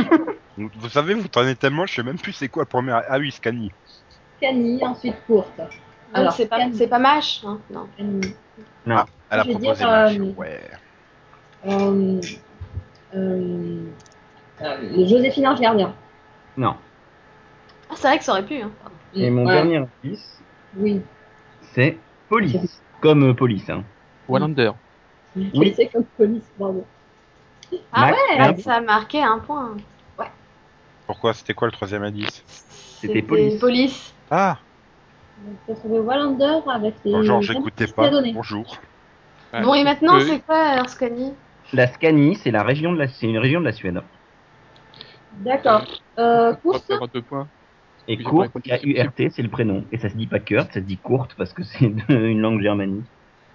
[SPEAKER 3] Vous vous savez, vous t'en êtes tellement, je sais même plus c'est quoi le premier. Ah oui, Scanny.
[SPEAKER 5] Scanny, ensuite courte. Euh,
[SPEAKER 4] Alors
[SPEAKER 5] Alors,
[SPEAKER 4] c'est pas,
[SPEAKER 5] Scanny.
[SPEAKER 4] c'est pas mâche, hein, non.
[SPEAKER 5] Scanny.
[SPEAKER 2] Non.
[SPEAKER 3] Elle a
[SPEAKER 5] Je veux dire,
[SPEAKER 3] proposé
[SPEAKER 5] euh,
[SPEAKER 3] Mash, ouais.
[SPEAKER 5] Euh, euh, euh, Joséphine Ange Gardien.
[SPEAKER 2] Non.
[SPEAKER 4] Ah, c'est vrai que ça aurait pu. Hein.
[SPEAKER 2] Et mon
[SPEAKER 5] Ouais,
[SPEAKER 2] dernier indice,
[SPEAKER 5] Oui.
[SPEAKER 2] c'est police. Comme euh, police, hein.
[SPEAKER 6] Wallander.
[SPEAKER 2] Oui.
[SPEAKER 5] C'est comme police, pardon.
[SPEAKER 4] Ah
[SPEAKER 2] Max,
[SPEAKER 4] ouais,
[SPEAKER 2] merde.
[SPEAKER 4] ça a marqué un point.
[SPEAKER 3] Pourquoi C'était quoi le troisième indice
[SPEAKER 4] C'était
[SPEAKER 2] police.
[SPEAKER 4] police.
[SPEAKER 3] Ah
[SPEAKER 5] On peut trouver Wallander avec les.
[SPEAKER 3] Bonjour,
[SPEAKER 5] les
[SPEAKER 3] j'écoutais
[SPEAKER 5] indices
[SPEAKER 3] pas.
[SPEAKER 5] qu'il a donnés.
[SPEAKER 3] Bonjour.
[SPEAKER 6] Ouais.
[SPEAKER 4] Bon, et maintenant,
[SPEAKER 6] Euh,
[SPEAKER 4] c'est quoi Erskoni
[SPEAKER 2] La Scanie, c'est la région de la, c'est une région de la Suède.
[SPEAKER 5] D'accord. Euh,
[SPEAKER 6] on va
[SPEAKER 5] course
[SPEAKER 6] faire deux points.
[SPEAKER 2] Et
[SPEAKER 6] Oui,
[SPEAKER 2] courte,
[SPEAKER 6] j'ai pas écouté.
[SPEAKER 2] K-U-R-T, c'est le prénom. Et ça se dit pas Kurt, ça se dit courte parce que c'est de- une langue germanique.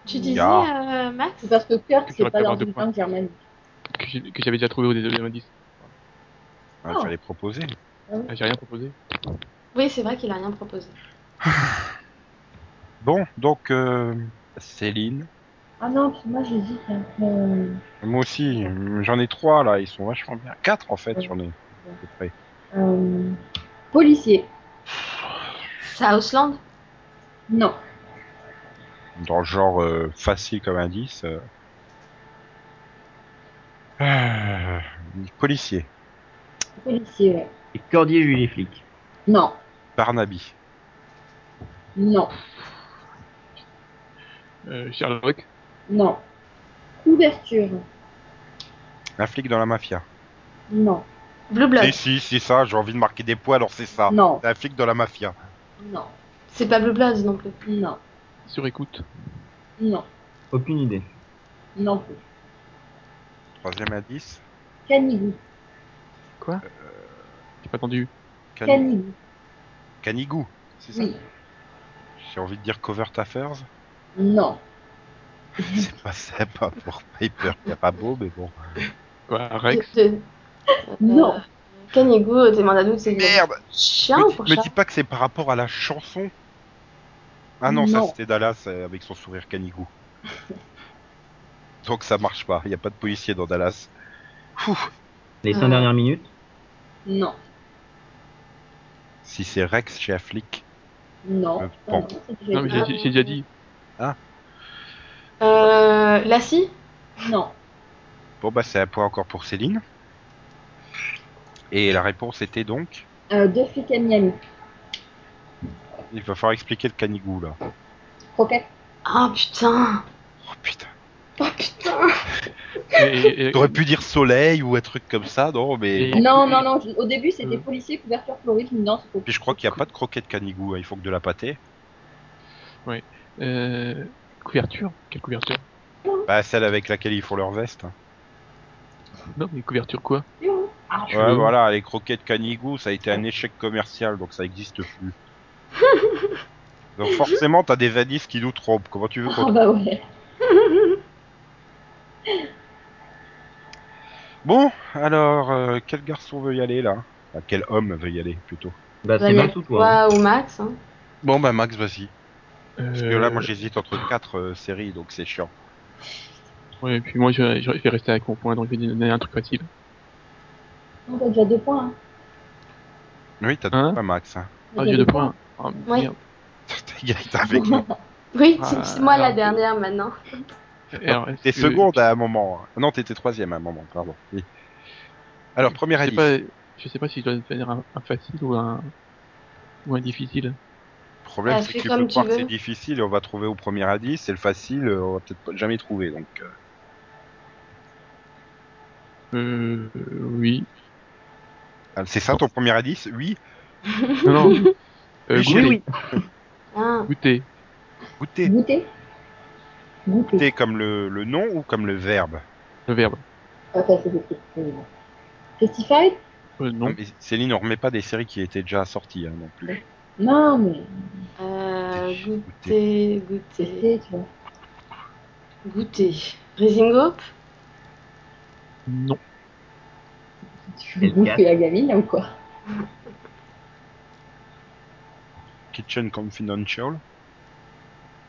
[SPEAKER 4] Tu disais,
[SPEAKER 3] Ya.
[SPEAKER 4] euh, Max
[SPEAKER 5] C'est parce que Kurt,
[SPEAKER 6] Tu
[SPEAKER 5] c'est
[SPEAKER 6] aurais
[SPEAKER 5] pas
[SPEAKER 6] pu
[SPEAKER 5] dans
[SPEAKER 6] avoir deux
[SPEAKER 5] une
[SPEAKER 6] points.
[SPEAKER 5] langue germanique.
[SPEAKER 6] Que j'ai- que j'avais déjà trouvé au deuxième indice.
[SPEAKER 3] Ah,
[SPEAKER 5] Oh.
[SPEAKER 3] Fallait proposer.
[SPEAKER 6] Ah, J'ai rien proposé.
[SPEAKER 4] Oui, c'est vrai qu'il a rien proposé.
[SPEAKER 3] Bon, donc euh, Céline,
[SPEAKER 5] Ah non, puis moi j'hésite entre. euh,
[SPEAKER 3] Moi aussi, euh, j'en ai trois là, ils sont vachement bien. Quatre en fait, j'en ai à peu près.
[SPEAKER 5] euh, policier.
[SPEAKER 4] Southland
[SPEAKER 5] Non.
[SPEAKER 3] Dans le genre euh, facile comme indice. euh. Euh, policier,
[SPEAKER 5] Policier, ouais.
[SPEAKER 2] Et Cordier Julie Flic.
[SPEAKER 5] Non.
[SPEAKER 3] Barnaby,
[SPEAKER 5] Non.
[SPEAKER 6] Euh, Sherlock.
[SPEAKER 5] Non. Ouverture.
[SPEAKER 3] un flic dans la mafia.
[SPEAKER 5] Non.
[SPEAKER 4] Blue Blood.
[SPEAKER 3] Si, si, c'est ça, j'ai envie de marquer des points, alors c'est
[SPEAKER 6] Ah.
[SPEAKER 3] ça.
[SPEAKER 5] Non.
[SPEAKER 3] C'est un flic dans la mafia.
[SPEAKER 5] Non.
[SPEAKER 4] C'est pas Blue Blood non plus.
[SPEAKER 5] Non.
[SPEAKER 6] Sur écoute.
[SPEAKER 5] Non.
[SPEAKER 2] Aucune idée.
[SPEAKER 5] Non plus.
[SPEAKER 3] Troisième indice.
[SPEAKER 5] Canigou.
[SPEAKER 6] J'ai pas entendu.
[SPEAKER 3] Can-
[SPEAKER 5] Canigou.
[SPEAKER 3] Canigou, c'est ça
[SPEAKER 5] Oui.
[SPEAKER 3] J'ai envie de dire Covert Affairs.
[SPEAKER 5] Non.
[SPEAKER 3] C'est pas sympa pour Piper Perabo, mais bon.
[SPEAKER 6] Quoi, Rex.
[SPEAKER 4] De- de- euh,
[SPEAKER 5] Non.
[SPEAKER 4] Canigou, t'es mandat nous, c'est
[SPEAKER 3] Merde
[SPEAKER 4] chien
[SPEAKER 3] Me,
[SPEAKER 4] ou
[SPEAKER 3] dis-
[SPEAKER 4] pour
[SPEAKER 3] me
[SPEAKER 4] chat
[SPEAKER 3] dis pas que c'est par rapport à la chanson. Ah non, ça
[SPEAKER 5] Non.
[SPEAKER 3] c'était Dallas euh, avec son sourire canigou. Donc ça marche pas, il a pas de policier dans Dallas. Ouh.
[SPEAKER 2] Les cinq
[SPEAKER 4] Ah.
[SPEAKER 2] dernières minutes.
[SPEAKER 5] Non.
[SPEAKER 3] Si c'est Rex chez Affleck,
[SPEAKER 5] Non.
[SPEAKER 3] Euh, bon.
[SPEAKER 5] Ah c'est déjà
[SPEAKER 6] Non, mais
[SPEAKER 5] dit.
[SPEAKER 6] j'ai j'ai- j'ai déjà dit.
[SPEAKER 4] Euh, Lassie
[SPEAKER 5] Non.
[SPEAKER 3] bon bah c'est un point encore pour Céline. Et la réponse était donc,
[SPEAKER 5] Euh, deux flics à Miami.
[SPEAKER 3] il va falloir expliquer le canigou là.
[SPEAKER 5] Croquette.
[SPEAKER 4] Ah putain
[SPEAKER 3] Oh putain.
[SPEAKER 4] Oh putain
[SPEAKER 6] Et- et- et-
[SPEAKER 3] T'aurais pu dire soleil ou un truc comme ça, non mais...
[SPEAKER 6] Et-
[SPEAKER 5] Non, non, non. je- Au début, c'était
[SPEAKER 6] Euh.
[SPEAKER 5] policier, couverture floride. Non, c'est
[SPEAKER 3] Puis je crois qu'il n'y a pas de croquette canigou, hein, il faut que de la pâtée.
[SPEAKER 6] euh, couverture Quelle couverture
[SPEAKER 3] Bah celle avec laquelle ils font leur veste. hein.
[SPEAKER 6] Non, mais couverture quoi
[SPEAKER 5] policier. Ah,
[SPEAKER 3] Ouais, voilà, les croquettes Canigou, ça a été un échec commercial, donc ça existe plus. donc forcément, t'as des indices qui nous trompent. Comment tu veux qu'on...
[SPEAKER 5] Ah bah ouais.
[SPEAKER 3] Bon, alors, euh, quel garçon veut y aller, là Enfin, Quel homme veut y aller, plutôt
[SPEAKER 2] Bah,
[SPEAKER 4] Bah,
[SPEAKER 2] c'est
[SPEAKER 4] il y a
[SPEAKER 2] Max ou toi hein.
[SPEAKER 4] ou Max hein.
[SPEAKER 3] Bon, bah Max, vas-y. Parce que
[SPEAKER 6] Euh,
[SPEAKER 3] là, moi, j'hésite entre quatre euh, séries, donc c'est chiant.
[SPEAKER 6] Ouais, et puis moi, je, je vais rester avec mon point, donc je vais donner un truc facile.
[SPEAKER 5] On t'as déjà deux points. hein.
[SPEAKER 3] Oui, t'as
[SPEAKER 6] Hein
[SPEAKER 3] pas Max. Hein.
[SPEAKER 5] T'as
[SPEAKER 6] Ah,
[SPEAKER 5] déjà
[SPEAKER 6] j'ai deux points. Ah,
[SPEAKER 4] Ouais.
[SPEAKER 6] merde.
[SPEAKER 3] T'es gars, t'as avec nous.
[SPEAKER 4] Oui,
[SPEAKER 6] Ah,
[SPEAKER 4] c'est c'est moi la
[SPEAKER 6] alors-
[SPEAKER 4] dernière maintenant.
[SPEAKER 6] Et alors, est-ce
[SPEAKER 3] T'es
[SPEAKER 4] Euh.
[SPEAKER 6] que-
[SPEAKER 3] seconde à un moment. hein. Non, t'étais troisième à un moment, pardon. Oui. Alors, premier
[SPEAKER 6] Je sais,
[SPEAKER 3] indice.
[SPEAKER 6] pas, je sais pas si je dois faire un, un facile ou un, ou un difficile.
[SPEAKER 3] Le problème,
[SPEAKER 4] Ah,
[SPEAKER 3] c'est
[SPEAKER 4] fais
[SPEAKER 3] que tu
[SPEAKER 4] comme
[SPEAKER 3] peux
[SPEAKER 4] tu
[SPEAKER 3] croire que
[SPEAKER 4] veux.
[SPEAKER 3] c'est difficile et on va trouver au premier indice, c'est le facile, euh, on va peut-être pas- jamais trouver. Donc, euh,
[SPEAKER 6] Euh, euh, oui.
[SPEAKER 3] ah, c'est ça ton premier indice Oui,
[SPEAKER 6] Non, non. Euh,
[SPEAKER 3] Oui,
[SPEAKER 6] goûter,
[SPEAKER 3] chérie.
[SPEAKER 4] Hein.
[SPEAKER 6] goûter.
[SPEAKER 3] goûter.
[SPEAKER 5] Goûter. Goûter.
[SPEAKER 3] Goûter comme le, le nom ou comme le verbe
[SPEAKER 6] le verbe.
[SPEAKER 5] Ah, ça, c'est des trucs. euh, Justified
[SPEAKER 6] Euh, non.
[SPEAKER 3] Mais Céline, on remet pas des séries qui étaient déjà sorties hein, non plus.
[SPEAKER 5] Non, mais
[SPEAKER 4] Euh, goûter,
[SPEAKER 3] Goûter.
[SPEAKER 4] goûter,
[SPEAKER 5] goûter, tu vois.
[SPEAKER 4] goûter. Raising Hope
[SPEAKER 6] Non.
[SPEAKER 5] Tu veux
[SPEAKER 2] Et le
[SPEAKER 5] bouffer la gamine là, ou quoi
[SPEAKER 3] Kitchen Confidential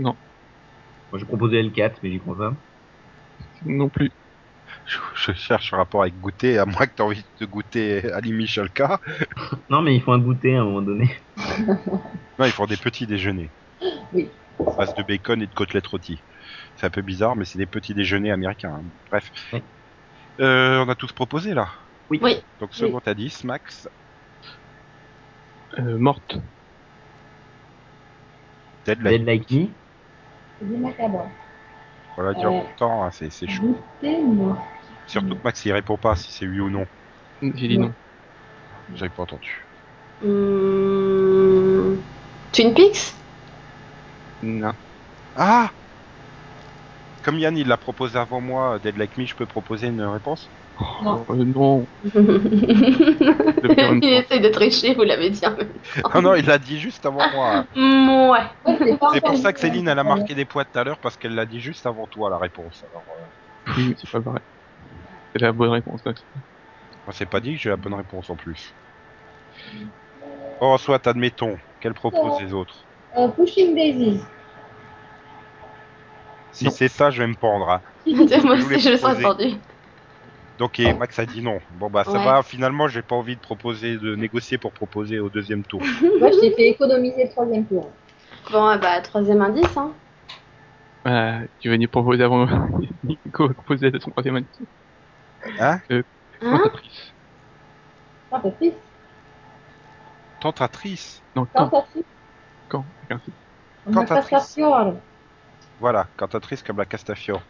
[SPEAKER 2] Moi, j'ai proposé L4, mais j'y crois pas.
[SPEAKER 6] Non plus.
[SPEAKER 3] je, je cherche un rapport avec goûter, à moins que t'aies envie de goûter Ali Michalka.
[SPEAKER 2] Non, mais il faut un goûter à un moment donné.
[SPEAKER 3] Non, ils font des petits déjeuners.
[SPEAKER 5] Oui.
[SPEAKER 3] À base de bacon et de côtelettes rôties. C'est un peu bizarre, mais c'est des petits déjeuners américains. hein. Bref.
[SPEAKER 2] Ouais.
[SPEAKER 3] Euh, on a tous proposé là
[SPEAKER 4] Oui.
[SPEAKER 3] Donc second indice, Max,
[SPEAKER 6] Euh, morte.
[SPEAKER 3] Deadline. Bah,
[SPEAKER 2] Dead Like Me.
[SPEAKER 5] C'est des macabres.
[SPEAKER 3] Voilà, dure
[SPEAKER 5] Ouais.
[SPEAKER 3] longtemps, hein, c'est c'est chaud.
[SPEAKER 5] Goûter, moi.
[SPEAKER 3] Surtout que Max il répond pas si c'est oui ou non.
[SPEAKER 6] J'ai dit non.
[SPEAKER 3] J'avais pas entendu.
[SPEAKER 4] Hmm. Twin Peaks
[SPEAKER 6] Non.
[SPEAKER 3] Ah Comme Yann il l'a proposé avant moi, Dead Like Me, je peux proposer une réponse
[SPEAKER 5] Non.
[SPEAKER 6] Euh, non. Depuis en même
[SPEAKER 4] Il
[SPEAKER 6] temps.
[SPEAKER 4] essaye de tricher, vous l'avez dit. en même temps.
[SPEAKER 3] Non, non, il l'a dit juste avant moi.
[SPEAKER 4] Hmm, ouais.
[SPEAKER 5] Ouais, c'est pas
[SPEAKER 3] C'est
[SPEAKER 5] encore
[SPEAKER 3] pour ça que
[SPEAKER 5] goûté,
[SPEAKER 3] Céline
[SPEAKER 5] hein,
[SPEAKER 3] elle a
[SPEAKER 5] c'est pas
[SPEAKER 3] marqué des points tout à l'heure parce qu'elle l'a dit juste avant toi la réponse. Alors, euh,
[SPEAKER 6] Oui, mais c'est pas vrai. C'est la bonne réponse. Max.
[SPEAKER 3] moi c'est pas dit que j'ai la bonne réponse en plus. Oh, soit
[SPEAKER 5] Euh,
[SPEAKER 3] admettons, qu'elle propose les autres
[SPEAKER 5] mal. Euh, Pushing Daisies.
[SPEAKER 3] Si c'est ça, je vais me pendre. hein.
[SPEAKER 4] Moi
[SPEAKER 3] Je voulais
[SPEAKER 4] aussi, je le serais
[SPEAKER 3] proposer.
[SPEAKER 4] tendu.
[SPEAKER 3] Donc et Max a dit non. Bon bah ça
[SPEAKER 4] Ouais.
[SPEAKER 3] va. Finalement, j'ai pas envie de proposer, de négocier pour proposer au deuxième tour.
[SPEAKER 5] Moi, je t'ai fait économiser le troisième tour.
[SPEAKER 4] Bon, eh bah, troisième indice, hein.
[SPEAKER 6] Ah, tu vas nous proposer avant Nico proposer son troisième indice.
[SPEAKER 3] Hein
[SPEAKER 6] euh,
[SPEAKER 4] Hein
[SPEAKER 6] Tentatrice.
[SPEAKER 5] Ah, Patrice,
[SPEAKER 3] Tentatrice.
[SPEAKER 6] Non, quand,
[SPEAKER 5] tentatrice.
[SPEAKER 6] quand, avec un C.
[SPEAKER 5] On n'a pas
[SPEAKER 3] Tentatrice.
[SPEAKER 5] sorti alors.
[SPEAKER 3] Voilà, cantatrice comme la Castafiore.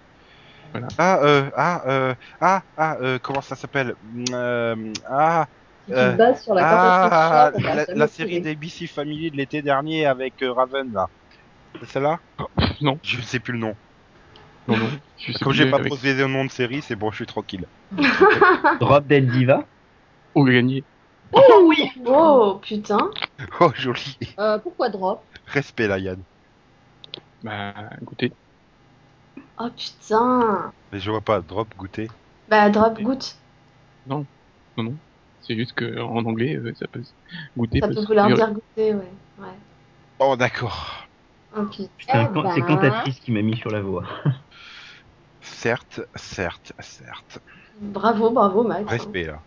[SPEAKER 6] Voilà.
[SPEAKER 3] Ah euh ah euh ah ah euh, comment ça s'appelle Euh, Ah
[SPEAKER 5] Si tu
[SPEAKER 3] Euh,
[SPEAKER 5] te bases sur la
[SPEAKER 3] ah
[SPEAKER 5] tentatrice, on va
[SPEAKER 3] la,
[SPEAKER 5] jamais
[SPEAKER 3] la
[SPEAKER 5] trouver.
[SPEAKER 3] série d'ABC Family de l'été dernier avec euh, Raven là. C'est celle-là
[SPEAKER 6] Oh, Non.
[SPEAKER 3] Je ne sais plus le nom.
[SPEAKER 6] Non, non. Je sais
[SPEAKER 3] Comme
[SPEAKER 6] plus,
[SPEAKER 3] j'ai pas
[SPEAKER 6] avec-
[SPEAKER 3] posé le nom de série, c'est bon, je suis tranquille.
[SPEAKER 2] Drop Dead Diva.
[SPEAKER 6] Oh, gagné.
[SPEAKER 4] Oh, putain.
[SPEAKER 3] Oh joli.
[SPEAKER 5] Euh, pourquoi drop
[SPEAKER 3] Respect là Yann.
[SPEAKER 6] Bah, écoutez.
[SPEAKER 4] Oh, putain.
[SPEAKER 3] Mais je vois pas drop goûter.
[SPEAKER 4] Bah, drop goutte.
[SPEAKER 6] Non, non. C'est juste que en anglais, euh, ça peut se- goûter. euh,
[SPEAKER 4] Ça
[SPEAKER 6] peut
[SPEAKER 4] peut
[SPEAKER 6] se
[SPEAKER 4] vouloir
[SPEAKER 6] figurer.
[SPEAKER 4] dire goûter, ouais. Ouais.
[SPEAKER 3] Oh d'accord.
[SPEAKER 4] Oh, putain.
[SPEAKER 2] Putain,
[SPEAKER 5] Eh
[SPEAKER 2] quand- c'est
[SPEAKER 5] ben.
[SPEAKER 2] Cantatrice qui m'a mis sur la voie.
[SPEAKER 3] Certes, certes, certes.
[SPEAKER 4] Bravo, bravo, Max. hein.
[SPEAKER 3] Respect là.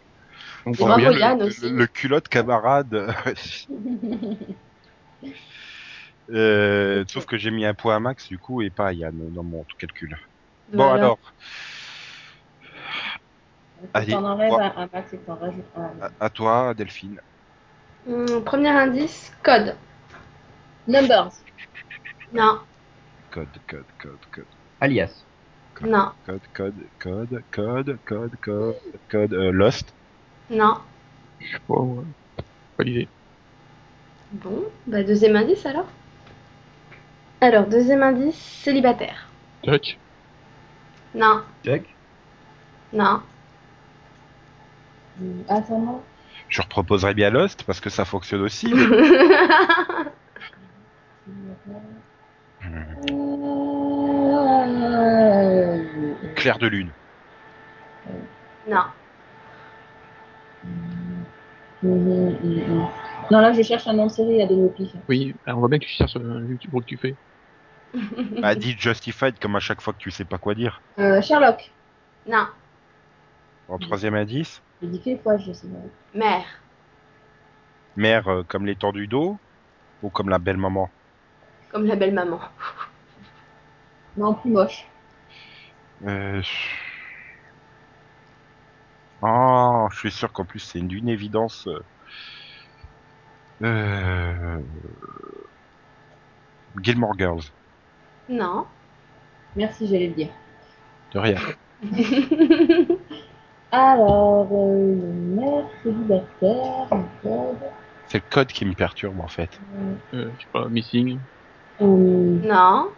[SPEAKER 6] Donc,
[SPEAKER 4] Et bravo,
[SPEAKER 6] Yann,
[SPEAKER 4] Yann.
[SPEAKER 3] le,
[SPEAKER 4] aussi.
[SPEAKER 3] le culotte camarade. Euh, sauf que j'ai mis un point à Max du coup et pas à Yann dans mon calcul. Bon
[SPEAKER 4] Voilà.
[SPEAKER 3] alors, Allez,
[SPEAKER 5] T'en enlèves
[SPEAKER 3] ouais.
[SPEAKER 5] un, un max et t'en rajoutes un.
[SPEAKER 3] à, à toi Delphine.
[SPEAKER 4] Hum, premier indice, code.
[SPEAKER 5] Numbers.
[SPEAKER 4] Non,
[SPEAKER 3] Code, code, code, code,
[SPEAKER 2] Alias.
[SPEAKER 4] non,
[SPEAKER 3] code, code, code, code, code, code, code, euh, Lost.
[SPEAKER 4] non.
[SPEAKER 6] je sais pas, euh, ouais. Pas l'idée.
[SPEAKER 4] Bon, bah, deuxième indice alors. Alors, deuxième indice, célibataire.
[SPEAKER 6] Touch.
[SPEAKER 4] Non,
[SPEAKER 2] Jack.
[SPEAKER 4] non.
[SPEAKER 5] Hum, Ah, son nom
[SPEAKER 3] Je reproposerais bien Lost parce que ça fonctionne aussi.
[SPEAKER 5] Euh,
[SPEAKER 3] Claire de lune.
[SPEAKER 4] non.
[SPEAKER 5] hum, hum, hum. Non, là, je cherche un nom de série à donner au pif.
[SPEAKER 6] Oui, alors, on voit bien que tu cherches euh, le pour que tu fais.
[SPEAKER 3] Bah dit Justified comme à chaque fois que tu sais pas quoi dire.
[SPEAKER 5] Euh, Sherlock.
[SPEAKER 4] Non,
[SPEAKER 3] En troisième indice,
[SPEAKER 5] J'ai dit quelle fois, je sais pas.
[SPEAKER 4] mère.
[SPEAKER 3] mère euh, comme l'étendue d'eau ou comme la belle maman.
[SPEAKER 4] Comme la belle maman.
[SPEAKER 5] Non, plus moche.
[SPEAKER 3] Euh... Oh, je suis sûr qu'en plus c'est une, une évidence. euh, Euh... Gilmore Girls.
[SPEAKER 4] Non.
[SPEAKER 5] Merci, j'allais le dire.
[SPEAKER 3] De rien.
[SPEAKER 5] Alors, euh, une mère célibataire, un code.
[SPEAKER 3] C'est le code qui me perturbe en fait.
[SPEAKER 5] euh,
[SPEAKER 6] Euh, je sais pas, Missing.
[SPEAKER 5] hum,
[SPEAKER 4] non.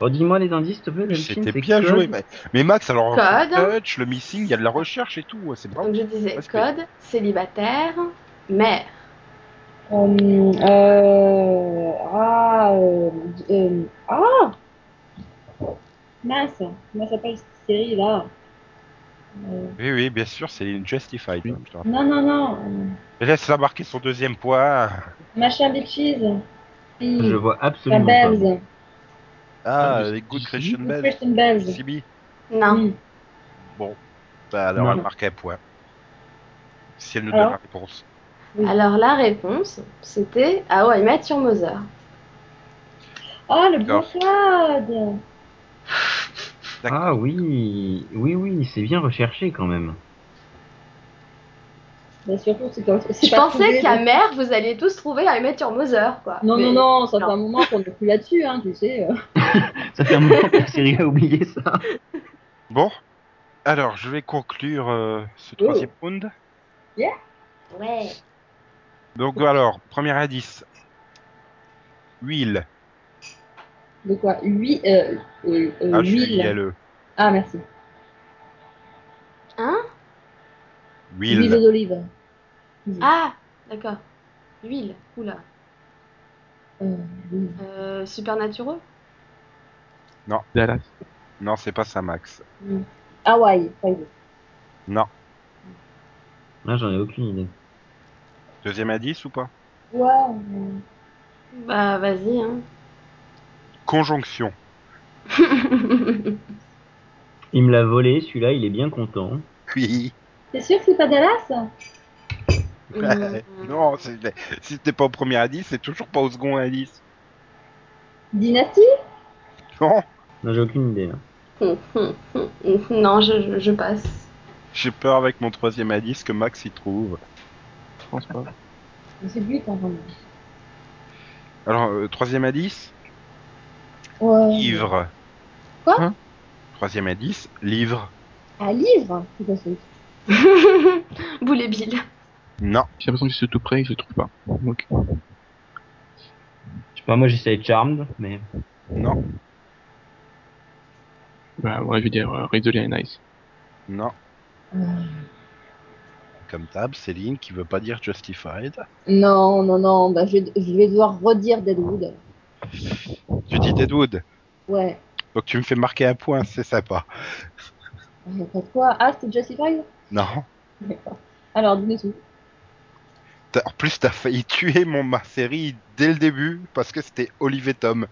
[SPEAKER 2] Redis-moi Oh, les indices, s'il te plaît, Delphine,
[SPEAKER 3] C'était
[SPEAKER 2] c'est
[SPEAKER 3] bien
[SPEAKER 2] code.
[SPEAKER 3] joué. Mais, mais Max, alors.
[SPEAKER 4] Code.
[SPEAKER 3] le Touch, le missing, il y a de la recherche et tout. C'est bravo.
[SPEAKER 4] Donc je disais
[SPEAKER 3] Respect.
[SPEAKER 4] code, célibataire, mère.
[SPEAKER 5] Hum, euh, ah, euh, euh, ah Mince, comment s'appelle cette série là Euh,
[SPEAKER 3] Oui, oui, bien sûr, c'est une Justified.
[SPEAKER 6] Oui.
[SPEAKER 3] hein, je te rappelle.
[SPEAKER 5] Non, non, non, euh,
[SPEAKER 3] Laisse-la marquer son deuxième point.
[SPEAKER 5] machin bitches. Oui,
[SPEAKER 2] Je vois
[SPEAKER 5] la
[SPEAKER 2] absolument pas.
[SPEAKER 5] Bells,
[SPEAKER 3] Ah,
[SPEAKER 6] Ah, mais-
[SPEAKER 3] les Good Christian Bell.
[SPEAKER 5] Christian Bells.
[SPEAKER 3] Sibi.
[SPEAKER 4] Non.
[SPEAKER 5] Hum.
[SPEAKER 3] Bon, bah, alors
[SPEAKER 2] Non.
[SPEAKER 3] elle marque un point. Si elle nous
[SPEAKER 5] Alors
[SPEAKER 3] donne la réponse.
[SPEAKER 5] Oui.
[SPEAKER 4] Alors la réponse, c'était How I Met Your Mother.
[SPEAKER 5] Ah, le bon
[SPEAKER 3] D'accord.
[SPEAKER 5] code
[SPEAKER 2] Ah oui, oui, oui, c'est bien recherché quand même.
[SPEAKER 5] Mais Bah, surtout, c'est comme c'est
[SPEAKER 4] Je
[SPEAKER 5] pas
[SPEAKER 4] pensais
[SPEAKER 5] trouvé,
[SPEAKER 4] qu'à
[SPEAKER 5] donc-
[SPEAKER 4] mère, vous alliez tous trouver How I Met Your Mother, quoi.
[SPEAKER 5] Non,
[SPEAKER 4] Mais-
[SPEAKER 5] non, non, ça fait
[SPEAKER 4] non.
[SPEAKER 5] un moment qu'on n'est plus là-dessus, hein, tu sais. euh.
[SPEAKER 2] Ça fait un moment que la série a oublié ça.
[SPEAKER 3] Bon, alors je vais conclure euh, ce
[SPEAKER 5] Oh.
[SPEAKER 3] troisième round.
[SPEAKER 4] Ouais.
[SPEAKER 3] Donc alors, premier indice. Huile.
[SPEAKER 5] De quoi Huit, euh, euh, euh,
[SPEAKER 3] Ah,
[SPEAKER 5] huile.
[SPEAKER 3] H-U-I-L-E.
[SPEAKER 5] Ah, merci. Huile
[SPEAKER 3] Huile.
[SPEAKER 5] d'olive.
[SPEAKER 4] Ah, d'accord. Huile. Oula.
[SPEAKER 5] Euh, oui.
[SPEAKER 4] Euh, supernatureux
[SPEAKER 6] Dallas.
[SPEAKER 3] Non, c'est pas ça, Max.
[SPEAKER 5] Hawaï, par exemple.
[SPEAKER 3] Non.
[SPEAKER 2] Là, j'en ai aucune idée.
[SPEAKER 3] Deuxième indice ou pas
[SPEAKER 5] Wow.
[SPEAKER 4] Bah vas-y, hein.
[SPEAKER 3] Conjonction.
[SPEAKER 2] Il me l'a volé, celui-là, il est bien content.
[SPEAKER 3] Oui.
[SPEAKER 5] T'es sûr que c'est pas Dallas
[SPEAKER 4] Euh,
[SPEAKER 5] Mm.
[SPEAKER 3] non, c'est- si c'était pas au premier indice, c'est toujours pas au second indice.
[SPEAKER 5] Dynasty
[SPEAKER 3] Non,
[SPEAKER 2] Non, j'ai aucune idée. hein. là.
[SPEAKER 4] non, je, je- je passe.
[SPEAKER 3] j'ai peur avec mon troisième indice que Max y trouve.
[SPEAKER 6] Je pense pas.
[SPEAKER 5] Mais C'est lui qui a entendu.
[SPEAKER 3] Alors, euh, troisième indice,
[SPEAKER 5] Ouais.
[SPEAKER 3] livre.
[SPEAKER 5] Quoi
[SPEAKER 6] Hein
[SPEAKER 3] Troisième indice, livre.
[SPEAKER 5] Un livre C'est quoi ce truc
[SPEAKER 4] Boulet Bill.
[SPEAKER 3] Non,
[SPEAKER 6] J'ai l'impression que c'est tout près et que je le trouve pas. Donc,
[SPEAKER 2] Je sais pas, moi j'essayais Charmed, mais.
[SPEAKER 3] non,
[SPEAKER 6] bah, ouais, je vais dire euh, Ridley and Nice.
[SPEAKER 3] non.
[SPEAKER 5] Euh,
[SPEAKER 3] Comme table, Céline qui veut pas dire Justified.
[SPEAKER 5] Non, non, non, bah, je, vais, je vais devoir redire Deadwood.
[SPEAKER 3] Tu dis Deadwood,
[SPEAKER 5] Ouais,
[SPEAKER 3] donc tu me fais marquer un point, c'est sympa.
[SPEAKER 5] y a pas de quoi. Ah, c'était Justified
[SPEAKER 3] Non.
[SPEAKER 5] D'accord. Alors, dis-nous tout.
[SPEAKER 3] T'as- En plus, t'as failli tuer mon ma série dès le début parce que c'était Olivier Tom.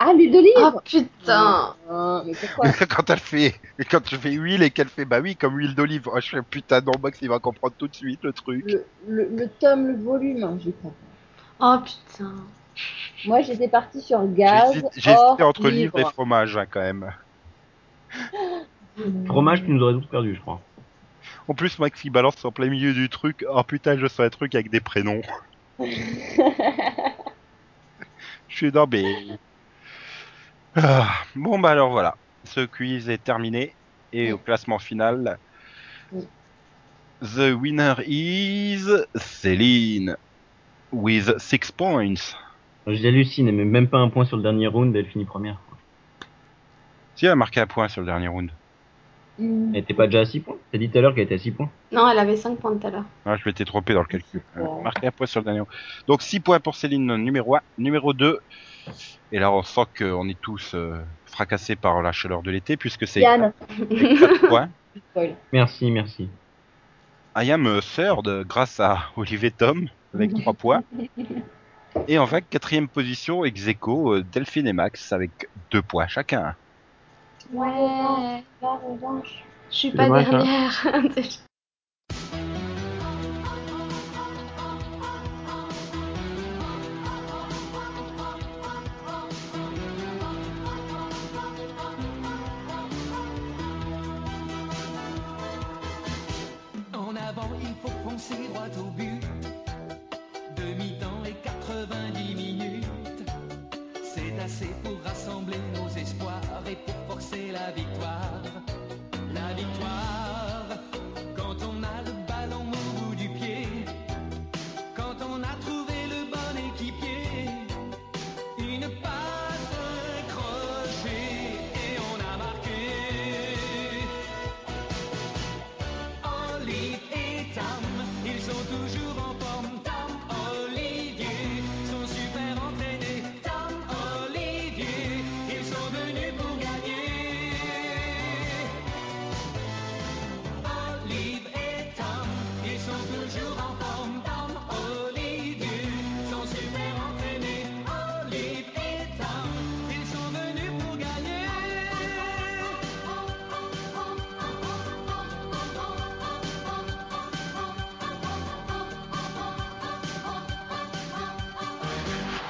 [SPEAKER 5] Ah, l'huile d'olive
[SPEAKER 4] Oh putain
[SPEAKER 5] Ah, Mais pourquoi
[SPEAKER 3] quand elle fait, quand je fais huile et qu'elle fait bah oui comme huile d'olive, oh, je fais putain non Max il va comprendre tout de suite le truc.
[SPEAKER 5] le, le, le tome, le volume, hein, j'y crois.
[SPEAKER 4] Oh putain
[SPEAKER 5] Moi, j'étais partie sur gaz.
[SPEAKER 3] J'hésite- J'hésitais
[SPEAKER 5] or,
[SPEAKER 3] entre livre et fromage hein, quand même.
[SPEAKER 2] Fromage, tu nous aurais tous perdu, je crois.
[SPEAKER 3] En plus Max il balance en plein milieu du truc, oh putain je sais un truc avec des prénoms. Je suis dans mais... Ah, Bon bah alors voilà, ce quiz est terminé et au classement final,
[SPEAKER 5] Oui.
[SPEAKER 3] the winner is Céline with six points.
[SPEAKER 2] J'hallucine, elle met même pas un point sur le dernier round, elle finit première.
[SPEAKER 3] Si elle a marqué un point sur le dernier round.
[SPEAKER 5] Hmm,
[SPEAKER 2] Elle était pas déjà à 6 points T'as dit tout à l'heure qu'elle était à 6 points.
[SPEAKER 4] Non, elle avait 5 points tout à l'heure.
[SPEAKER 3] Ah, je m'étais trompé dans le calcul.
[SPEAKER 5] Ouais.
[SPEAKER 3] Marqué un point sur le dernier round. Donc 6 points pour Céline, numéro 1. Numéro 2. Et là, on sent qu'on est tous euh, fracassés par la chaleur de l'été, puisque c'est
[SPEAKER 5] Yann,
[SPEAKER 3] quatre points.
[SPEAKER 5] spoil.
[SPEAKER 2] Merci, merci.
[SPEAKER 3] I am a third grâce à Olivier Tom avec 3 points. Et enfin, quatrième position, ex aequo, euh, Delphine et Max avec 2 points chacun.
[SPEAKER 4] Ouais, la revanche. Je suis
[SPEAKER 6] C'est
[SPEAKER 4] pas
[SPEAKER 6] dommage, hein.
[SPEAKER 4] dernière.
[SPEAKER 7] En avant, il faut foncer droit au but. Demi-temps et 90 minutes. C'est assez pour rassembler nos espoirs et pour forcer la victoire. La victoire, quand on a le ballon au bout du pied, quand on a trouvé le bon équipier, une passe, un crochet et on a marqué. Oli et Tam, ils sont toujours en forme. Tam, Olivier, sont super entraînés. Tam, Olivier, ils sont venus pour gagner. Olive et Tam, ils sont toujours en forme. Tam, Olivier, sont super entraînés. Olive et Tam, ils sont venus pour gagner.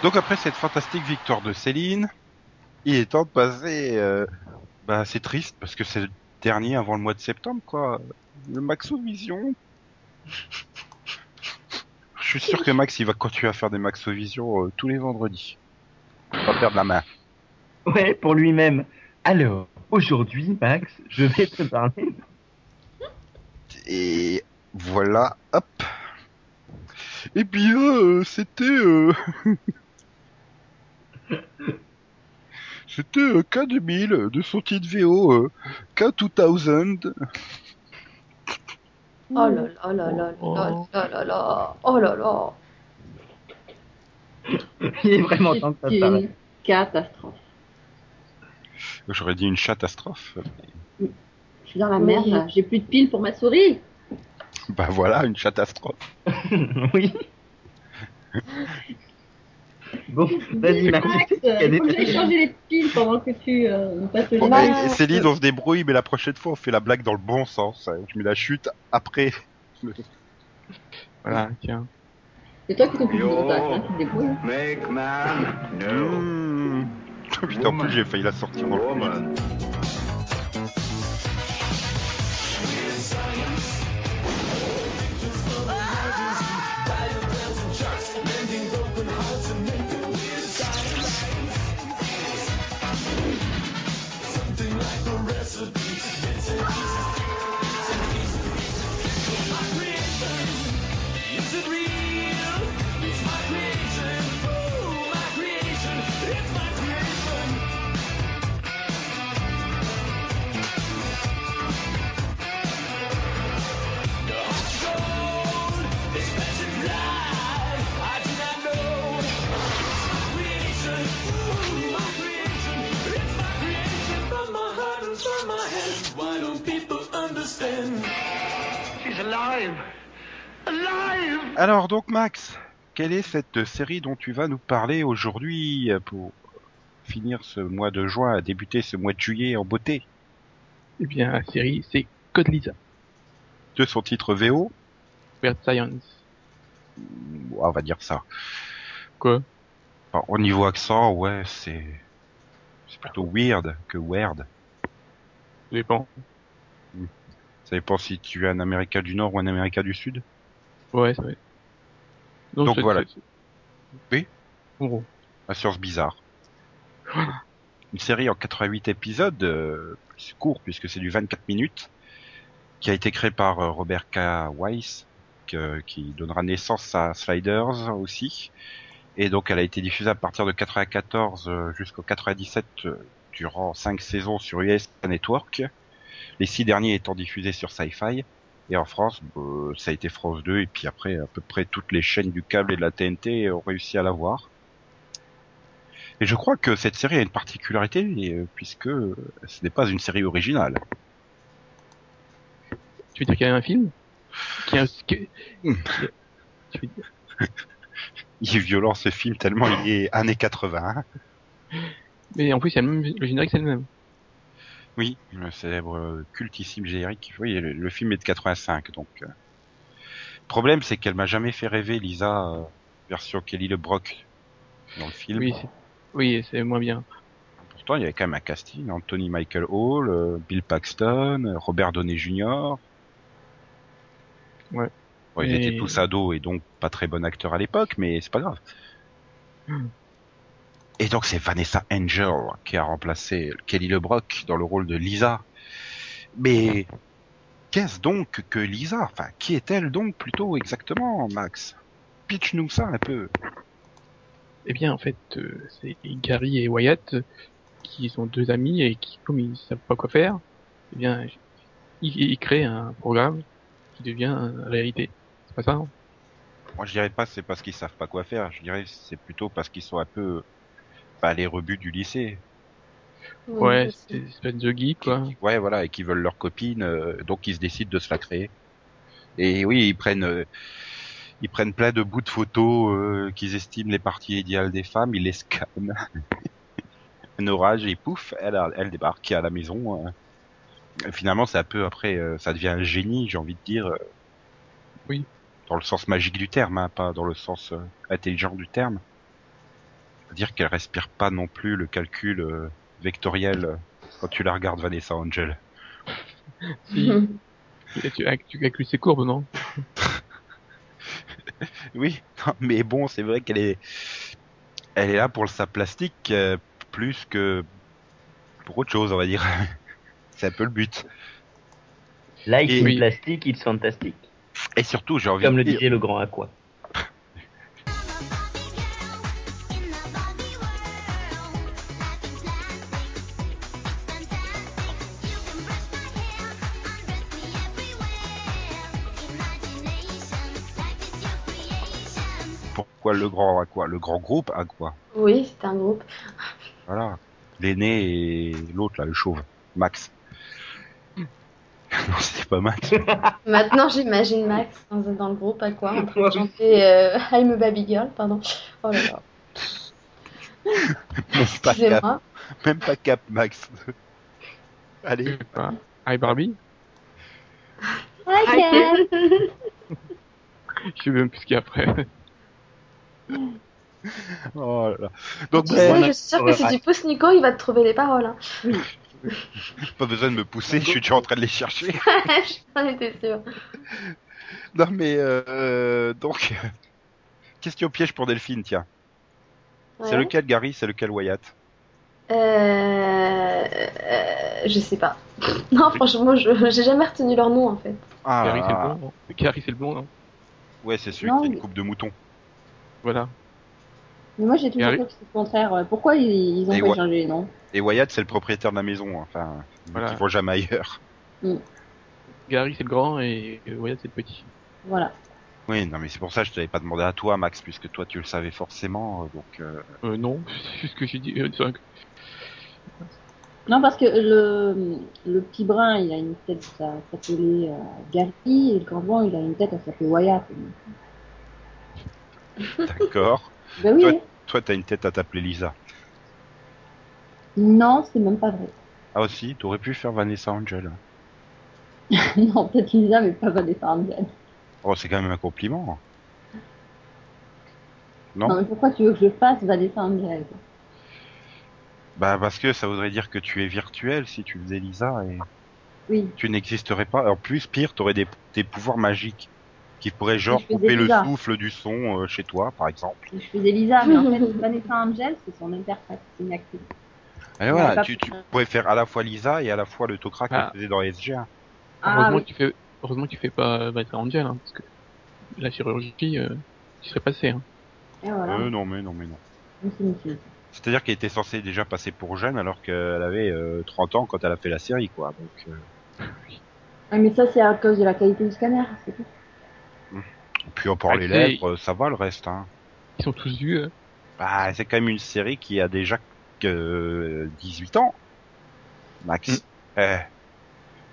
[SPEAKER 3] Donc après cette fantastique victoire de Céline, il est temps de passer... euh, Bah c'est triste parce que c'est le dernier avant le mois de septembre quoi. Le Maxo Vision. Je suis sûr que Max il va continuer à faire des Maxo Vision euh, tous les vendredis. On va perdre la main.
[SPEAKER 2] Ouais, pour lui-même. Alors, aujourd'hui, Max, je vais te parler.
[SPEAKER 3] Et voilà, hop. Eh bien, euh, c'était... euh, c'était euh, K2000 de son titre VO euh, K2000.
[SPEAKER 4] Oh là là là là là là là là Oh là là
[SPEAKER 2] Il est vraiment temps que ça
[SPEAKER 5] C'est
[SPEAKER 2] s'arrête.
[SPEAKER 5] une catastrophe.
[SPEAKER 3] J'aurais dit une catastrophe.
[SPEAKER 5] Je suis dans la merde, là. j'ai plus de piles pour ma souris.
[SPEAKER 3] Bah voilà, une catastrophe.
[SPEAKER 2] oui. Bon, vas-y, Max.
[SPEAKER 5] Max, il faut que j'aille changer les piles pendant que tu euh, nous passes le
[SPEAKER 4] Bon,
[SPEAKER 5] générique.
[SPEAKER 4] bah,
[SPEAKER 3] Et Céline, on se débrouille, mais la prochaine fois, on fait la blague dans le bon sens. hein. Je mets la chute après.
[SPEAKER 6] Voilà, tiens.
[SPEAKER 5] C'est toi qui t'occupes de
[SPEAKER 8] Yo.
[SPEAKER 5] ton taf, hein, qui te débrouille.
[SPEAKER 8] Make man, no.
[SPEAKER 3] Mmh. Putain, en plus, j'ai failli la sortir dans le coup.
[SPEAKER 8] Woman.
[SPEAKER 7] Why don't people understand?
[SPEAKER 3] Alors, donc, Max, quelle est cette série dont tu vas nous parler aujourd'hui euh, pour finir ce mois de juin, débuter ce mois de juillet en beauté
[SPEAKER 6] Eh bien, la série, c'est Code Lisa,
[SPEAKER 3] de son titre VO
[SPEAKER 6] Weird Science.
[SPEAKER 3] Bon, Ah, On va dire ça.
[SPEAKER 6] Quoi
[SPEAKER 3] Enfin, au niveau accent, ouais, c'est... C'est plutôt weird que weird.
[SPEAKER 6] Ça dépend.
[SPEAKER 3] Ça dépend si tu es un Américain du Nord ou un Américain du Sud.
[SPEAKER 6] Ouais, ça va.
[SPEAKER 3] Donc voilà. Oui
[SPEAKER 6] En gros.
[SPEAKER 3] La science bizarre. Une série en 88 épisodes, euh, c'est court puisque c'est du 24 minutes, qui a été créée par euh, Robert K. Weiss, que- qui donnera naissance à Sliders aussi. Et donc elle a été diffusée à partir de 94 euh, jusqu'au 97 euh, durant 5 saisons sur US Network, les 6 derniers étant diffusés sur Sci-Fi. Et en France, bah, ça a été France 2 et puis après à peu près toutes les chaînes du câble et de la TNT ont réussi à la voir. Et je crois que cette série a une particularité euh, puisque euh, ce n'est pas une série originale.
[SPEAKER 6] Tu veux dire qu'il y a un film Qu'il y a un- que- Tu veux dire-
[SPEAKER 3] Il est violent ce film tellement il est années 80. hein.
[SPEAKER 6] Mais en plus, il y a le, même... le générique, c'est le même.
[SPEAKER 3] Oui, le célèbre euh, cultissime générique. Oui, le, le film est de 85 donc. euh. Problème c'est qu'elle m'a jamais fait rêver Lisa euh, version Kelly LeBrock dans le film.
[SPEAKER 6] Oui, c'est- oui, c'est moins bien.
[SPEAKER 3] Pourtant il y avait quand même un casting Anthony Michael Hall, euh, Bill Paxton, euh, Robert Downey Jr.
[SPEAKER 6] Ouais.
[SPEAKER 3] Bon, ils
[SPEAKER 6] Mais-
[SPEAKER 3] étaient tous ados et donc pas très bon acteur à l'époque, mais c'est pas grave.
[SPEAKER 6] Hmm.
[SPEAKER 3] Et donc c'est Vanessa Angel qui a remplacé Kelly LeBrock dans le rôle de Lisa. Mais qu'est-ce donc que Lisa Enfin, qui est-elle donc plutôt exactement, Max Pitch nous ça un peu.
[SPEAKER 6] Eh bien, en fait, euh, c'est Gary et Wyatt euh, qui sont deux amis et qui, comme ils savent pas quoi faire, eh bien, ils, ils créent un programme qui devient euh, réalité. C'est pas ça hein
[SPEAKER 3] Moi je dirais pas c'est parce qu'ils savent pas quoi faire, je dirais c'est plutôt parce qu'ils sont un peu pas les rebuts du lycée.
[SPEAKER 6] Ouais, c'est une espèce de geek, quoi.
[SPEAKER 3] Ouais, voilà, et qui veulent leur copine, euh, donc ils se décident de se la créer. Et oui, ils prennent, euh, ils prennent plein de bouts de photos euh, qu'ils estiment les parties idéales des femmes, ils les scannent. un orage et pouf, elle, a- elle débarque à la maison. euh. Et finalement, c'est un peu après, euh, ça devient un génie, j'ai envie de dire. euh,
[SPEAKER 6] Oui.
[SPEAKER 3] Dans le sens magique du terme, hein, pas dans le sens euh, intelligent du terme. C'est-à-dire qu'elle respire pas non plus le calcul euh, vectoriel. euh, quand tu la regardes, Vanessa Angel.
[SPEAKER 6] Si, tu, tu, ah, tu calcules ses courbes, non
[SPEAKER 3] Oui, non, mais bon, c'est vrai qu'elle est, elle est là pour le sap plastique euh, plus que pour autre chose, on va dire. c'est un peu le but.
[SPEAKER 2] Like
[SPEAKER 3] Et-
[SPEAKER 2] in
[SPEAKER 6] oui.
[SPEAKER 2] plastic, it's fantastic.
[SPEAKER 3] Et surtout, j'ai envie
[SPEAKER 2] Comme
[SPEAKER 3] de
[SPEAKER 2] le
[SPEAKER 3] dire,
[SPEAKER 2] disait le grand Aqua.
[SPEAKER 3] pourquoi le grand à quoi Le grand groupe à quoi
[SPEAKER 4] Oui, c'est un groupe.
[SPEAKER 3] Voilà. L'aîné et l'autre là, le chauve, Max. non, c'était pas Max.
[SPEAKER 4] Maintenant, j'imagine Max dans, dans le groupe à quoi En train
[SPEAKER 2] Ouais.
[SPEAKER 4] de chanter euh, I'm a Baby Girl, pardon. Oh là là.
[SPEAKER 3] Même pas Cap,
[SPEAKER 4] Excusez-moi.
[SPEAKER 3] même pas Cap Max. Allez,
[SPEAKER 6] pas. Hi Barbie
[SPEAKER 4] Ah,
[SPEAKER 6] Je sais même plus ce qu'il y a après.
[SPEAKER 3] oh là là. Donc
[SPEAKER 2] Ouais,
[SPEAKER 3] bon,
[SPEAKER 4] Ça,
[SPEAKER 2] on a-
[SPEAKER 4] je suis sûre que si tu pousses Nico, il va te trouver les paroles. hein.
[SPEAKER 3] pas besoin de me pousser, je suis déjà en train de les chercher.
[SPEAKER 4] J'en étais sûre.
[SPEAKER 3] Non mais euh, donc question piège pour Delphine, tiens. C'est
[SPEAKER 4] Ouais.
[SPEAKER 3] lequel Gary, c'est lequel Wyatt
[SPEAKER 4] Euh, euh, je sais pas. Non, franchement, je j'ai jamais retenu leur nom en fait.
[SPEAKER 3] Ah,
[SPEAKER 6] Carrie, c'est le blond, non Carrie, c'est le blond, non
[SPEAKER 3] ouais, c'est celui
[SPEAKER 5] Non,
[SPEAKER 3] qui a une
[SPEAKER 5] mais-
[SPEAKER 3] coupe de mouton.
[SPEAKER 6] Voilà.
[SPEAKER 5] Mais moi, j'ai toujours
[SPEAKER 6] Gary
[SPEAKER 5] cru que c'était le contraire. Euh, Pourquoi ils, ils ont
[SPEAKER 3] Et
[SPEAKER 5] pas
[SPEAKER 3] ouais.
[SPEAKER 5] changé, non
[SPEAKER 3] Et Wyatt, c'est le propriétaire de la maison, hein, enfin,
[SPEAKER 6] Voilà.
[SPEAKER 3] qui voit jamais ailleurs.
[SPEAKER 6] Gary, c'est le grand et euh, Wyatt, c'est le petit.
[SPEAKER 5] Voilà.
[SPEAKER 3] Oui, non mais c'est pour ça que je t'avais pas demandé à toi, Max, puisque toi tu le savais forcément, euh, donc. euh,
[SPEAKER 6] Euh, non, c'est juste que j'ai dit. euh, c'est vrai que-
[SPEAKER 5] Non, parce que le, le petit brun, il a une tête à s'appeler euh, Gary, et le grand blanc, il a une tête à s'appeler Wyatt.
[SPEAKER 3] D'accord.
[SPEAKER 5] Bah oui,
[SPEAKER 3] Toi-
[SPEAKER 5] hein.
[SPEAKER 3] Toi, t'as une tête à t'appeler Lisa.
[SPEAKER 5] non, c'est même pas vrai.
[SPEAKER 3] Ah aussi, t'aurais pu faire Vanessa Angel.
[SPEAKER 5] non, peut-être Lisa, mais pas Vanessa Angel.
[SPEAKER 3] Oh, c'est quand même un compliment. Non.
[SPEAKER 5] Non. mais pourquoi tu veux que je fasse Vanessa Angel
[SPEAKER 3] Bah parce que ça voudrait dire que tu es virtuel si tu faisais Lisa et
[SPEAKER 5] Oui,
[SPEAKER 3] tu n'existerais pas. En plus, pire, t'aurais des, des pouvoirs magiques qui pourraient genre
[SPEAKER 5] je faisais
[SPEAKER 3] couper le
[SPEAKER 5] Lisa.
[SPEAKER 3] souffle du son euh, chez toi, par exemple.
[SPEAKER 5] je faisais Lisa, mais en fait, Vanessa Angel, c'est son interprète, c'est une actrice.
[SPEAKER 3] Et
[SPEAKER 5] Ouais,
[SPEAKER 3] voilà,
[SPEAKER 5] pas
[SPEAKER 3] tu, tu
[SPEAKER 5] pour-
[SPEAKER 3] pourrais faire à la fois Lisa et à la fois le Tokra que
[SPEAKER 6] Ah.
[SPEAKER 3] tu faisais dans SG1.
[SPEAKER 5] Ah,
[SPEAKER 6] heureusement,
[SPEAKER 5] oui.
[SPEAKER 6] que tu fais... heureusement que tu fais pas Vanessa Angel, hein, parce que la chirurgie, euh, tu serais passé. Hein.
[SPEAKER 5] Et voilà.
[SPEAKER 3] Euh, non mais non mais non.
[SPEAKER 5] Monsieur, monsieur.
[SPEAKER 3] C'est-à-dire qu'elle était censée déjà passer pour jeune alors qu'elle avait euh, 30 ans quand elle a fait la série quoi. Donc euh,
[SPEAKER 5] Ah, mais ça, c'est à cause de la qualité du scanner, c'est tout.
[SPEAKER 3] puis on parle les
[SPEAKER 6] Après,
[SPEAKER 3] lèvres, euh, ça va le reste hein.
[SPEAKER 6] Ils sont tous euh. vieux.
[SPEAKER 3] Bah, c'est quand même une série qui a déjà que 18 ans, Max.
[SPEAKER 2] Mm.
[SPEAKER 3] Eh,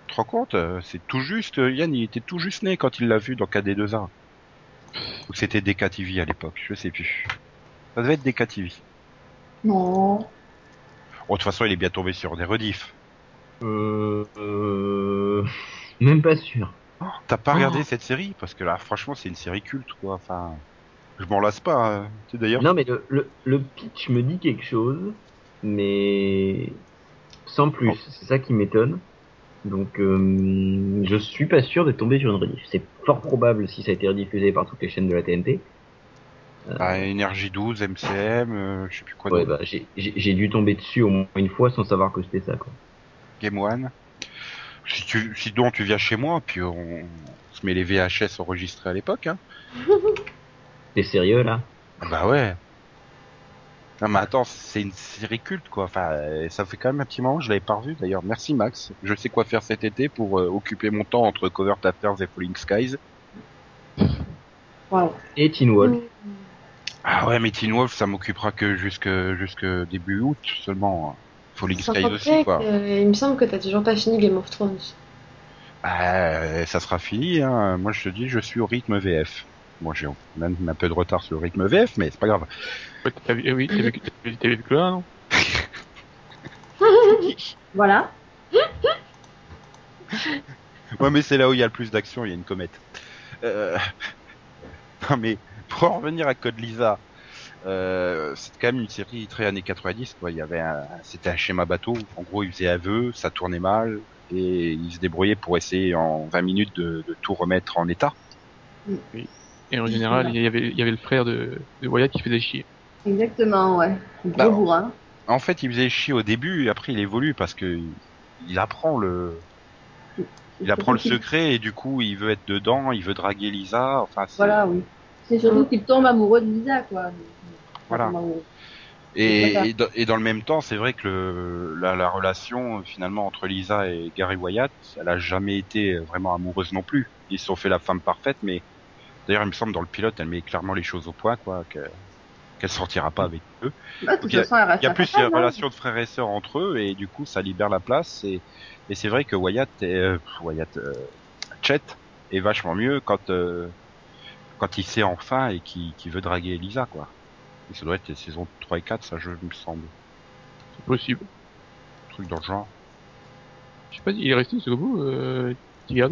[SPEAKER 3] tu te rends compte euh, C'est tout juste. euh, Yann, il était tout juste né quand il l'a vu dans KD2A. Ou c'était DKTV à l'époque, je sais plus. Ça devait être DKTV.
[SPEAKER 5] Non.
[SPEAKER 3] Oh, de toute façon, il est bien tombé sur des rediffs.
[SPEAKER 2] Euh, euh, Même pas sûr.
[SPEAKER 3] T'as pas
[SPEAKER 6] Oh.
[SPEAKER 3] regardé cette série Parce que là, franchement, c'est une série culte, quoi. Enfin, je m'en lasse pas. hein. Tu sais, D'ailleurs,
[SPEAKER 2] Non, mais le, le, le pitch me dit quelque chose, mais sans plus. C'est ça qui m'étonne. Donc, euh, je suis pas sûr de tomber sur une rediff. C'est fort probable si ça a été rediffusé par toutes les chaînes de la TNT.
[SPEAKER 3] bah, Énergie 12, MCM, euh, je sais plus quoi.
[SPEAKER 2] Ouais, bah,
[SPEAKER 3] d'autre.
[SPEAKER 2] j'ai- j'ai j'ai dû tomber dessus au moins une fois sans savoir que c'était ça, quoi.
[SPEAKER 3] Game One. Si tu, sinon, tu viens chez moi, puis on se met les VHS enregistrés à l'époque. Hein.
[SPEAKER 2] T'es sérieux, là
[SPEAKER 3] Ah bah ouais. Non mais attends, c'est une série culte quoi. Enfin, euh, ça fait quand même un petit moment, je l'avais pas revu d'ailleurs. Merci Max. Je sais quoi faire cet été pour euh, occuper mon temps entre Cover Affairs et Falling Skies.
[SPEAKER 5] Voilà.
[SPEAKER 2] Et Teen Wolf.
[SPEAKER 4] Mm.
[SPEAKER 3] Ah ouais, mais Teen Wolf, ça m'occupera que jusque jusque début août seulement. Falling
[SPEAKER 4] Sans
[SPEAKER 3] Skies
[SPEAKER 4] compter
[SPEAKER 3] aussi
[SPEAKER 4] que,
[SPEAKER 3] quoi.
[SPEAKER 4] euh, il me semble que t'as toujours pas fini Game of Thrones.
[SPEAKER 3] Ah, ça sera fini. Hein. Moi, je te dis, je suis au rythme VF. Bon, j'ai même un peu de retard sur le rythme VF, mais c'est pas grave.
[SPEAKER 6] Ouais, t'as vu- eh oui, t'as vu, t'as vu- t'as vu que là, non
[SPEAKER 5] Voilà.
[SPEAKER 3] Ouais, mais c'est là où il y a le plus d'action, il y a une comète. Euh... Non, mais pour en revenir à Code Lisa, euh, c'est quand même une série très années 90, quoi. Il y avait un... C'était un schéma bateau. En gros, ils faisaient aveu, ça tournait mal, et ils se débrouillaient pour essayer en 20 minutes de, de tout remettre en état.
[SPEAKER 6] Et en général, il y avait, il y avait le frère de, de Wyatt qui faisait chier.
[SPEAKER 5] Exactement, ouais. Gros
[SPEAKER 3] Bah,
[SPEAKER 5] bourrin.
[SPEAKER 3] En fait, ils faisaient chier au début, et après, il évolue parce que il- il apprend le, il apprend le
[SPEAKER 5] Surtout qu'il-
[SPEAKER 3] secret, et du coup, il veut être dedans, il veut draguer Lisa, enfin, c'est-
[SPEAKER 5] Voilà, oui. C'est surtout qu'il tombe amoureux de Lisa, quoi.
[SPEAKER 3] Voilà.
[SPEAKER 5] Tombe amoureux.
[SPEAKER 3] Et,
[SPEAKER 5] Voilà.
[SPEAKER 3] et, dans, et dans le même temps, c'est vrai que le, la, la relation euh, finalement entre Lisa et Gary Wyatt, elle a jamais été euh, vraiment amoureuse non plus. Ils se sont fait la femme parfaite, mais d'ailleurs, il me semble dans le pilote, elle met clairement les choses au point, quoi, que- qu'elle sortira pas avec eux.
[SPEAKER 5] Bah, de toute
[SPEAKER 3] il y a-
[SPEAKER 5] façon, elle reste
[SPEAKER 3] Il y a
[SPEAKER 5] sa
[SPEAKER 3] plus
[SPEAKER 5] femme,
[SPEAKER 3] une
[SPEAKER 5] hein.
[SPEAKER 3] relation de frères et sœurs entre eux, et du coup, ça libère la place. Et, et c'est vrai que Wyatt, est, euh, Wyatt, euh, Chet est vachement mieux quand euh, quand il sait enfin et qu'il qu'il veut draguer Lisa, quoi. Ça doit être les saisons 3 et 4, ça, je me semble.
[SPEAKER 6] C'est possible.
[SPEAKER 3] Un truc dans le genre.
[SPEAKER 6] Je sais pas s'il est resté jusqu'au bout, euh, Tigard.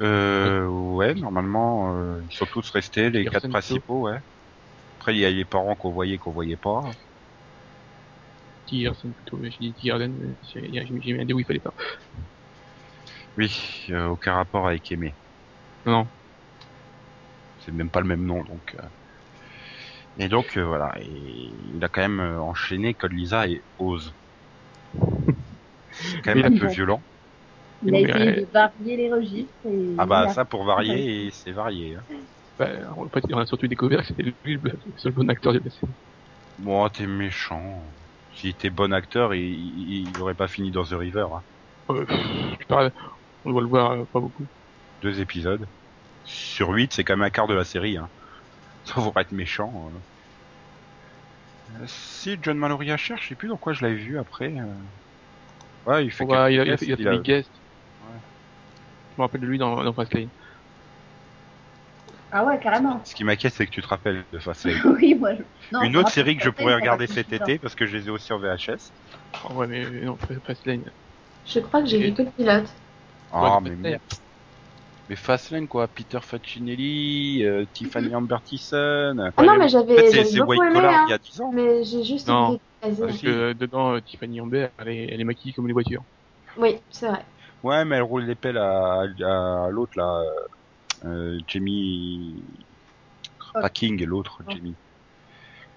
[SPEAKER 3] Euh, ouais, normalement, euh, ils sont tous restés, les quatre
[SPEAKER 6] Personne
[SPEAKER 3] principaux, ouais. Après, il y a les parents qu'on voyait, qu'on voyait pas.
[SPEAKER 6] Tigard, plutôt. J'ai dit Tigard, j'ai j'ai mis un dé où il fallait pas.
[SPEAKER 3] Oui, euh, aucun rapport avec Aimé.
[SPEAKER 6] Non.
[SPEAKER 3] C'est même pas le même nom, donc. euh. Et donc, euh, voilà. Et il a quand même euh, enchaîné Code Lisa et Ose. C'est quand
[SPEAKER 6] Mais
[SPEAKER 3] même un
[SPEAKER 5] il a
[SPEAKER 3] peu
[SPEAKER 5] fait-
[SPEAKER 3] violent.
[SPEAKER 5] Il a
[SPEAKER 6] Mais,
[SPEAKER 5] essayé
[SPEAKER 6] euh,
[SPEAKER 5] de varier les registres. Et
[SPEAKER 3] Ah bah,
[SPEAKER 5] voilà.
[SPEAKER 3] ça, pour varier, et c'est varié. hein.
[SPEAKER 6] Bah, en fait, on a surtout découvert que c'était lui le le seul bon acteur de la série.
[SPEAKER 3] Bon, t'es méchant. S'il était bon acteur, il, il, il aurait pas fini dans The River. hein.
[SPEAKER 6] Euh, je parle, on doit le voir euh, pas beaucoup.
[SPEAKER 3] deux épisodes. Sur huit, c'est quand même un quart de la série. Hein. Ça va être méchant. euh. Euh, Si John Maloria cherche, je sais plus dans quoi je l'avais vu après. euh. Ouais, il fait
[SPEAKER 6] On voit,
[SPEAKER 3] quelques
[SPEAKER 6] il, a, il, a,
[SPEAKER 3] guests,
[SPEAKER 6] fait- il a fait
[SPEAKER 3] il a-
[SPEAKER 6] des guests.
[SPEAKER 3] Ouais.
[SPEAKER 6] Je me rappelle de lui dans, dans Fastlane.
[SPEAKER 5] Ah ouais, carrément.
[SPEAKER 3] Ce qui m'inquiète, c'est que tu te rappelles de face.
[SPEAKER 5] oui, moi. je- Non,
[SPEAKER 3] Une
[SPEAKER 5] je me
[SPEAKER 3] autre
[SPEAKER 5] rappelle
[SPEAKER 3] série que je
[SPEAKER 5] pas,
[SPEAKER 3] pourrais
[SPEAKER 5] ça
[SPEAKER 3] regarder
[SPEAKER 5] passe
[SPEAKER 3] cet
[SPEAKER 5] tout le
[SPEAKER 3] été parce que je les ai aussi en VHS.
[SPEAKER 6] Oh, ouais, mais mais non, Fastlane.
[SPEAKER 4] Je crois que j'ai vu que le pilote.
[SPEAKER 3] Ah,
[SPEAKER 6] Ouais,
[SPEAKER 3] mais, mais Fastlane quoi, Peter Facinelli, euh, Tiffany Amber Thiessen.
[SPEAKER 4] Ah non, mais
[SPEAKER 3] En fait,
[SPEAKER 4] j'avais
[SPEAKER 3] c'est
[SPEAKER 4] j'avais
[SPEAKER 3] c'est
[SPEAKER 4] beaucoup
[SPEAKER 3] White
[SPEAKER 4] aimé,
[SPEAKER 3] Collar il y
[SPEAKER 4] hein.
[SPEAKER 3] a 10 ans.
[SPEAKER 4] Mais j'ai juste
[SPEAKER 6] Non.
[SPEAKER 4] oublié de caser.
[SPEAKER 6] Parce
[SPEAKER 3] si.
[SPEAKER 6] que euh, dedans, euh, Tiffany Amber, elle est, elle est maquillée comme les voitures.
[SPEAKER 3] Ah,
[SPEAKER 4] Oui, c'est vrai.
[SPEAKER 3] Ouais, mais elle roule les pelles à, à- à l'autre là, euh, Jamie
[SPEAKER 5] Oh.
[SPEAKER 3] pas King, l'autre Jamie,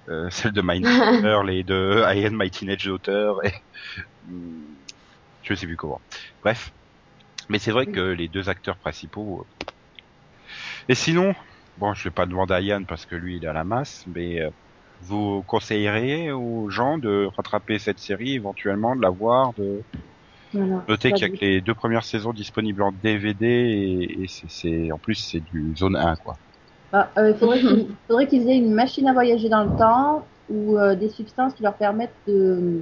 [SPEAKER 3] euh, celle de Mindhunter, les de I Am My Teenage Daughter, et... Hmm, je sais plus comment. Bref, mais c'est vrai que les deux acteurs principaux. euh, Et sinon, bon, je vais pas demander à Yann parce que lui il est à la masse, mais euh, vous conseilleriez aux gens de rattraper cette série éventuellement, de la voir, de
[SPEAKER 5] temps. Non, non,
[SPEAKER 3] Notez
[SPEAKER 5] pas
[SPEAKER 3] qu'il y a
[SPEAKER 5] du
[SPEAKER 3] que les deux premières saisons disponibles en DVD et, et c'est, c'est- en plus c'est du zone 1 quoi.
[SPEAKER 5] Ah, euh, il faudrait qu'ils- il faudrait qu'ils aient une machine à voyager dans le temps ou euh, des substances qui leur permettent de,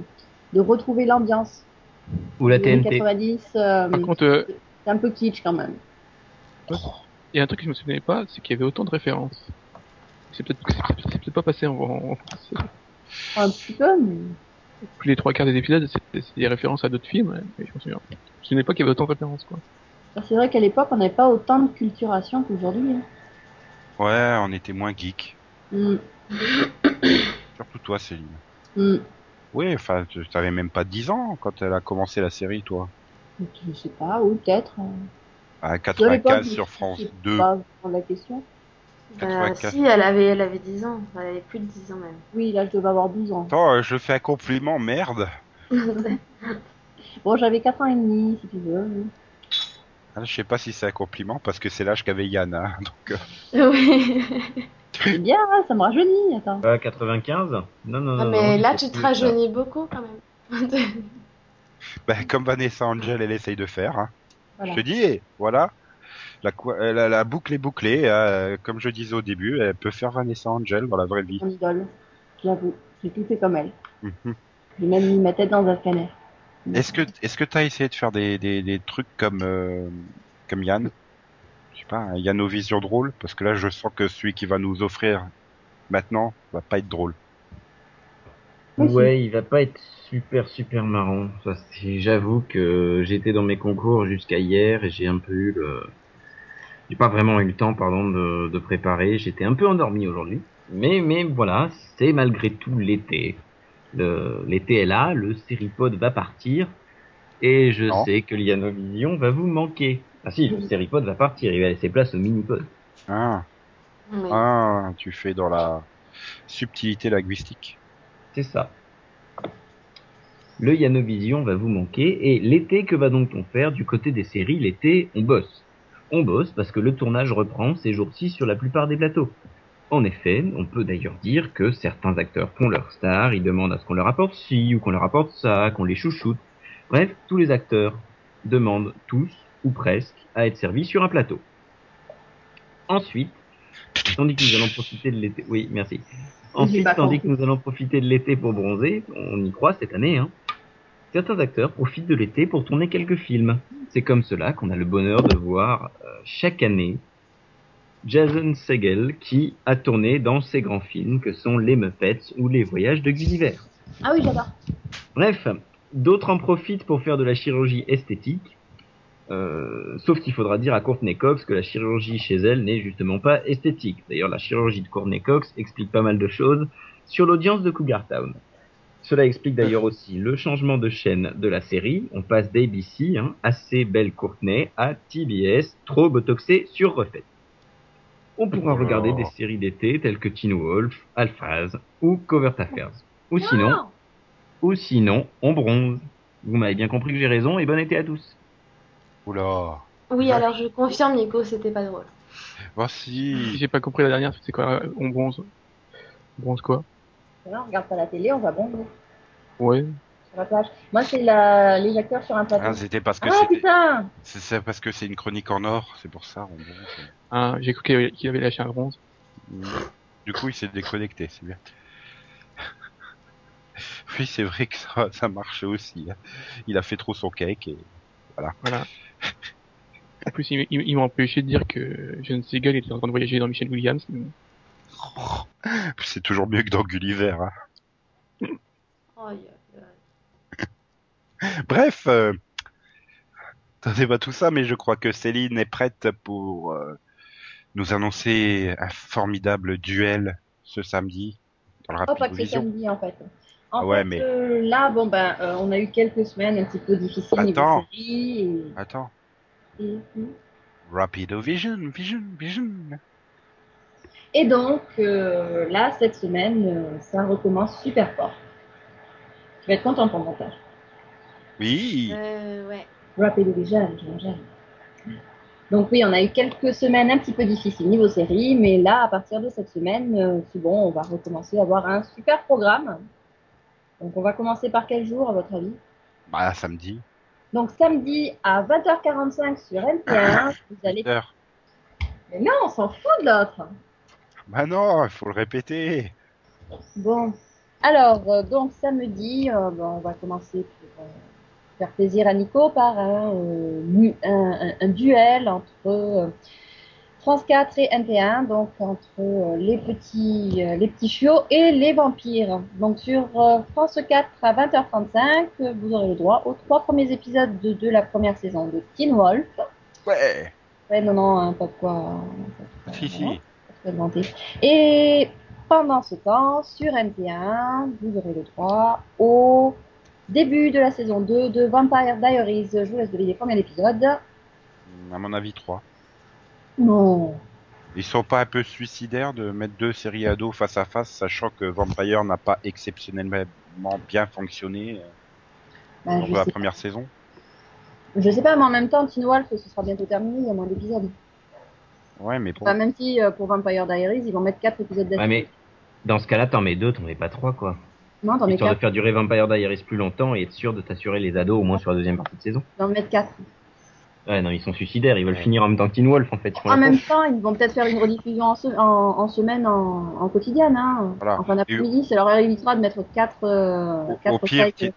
[SPEAKER 5] de retrouver l'ambiance.
[SPEAKER 4] Mm.
[SPEAKER 2] Ou la
[SPEAKER 5] des années
[SPEAKER 2] TNT.
[SPEAKER 5] 90, euh,
[SPEAKER 6] Par contre, euh,
[SPEAKER 5] c'est un peu kitsch quand même.
[SPEAKER 3] Oh.
[SPEAKER 6] il y a un truc que je me souvenais pas, c'est qu'il y avait autant de références. C'est peut-être c'est peut-être pas passé en, en français.
[SPEAKER 5] Un petit peu, mais
[SPEAKER 6] Plus les trois quarts des épisodes, c'est c'est des références à d'autres films, ouais, mais je me souviens. Je me souvenais pas qu'il y avait autant de références, quoi.
[SPEAKER 5] c'est vrai qu'à l'époque, on n'avait pas autant de culturation qu'aujourd'hui. hein.
[SPEAKER 3] Ouais, on était moins geek.
[SPEAKER 5] Mm,
[SPEAKER 3] Surtout toi Céline.
[SPEAKER 5] mm.
[SPEAKER 3] Oui, enfin tu t'avais même pas 10 ans quand elle a commencé la série toi.
[SPEAKER 5] Donc, Je sais pas, ou peut-être. euh,
[SPEAKER 3] À
[SPEAKER 5] de l'époque,
[SPEAKER 3] 95
[SPEAKER 5] je
[SPEAKER 3] sur
[SPEAKER 5] sais
[SPEAKER 3] France
[SPEAKER 5] pas
[SPEAKER 3] 2.
[SPEAKER 5] vraiment la question.
[SPEAKER 4] Bah,
[SPEAKER 3] 84.
[SPEAKER 4] si, elle avait, elle avait 10 ans. Elle avait plus de 10 ans même.
[SPEAKER 5] Oui, là, je devais avoir 12 ans.
[SPEAKER 3] Attends, euh, je fais un compliment, merde.
[SPEAKER 5] Bon, j'avais 4 ans et demi, si tu veux.
[SPEAKER 3] Ah, je sais pas si c'est un compliment parce que c'est l'âge qu'avait Yann. hein, donc, euh,
[SPEAKER 4] oui.
[SPEAKER 5] C'est bien, hein, ça me rajeunit, attends.
[SPEAKER 2] Ah, 95 Non, non, non.
[SPEAKER 4] Ah,
[SPEAKER 2] non,
[SPEAKER 4] mais
[SPEAKER 2] non,
[SPEAKER 4] là,
[SPEAKER 2] c'est
[SPEAKER 4] tu te
[SPEAKER 2] plus
[SPEAKER 4] rajeunis beaucoup quand même.
[SPEAKER 3] ben, comme Vanessa Angel elle essaye de faire. hein.
[SPEAKER 5] Voilà.
[SPEAKER 3] Je te dis, eh, voilà. La, quoi- euh, la, la boucle est bouclée, euh, comme je disais au début, elle peut faire Vanessa Angel dans la vraie vie.
[SPEAKER 5] Mon idole, j'avoue. J'ai tout fait comme elle.
[SPEAKER 3] Mhm.
[SPEAKER 5] J'ai même mis ma tête dans un scanner.
[SPEAKER 3] Est-ce que est-ce que t'as essayé de faire des, des, des trucs comme euh, comme Yann Je sais pas, un Yann aux visions drôles parce que là je sens que celui qui va nous offrir maintenant va pas être drôle.
[SPEAKER 2] tard. Ouais, il va pas être super, super marrant. Ça, c'est- J'avoue que j'étais dans mes concours jusqu'à hier et j'ai un peu eu le. J'ai pas vraiment eu le temps, pardon, de, de préparer. J'étais un peu endormi aujourd'hui. Mais, mais voilà, c'est malgré tout l'été. Le- L'été est là, le Séripod va partir. Et je
[SPEAKER 3] Non.
[SPEAKER 2] sais que Lianovision va vous manquer. Ah si, le Séripod va partir, il va laisser place au Minipod.
[SPEAKER 3] Hein
[SPEAKER 4] Mais-
[SPEAKER 3] hein, tu fais dans la subtilité linguistique.
[SPEAKER 2] C'est ça. Le Yanovision va vous manquer. Et l'été, que va donc on faire du côté des séries L'été, on bosse. On bosse parce que le tournage reprend ces jours-ci sur la plupart des plateaux. En effet, on peut d'ailleurs dire que certains acteurs font leur star, ils demandent à ce qu'on leur apporte ci ou qu'on leur apporte ça, qu'on les chouchoute. Bref, tous les acteurs demandent tous, ou presque, à être servis sur un plateau. Ensuite, tandis que nous allons profiter de l'été... Oui, merci. Ensuite,
[SPEAKER 5] pas
[SPEAKER 2] tandis
[SPEAKER 5] compris.
[SPEAKER 2] que nous allons profiter de l'été pour bronzer, on y croit cette année, hein, certains acteurs profitent de l'été pour tourner quelques films. C'est comme cela qu'on a le bonheur de voir euh, chaque année Jason Segel, qui a tourné dans ses grands films que sont Les Muppets ou Les Voyages de Gulliver.
[SPEAKER 5] Ah oui, j'adore.
[SPEAKER 2] Bref, d'autres en profitent pour faire de la chirurgie esthétique, euh, sauf qu'il faudra dire à Courtney Cox que la chirurgie chez elle n'est justement pas esthétique. D'ailleurs, la chirurgie de Courtney Cox explique pas mal de choses sur l'audience de Cougar Town. Cela explique d'ailleurs aussi le changement de chaîne de la série. On passe d'ABC, hein, assez belle Courtney, à TBS, trop botoxée sur refait. On pourra regarder
[SPEAKER 3] Oh.
[SPEAKER 2] des séries d'été telles que Teen Wolf, Alphaz ou Covert Affairs. Ou sinon,
[SPEAKER 5] Wow.
[SPEAKER 2] ou sinon, on bronze. Vous m'avez bien compris que j'ai raison et bon été à tous.
[SPEAKER 3] Oula.
[SPEAKER 4] Oui,
[SPEAKER 3] Ouais.
[SPEAKER 4] alors je confirme, Nico, c'était pas drôle.
[SPEAKER 6] Si
[SPEAKER 3] Oh, Voici.
[SPEAKER 6] j'ai pas compris la dernière, c'est quoi euh, On bronze. On bronze quoi
[SPEAKER 5] Voilà, on regarde pas la télé, on va bronzer
[SPEAKER 6] Ouais.
[SPEAKER 5] sur la plage. Moi, c'est la... les acteurs sur un
[SPEAKER 3] Ah,
[SPEAKER 5] plateau.
[SPEAKER 3] c'était parce que
[SPEAKER 5] Ah,
[SPEAKER 3] c'était.
[SPEAKER 5] putain
[SPEAKER 3] C'est c'est parce que c'est une chronique en or, c'est pour ça. on dit, c'est-
[SPEAKER 6] Ah, j'ai cru qu'il avait- qu'il avait lâché un bronze.
[SPEAKER 3] Mm. Du coup, il s'est déconnecté, c'est bien. Oui, c'est vrai que ça, ça marchait aussi. hein. Il a fait trop son cake et
[SPEAKER 6] Voilà. En plus, il, il- il m'a empêché de dire que John Seagal était en train de voyager dans Michelle Williams.
[SPEAKER 3] Puis c'est toujours mieux que dans Gulliver. hein.
[SPEAKER 4] Oh, il y a-
[SPEAKER 3] Bref, euh... c'est pas tout ça, mais je crois que Céline est prête pour euh, nous annoncer un formidable duel ce samedi dans le
[SPEAKER 5] Oh,
[SPEAKER 3] Rapid
[SPEAKER 5] pas que c'est
[SPEAKER 3] Vision.
[SPEAKER 5] samedi, en fait. En
[SPEAKER 3] Ah ouais,
[SPEAKER 5] fait,
[SPEAKER 3] mais-
[SPEAKER 5] euh, là, bon, ben, euh, on a eu quelques semaines un petit peu difficiles
[SPEAKER 3] Attends.
[SPEAKER 5] niveau série.
[SPEAKER 3] Attends,
[SPEAKER 5] Et, et-
[SPEAKER 3] Rapido Vision, Vision, Vision.
[SPEAKER 5] et donc, euh, là, cette semaine, euh, ça recommence super fort. Tu vas être content pour le montage.
[SPEAKER 3] Oui.
[SPEAKER 4] euh, ouais.
[SPEAKER 5] Rapid Vision, j'imagine. Donc oui, on a eu quelques semaines un petit peu difficiles niveau série, mais là, à partir de cette semaine, euh, c'est bon, on va recommencer à avoir un super programme. Donc on va commencer par quel jour, à votre avis
[SPEAKER 3] Bah samedi.
[SPEAKER 5] Donc samedi à 20h45 sur LT1, vous allez...
[SPEAKER 3] Heure.
[SPEAKER 5] Mais non, on s'en fout de l'autre
[SPEAKER 3] Bah non, il faut le répéter.
[SPEAKER 5] Bon, alors, euh, donc samedi, euh, bon, on va commencer pour euh, faire plaisir à Nico par un, euh, nu- un- un- un duel entre euh, France 4 et NT1, donc entre euh, les petits euh, les petits chiots et les vampires. Donc sur euh, France 4 à 20h35, euh, vous aurez le droit aux trois premiers épisodes de, de la première saison de Teen Wolf.
[SPEAKER 3] Ouais.
[SPEAKER 5] Ouais, non, non, hein, pas de quoi. pas de quoi-
[SPEAKER 3] Si si.
[SPEAKER 5] Très demandé. Et pendant ce temps, sur NT1, vous aurez le droit au début de la saison 2 de Vampire Diaries. Je vous laisse deviner combien d'épisodes.
[SPEAKER 3] À mon avis trois.
[SPEAKER 5] Non.
[SPEAKER 3] Ils sont pas un peu suicidaires de mettre deux séries ados face à face, sachant que Vampire n'a pas exceptionnellement bien fonctionné euh,
[SPEAKER 5] Ben,
[SPEAKER 3] lors
[SPEAKER 5] je,
[SPEAKER 3] de la
[SPEAKER 5] sais
[SPEAKER 3] première saison.
[SPEAKER 5] pas. je sais pas, mais en même temps, Teen Wolf, ce sera bientôt terminé, il y a moins d'épisodes.
[SPEAKER 3] Ouais, mais bon.
[SPEAKER 5] Enfin, même si euh, pour Vampire Diaries, ils vont mettre 4 épisodes
[SPEAKER 2] Ouais,
[SPEAKER 5] d'affilée.
[SPEAKER 2] mais dans ce cas-là, t'en mets deux, t'en mets pas trois, quoi.
[SPEAKER 5] Non, t'en mets
[SPEAKER 2] Histoire de
[SPEAKER 5] 4.
[SPEAKER 2] faire durer Vampire Diaries plus longtemps et être sûr de t'assurer les ados au moins sur la deuxième partie de saison.
[SPEAKER 5] D'en mettre 4.
[SPEAKER 2] Ouais, non, ils sont suicidaires, ils veulent finir en même temps que Teen Wolf, en fait. ils font la
[SPEAKER 5] En Ah, même
[SPEAKER 2] course.
[SPEAKER 5] temps, ils vont peut-être faire une rediffusion en, se- en- en semaine, en, en quotidienne. Hein.
[SPEAKER 3] Voilà.
[SPEAKER 5] En fin d'après-midi, ça leur évitera de mettre euh, 4
[SPEAKER 3] Au- au pire, qui-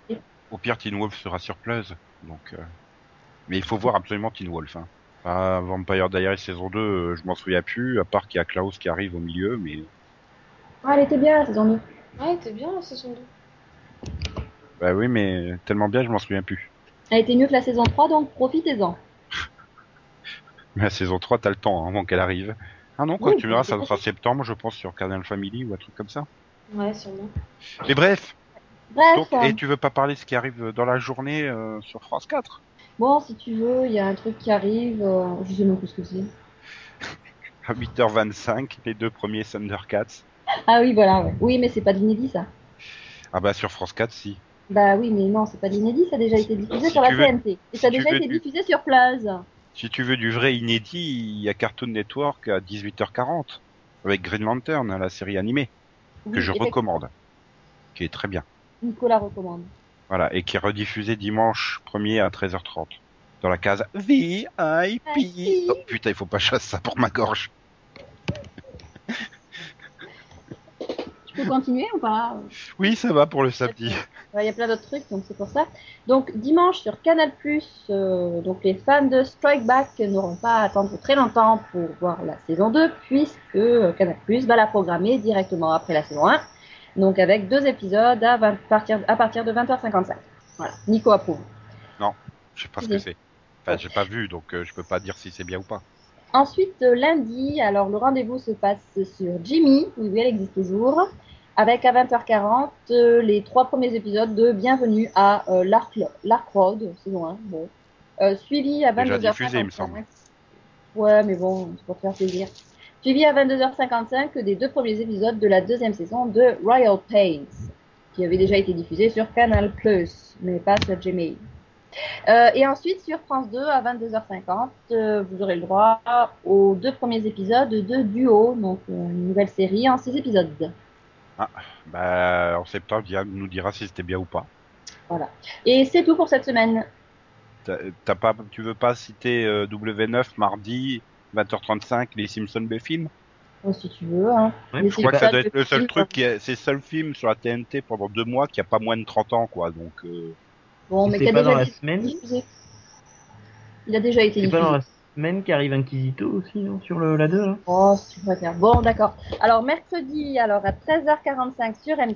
[SPEAKER 3] Au pire, Teen Wolf sera surpleuse. Donc, euh, mais il faut voir absolument Teen Wolf. Hein. Ah, Vampire Diaries saison 2, euh, je m'en souviens plus, à part qu'il y a Klaus qui arrive au milieu, mais
[SPEAKER 5] Ouais, elle était bien la saison 2.
[SPEAKER 4] Ouais, t'es bien la saison 2.
[SPEAKER 3] bah oui, mais tellement bien, je m'en souviens plus.
[SPEAKER 5] Elle était mieux que la saison 3, donc profitez-en.
[SPEAKER 3] Mais la saison 3, t'as le temps hein, avant qu'elle arrive. Ah non, quand
[SPEAKER 5] Oui,
[SPEAKER 3] tu verras, ça
[SPEAKER 5] tout à
[SPEAKER 3] sera septembre, je pense, sur Cardinal Family ou un truc comme ça.
[SPEAKER 4] Ouais, sûrement.
[SPEAKER 3] Mais bref,
[SPEAKER 5] Bref,
[SPEAKER 3] donc, et tu veux pas parler de ce qui arrive dans la journée euh, sur France 4
[SPEAKER 5] bon, si tu veux, il y a un truc qui arrive, euh, je sais même plus ce que c'est.
[SPEAKER 3] À 8h25, les deux premiers Thundercats.
[SPEAKER 5] Ah oui, voilà, ouais. Oui, mais c'est pas de l'inédit, ça.
[SPEAKER 3] Ah bah sur France 4, si.
[SPEAKER 5] Bah oui, mais non, c'est pas de l'inédit, ça a déjà été diffusé
[SPEAKER 3] Si
[SPEAKER 5] sur la
[SPEAKER 3] tu veux-
[SPEAKER 5] TNT. Et ça a
[SPEAKER 3] si tu
[SPEAKER 5] déjà
[SPEAKER 3] veux
[SPEAKER 5] été
[SPEAKER 3] du-
[SPEAKER 5] diffusé sur Plaz.
[SPEAKER 3] Si tu veux du vrai inédit, il y a Cartoon Network à 18h40 avec Green Lantern, la série animée que
[SPEAKER 5] Oui,
[SPEAKER 3] je
[SPEAKER 5] effectivement,
[SPEAKER 3] recommande, qui est très bien.
[SPEAKER 5] Nicolas recommande.
[SPEAKER 3] Voilà, et qui est rediffusée dimanche 1er à 13h30 dans la case VIP. Oh putain, il faut pas chasser ça pour ma gorge.
[SPEAKER 5] Tu peux continuer ou pas
[SPEAKER 3] Oui, ça va pour le samedi.
[SPEAKER 5] Ouais, Il y a plein d'autres trucs, donc c'est pour ça. Donc dimanche sur Canal+, euh, donc les fans de Strike Back n'auront pas à attendre très longtemps pour voir la saison 2, puisque euh, Canal+, va la programmer directement après la saison 1, donc avec deux épisodes à, 20 partir, à partir de 20h55. Voilà, Nico approuve.
[SPEAKER 3] Je sais pas ce que c'est. Enfin, j'ai pas vu, donc euh, je peux pas dire si c'est bien ou pas.
[SPEAKER 5] Ensuite, euh, lundi, alors le rendez-vous se passe sur Jimmy, oui, oui, elle existe toujours, avec à 20h40 euh, les trois premiers épisodes de Bienvenue à euh, l'Arc l'Arc Road, saison 1, bon. Euh, suivi à
[SPEAKER 3] Déjà
[SPEAKER 5] 22h55.
[SPEAKER 3] diffusé, il me semble.
[SPEAKER 5] Ouais, mais bon, c'est pour faire plaisir. Suivi à 22h55 des deux premiers épisodes de la deuxième saison de Royal Pains, qui avait déjà été diffusé sur Canal+, mais pas sur Gmail. Euh, et ensuite, sur France 2, à 22h50, euh, vous aurez le droit aux deux premiers épisodes de Duo, donc euh, une nouvelle série en six épisodes.
[SPEAKER 3] Bah, en septembre, Diane nous dira si c'était bien ou pas.
[SPEAKER 5] Voilà. Et c'est tout pour cette semaine.
[SPEAKER 3] T'as t'as pas, tu veux pas citer euh, W9 mardi 20h35 les Simpson Bfilm
[SPEAKER 5] Euh, si tu veux. Hein.
[SPEAKER 2] Ouais, je
[SPEAKER 5] Mais
[SPEAKER 3] Je
[SPEAKER 5] c'est
[SPEAKER 3] crois que ça
[SPEAKER 5] pas
[SPEAKER 3] doit être le seul
[SPEAKER 5] film. hein.
[SPEAKER 3] truc, qui a, c'est le seul film sur la TNT pendant deux mois qui a pas moins de 30 ans, quoi. Donc, euh,
[SPEAKER 5] Bon,
[SPEAKER 2] Si
[SPEAKER 5] mais
[SPEAKER 2] c'est
[SPEAKER 5] qui a
[SPEAKER 2] pas dans
[SPEAKER 5] déjà
[SPEAKER 2] la
[SPEAKER 5] été
[SPEAKER 2] semaine.
[SPEAKER 5] diffusé. Il a déjà été
[SPEAKER 2] C'est pas
[SPEAKER 5] diffusé.
[SPEAKER 2] dans la semaine qu'arrive Inquisito aussi, non Sur le, la hein. 2, là
[SPEAKER 5] Oh, c'est pas clair. Bon, d'accord. Alors, mercredi, alors à 13h45 sur M6,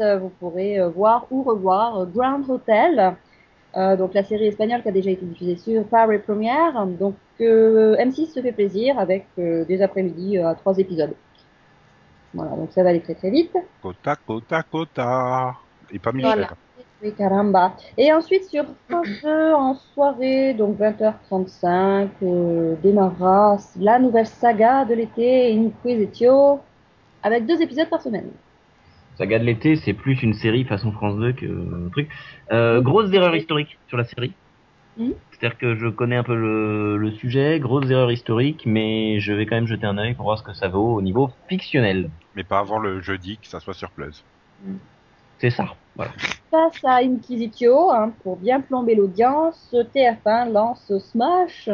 [SPEAKER 5] euh, vous pourrez euh, voir ou revoir euh, Grand Hotel, euh, donc la série espagnole qui a déjà été diffusée sur Paris Première. Donc, euh, M6 se fait plaisir avec euh, des après-midi euh, à trois épisodes. Voilà, donc ça va aller très très vite.
[SPEAKER 3] cota, cota, cota. Et pas Michel.
[SPEAKER 5] Voilà. Oui, caramba. Et ensuite, sur France 2, en soirée, donc 20h35, euh, démarra la nouvelle saga de l'été, In Inquisitio, avec deux épisodes par semaine.
[SPEAKER 2] Saga de l'été, c'est plus une série façon France 2 que euh, truc. Euh, grosse erreur historique sur la série.
[SPEAKER 5] Mhm.
[SPEAKER 2] C'est-à-dire que je connais un peu le, le sujet, grosse erreur historique, mais je vais quand même jeter un œil pour voir ce que ça vaut au niveau fictionnel.
[SPEAKER 3] Mais pas avant le jeudi, que ça soit sur Plus.
[SPEAKER 2] C'est ça. Voilà.
[SPEAKER 5] Face à Inquisitio, hein, pour bien plomber l'audience, TF1 lance Smash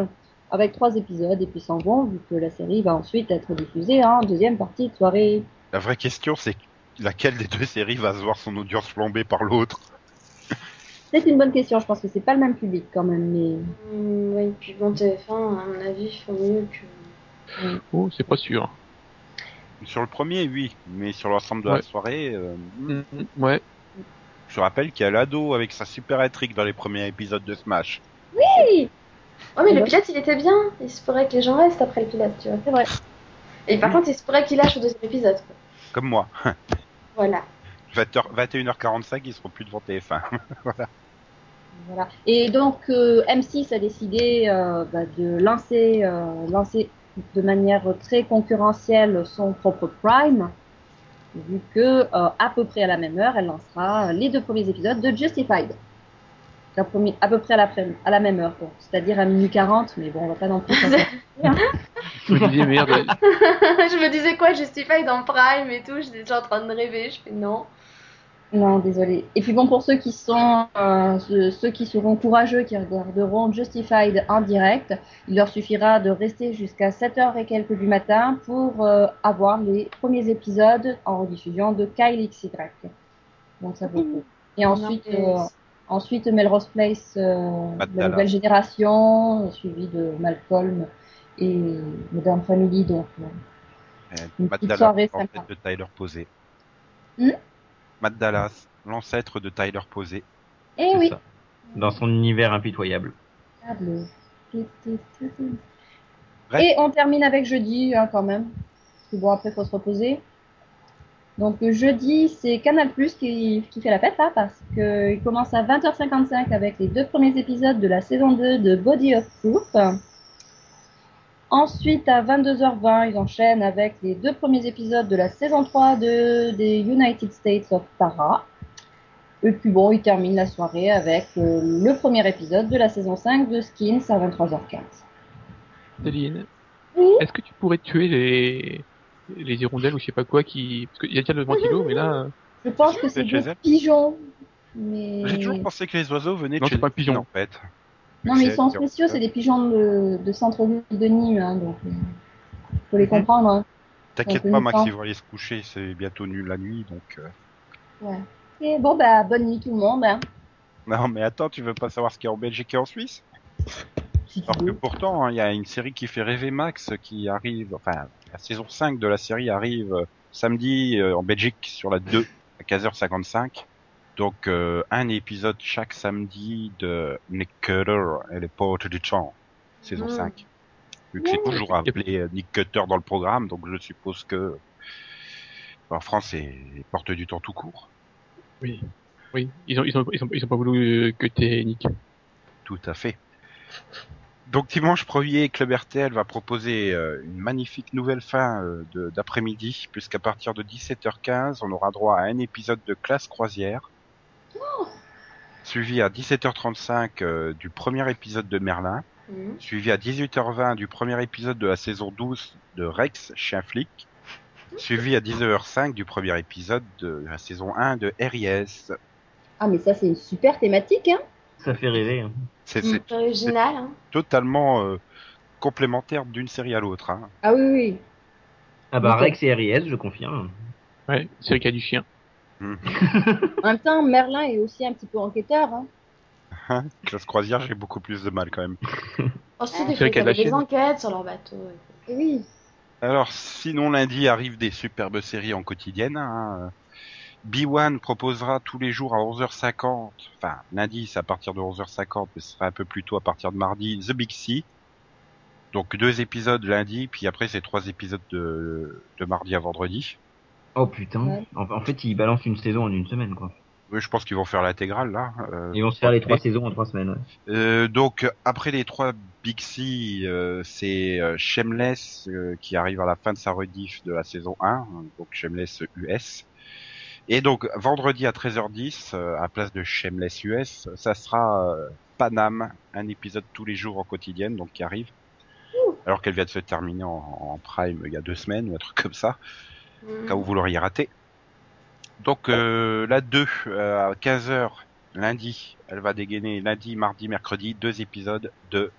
[SPEAKER 5] avec trois épisodes et puis s'en vont, vu que la série va ensuite être diffusée en deuxième partie de soirée.
[SPEAKER 3] La vraie question, c'est laquelle des deux séries va se voir son audience flambée par l'autre
[SPEAKER 5] C'est une bonne question, je pense que c'est pas le même public quand même, mais.
[SPEAKER 4] Hum, oui, puis bon, TF1, à mon avis, font mieux que.
[SPEAKER 6] Oh, c'est pas sûr.
[SPEAKER 3] Sur le premier, oui, mais sur l'ensemble de la
[SPEAKER 6] Ouais.
[SPEAKER 3] soirée, euh,
[SPEAKER 6] Ouais.
[SPEAKER 3] je rappelle qu'il y a l'ado avec sa super étrique dans les premiers épisodes de Smash.
[SPEAKER 5] Oh,
[SPEAKER 4] Ouais, mais le pilote, il était bien. Il se pourrait que les gens restent après le pilote, tu vois.
[SPEAKER 5] C'est vrai.
[SPEAKER 4] Et par contre, il se pourrait qu'il lâche au deuxième épisode. quoi.
[SPEAKER 3] Comme moi.
[SPEAKER 4] Voilà.
[SPEAKER 3] 20h 21h45, ils seront plus devant TF1.
[SPEAKER 5] Voilà. Et donc euh, M6 a décidé euh, bah, de lancer, euh, lancer de manière très concurrentielle son propre Prime, vu que euh, à peu près à la même heure, elle lancera les deux premiers épisodes de Justified. La première- à peu près à la, prem- à la même heure, quoi. c'est-à-dire à minuit 40, mais bon, on va pas non plus.
[SPEAKER 6] Je me disais, merde,
[SPEAKER 4] je me disais quoi, Justify dans Prime et tout. J'étais déjà en train de rêver. Je fais non.
[SPEAKER 5] Non, désolé. Et puis bon, pour ceux qui sont, euh, ceux ceux qui seront courageux, qui regarderont Justified en direct, il leur suffira de rester jusqu'à 7h et quelques du matin pour euh, avoir les premiers épisodes en rediffusion de Kyle XY. Donc ça vaut le coup. Et ensuite,
[SPEAKER 4] mais-
[SPEAKER 5] euh, ensuite Melrose Place, euh,
[SPEAKER 3] Matala.
[SPEAKER 5] la nouvelle génération, suivi de Malcolm et Modern Family. Donc, euh,
[SPEAKER 3] Euh,
[SPEAKER 5] Une
[SPEAKER 3] Matt
[SPEAKER 5] petite
[SPEAKER 3] Dallas,
[SPEAKER 5] soirée
[SPEAKER 3] l'ancêtre
[SPEAKER 5] sympa.
[SPEAKER 3] de Tyler Posé.
[SPEAKER 5] Hmm
[SPEAKER 3] Matt Dallas, l'ancêtre de Tyler Posé.
[SPEAKER 5] Eh
[SPEAKER 2] C'est
[SPEAKER 5] oui.
[SPEAKER 2] ça. Dans son univers impitoyable.
[SPEAKER 5] Table.
[SPEAKER 3] Bref.
[SPEAKER 5] Et on termine avec jeudi hein, quand même. Parce que bon, après, faut se reposer. Donc euh, jeudi, c'est Canal qui, qui fait la fête là parce qu'il commence à 20h55 avec les deux premiers épisodes de la saison 2 de Body of Proof. Ensuite, à 22h20, ils enchaînent avec les deux premiers épisodes de la saison 3 de, des United States of Tara. Et puis bon, il termine la soirée avec euh, le premier épisode de la saison 5 de Skins à 23h15.
[SPEAKER 6] Céline,
[SPEAKER 5] Oui.
[SPEAKER 6] est-ce que tu pourrais tuer les les hirondelles ou je sais pas quoi qui parce qu'il y a déjà le ventilo mais là euh,
[SPEAKER 5] Je pense que c'est
[SPEAKER 3] chez
[SPEAKER 5] des
[SPEAKER 3] elle
[SPEAKER 5] pigeons. Mais...
[SPEAKER 3] J'ai toujours pensé que les oiseaux venaient
[SPEAKER 6] Non,
[SPEAKER 3] de
[SPEAKER 6] c'est
[SPEAKER 3] chez
[SPEAKER 6] pas pigeon.
[SPEAKER 3] en fait.
[SPEAKER 5] Non, mais ils sont
[SPEAKER 3] C'est-
[SPEAKER 5] spéciaux, c'est des pigeons de, de centre-ville de Nîmes, hein, donc euh, faut
[SPEAKER 3] Mhm.
[SPEAKER 5] les comprendre. hein.
[SPEAKER 3] T'inquiète
[SPEAKER 5] Donc,
[SPEAKER 3] pas,
[SPEAKER 5] une
[SPEAKER 3] Max,
[SPEAKER 5] fois.
[SPEAKER 3] ils vont aller se coucher, c'est bientôt nul la nuit, donc... euh,
[SPEAKER 5] Ouais. Et bon, bah, bonne nuit tout le monde. hein.
[SPEAKER 3] Non, mais attends, tu veux pas savoir ce qu'il y a en Belgique et en Suisse
[SPEAKER 5] Si tu
[SPEAKER 3] Alors que
[SPEAKER 5] veux.
[SPEAKER 3] pourtant, hein, il y a une série qui fait rêver Max qui arrive, enfin, la saison 5 de la série arrive euh, samedi euh, en Belgique sur la 2 à 15h55. Donc, euh, un épisode chaque samedi de Nick Cutter et les portes du temps, saison
[SPEAKER 4] Mm.
[SPEAKER 5] Ah.
[SPEAKER 3] 5. Vu que c'est toujours appelé euh, Nick Cutter dans le programme, donc je suppose que en France, c'est les portes du temps tout court.
[SPEAKER 6] Oui. Oui. Ils ont, ils ont, ils ont, ils ont pas voulu euh, que t'es Nick.
[SPEAKER 3] Tout à fait. Donc dimanche 1er, Club RTL va proposer euh, une magnifique nouvelle fin euh, de- d'après-midi, puisqu'à partir de 17h15, on aura droit à un épisode de Classe Croisière, suivi à 17h35 euh, du premier épisode de Merlin,
[SPEAKER 4] Mhm.
[SPEAKER 3] suivi à 18h20 du premier épisode de la saison 12 de Rex, chien flic, suivi à 19h05 du premier épisode de la saison 1 de RIS.
[SPEAKER 5] Ah, mais ça, c'est une super thématique, hein
[SPEAKER 2] Ça fait rêver. hein.
[SPEAKER 3] C'est
[SPEAKER 4] C'est
[SPEAKER 3] c'est
[SPEAKER 4] original. Hein.
[SPEAKER 3] totalement euh, complémentaire d'une série à l'autre. hein.
[SPEAKER 5] Ah oui, oui.
[SPEAKER 2] Ah bah
[SPEAKER 5] Nickel.
[SPEAKER 2] Rex et RIS, je confirme.
[SPEAKER 6] Ouais, c'est le cas du chien.
[SPEAKER 5] En même temps, Merlin est aussi un petit peu enquêteur. Hein.
[SPEAKER 3] Classe croisière, j'ai beaucoup plus de mal quand même.
[SPEAKER 4] Ensuite,
[SPEAKER 5] Ouais.
[SPEAKER 4] il
[SPEAKER 6] C'est le
[SPEAKER 4] faut
[SPEAKER 6] cas de la
[SPEAKER 4] des
[SPEAKER 6] Chine.
[SPEAKER 4] enquêtes sur leur bateau.
[SPEAKER 5] Oui.
[SPEAKER 3] Alors, sinon lundi arrivent des superbes séries en quotidienne. hein. B1 proposera tous les jours à 11h50, enfin lundi c'est à partir de 11h50, mais ce sera un peu plus tôt à partir de mardi, The Big Sea. Donc deux épisodes lundi, puis après c'est trois épisodes de, de mardi à vendredi.
[SPEAKER 2] Oh putain.
[SPEAKER 5] Ouais.
[SPEAKER 2] En, en fait, ils balancent une saison en une semaine, quoi.
[SPEAKER 3] Oui, je pense qu'ils vont faire l'intégrale là. euh,
[SPEAKER 2] Ils vont se faire les trois
[SPEAKER 3] Et-
[SPEAKER 2] saisons en trois semaines. ouais.
[SPEAKER 3] Euh, donc après les trois Big C, euh, c'est euh, Shameless euh, qui arrive à la fin de sa rediff de la saison 1, hein, donc Shameless US. Et donc vendredi à 13h10, euh, à place de Shameless US, ça sera euh, Panam, un épisode tous les jours en quotidienne, donc qui arrive. Alors qu'elle vient de se terminer en, en prime il y a deux semaines ou un truc comme ça
[SPEAKER 4] Mm.
[SPEAKER 3] cas où vous l'auriez raté. Donc euh, la 2 euh, à 15h lundi, elle va dégainer lundi, mardi, mercredi deux épisodes de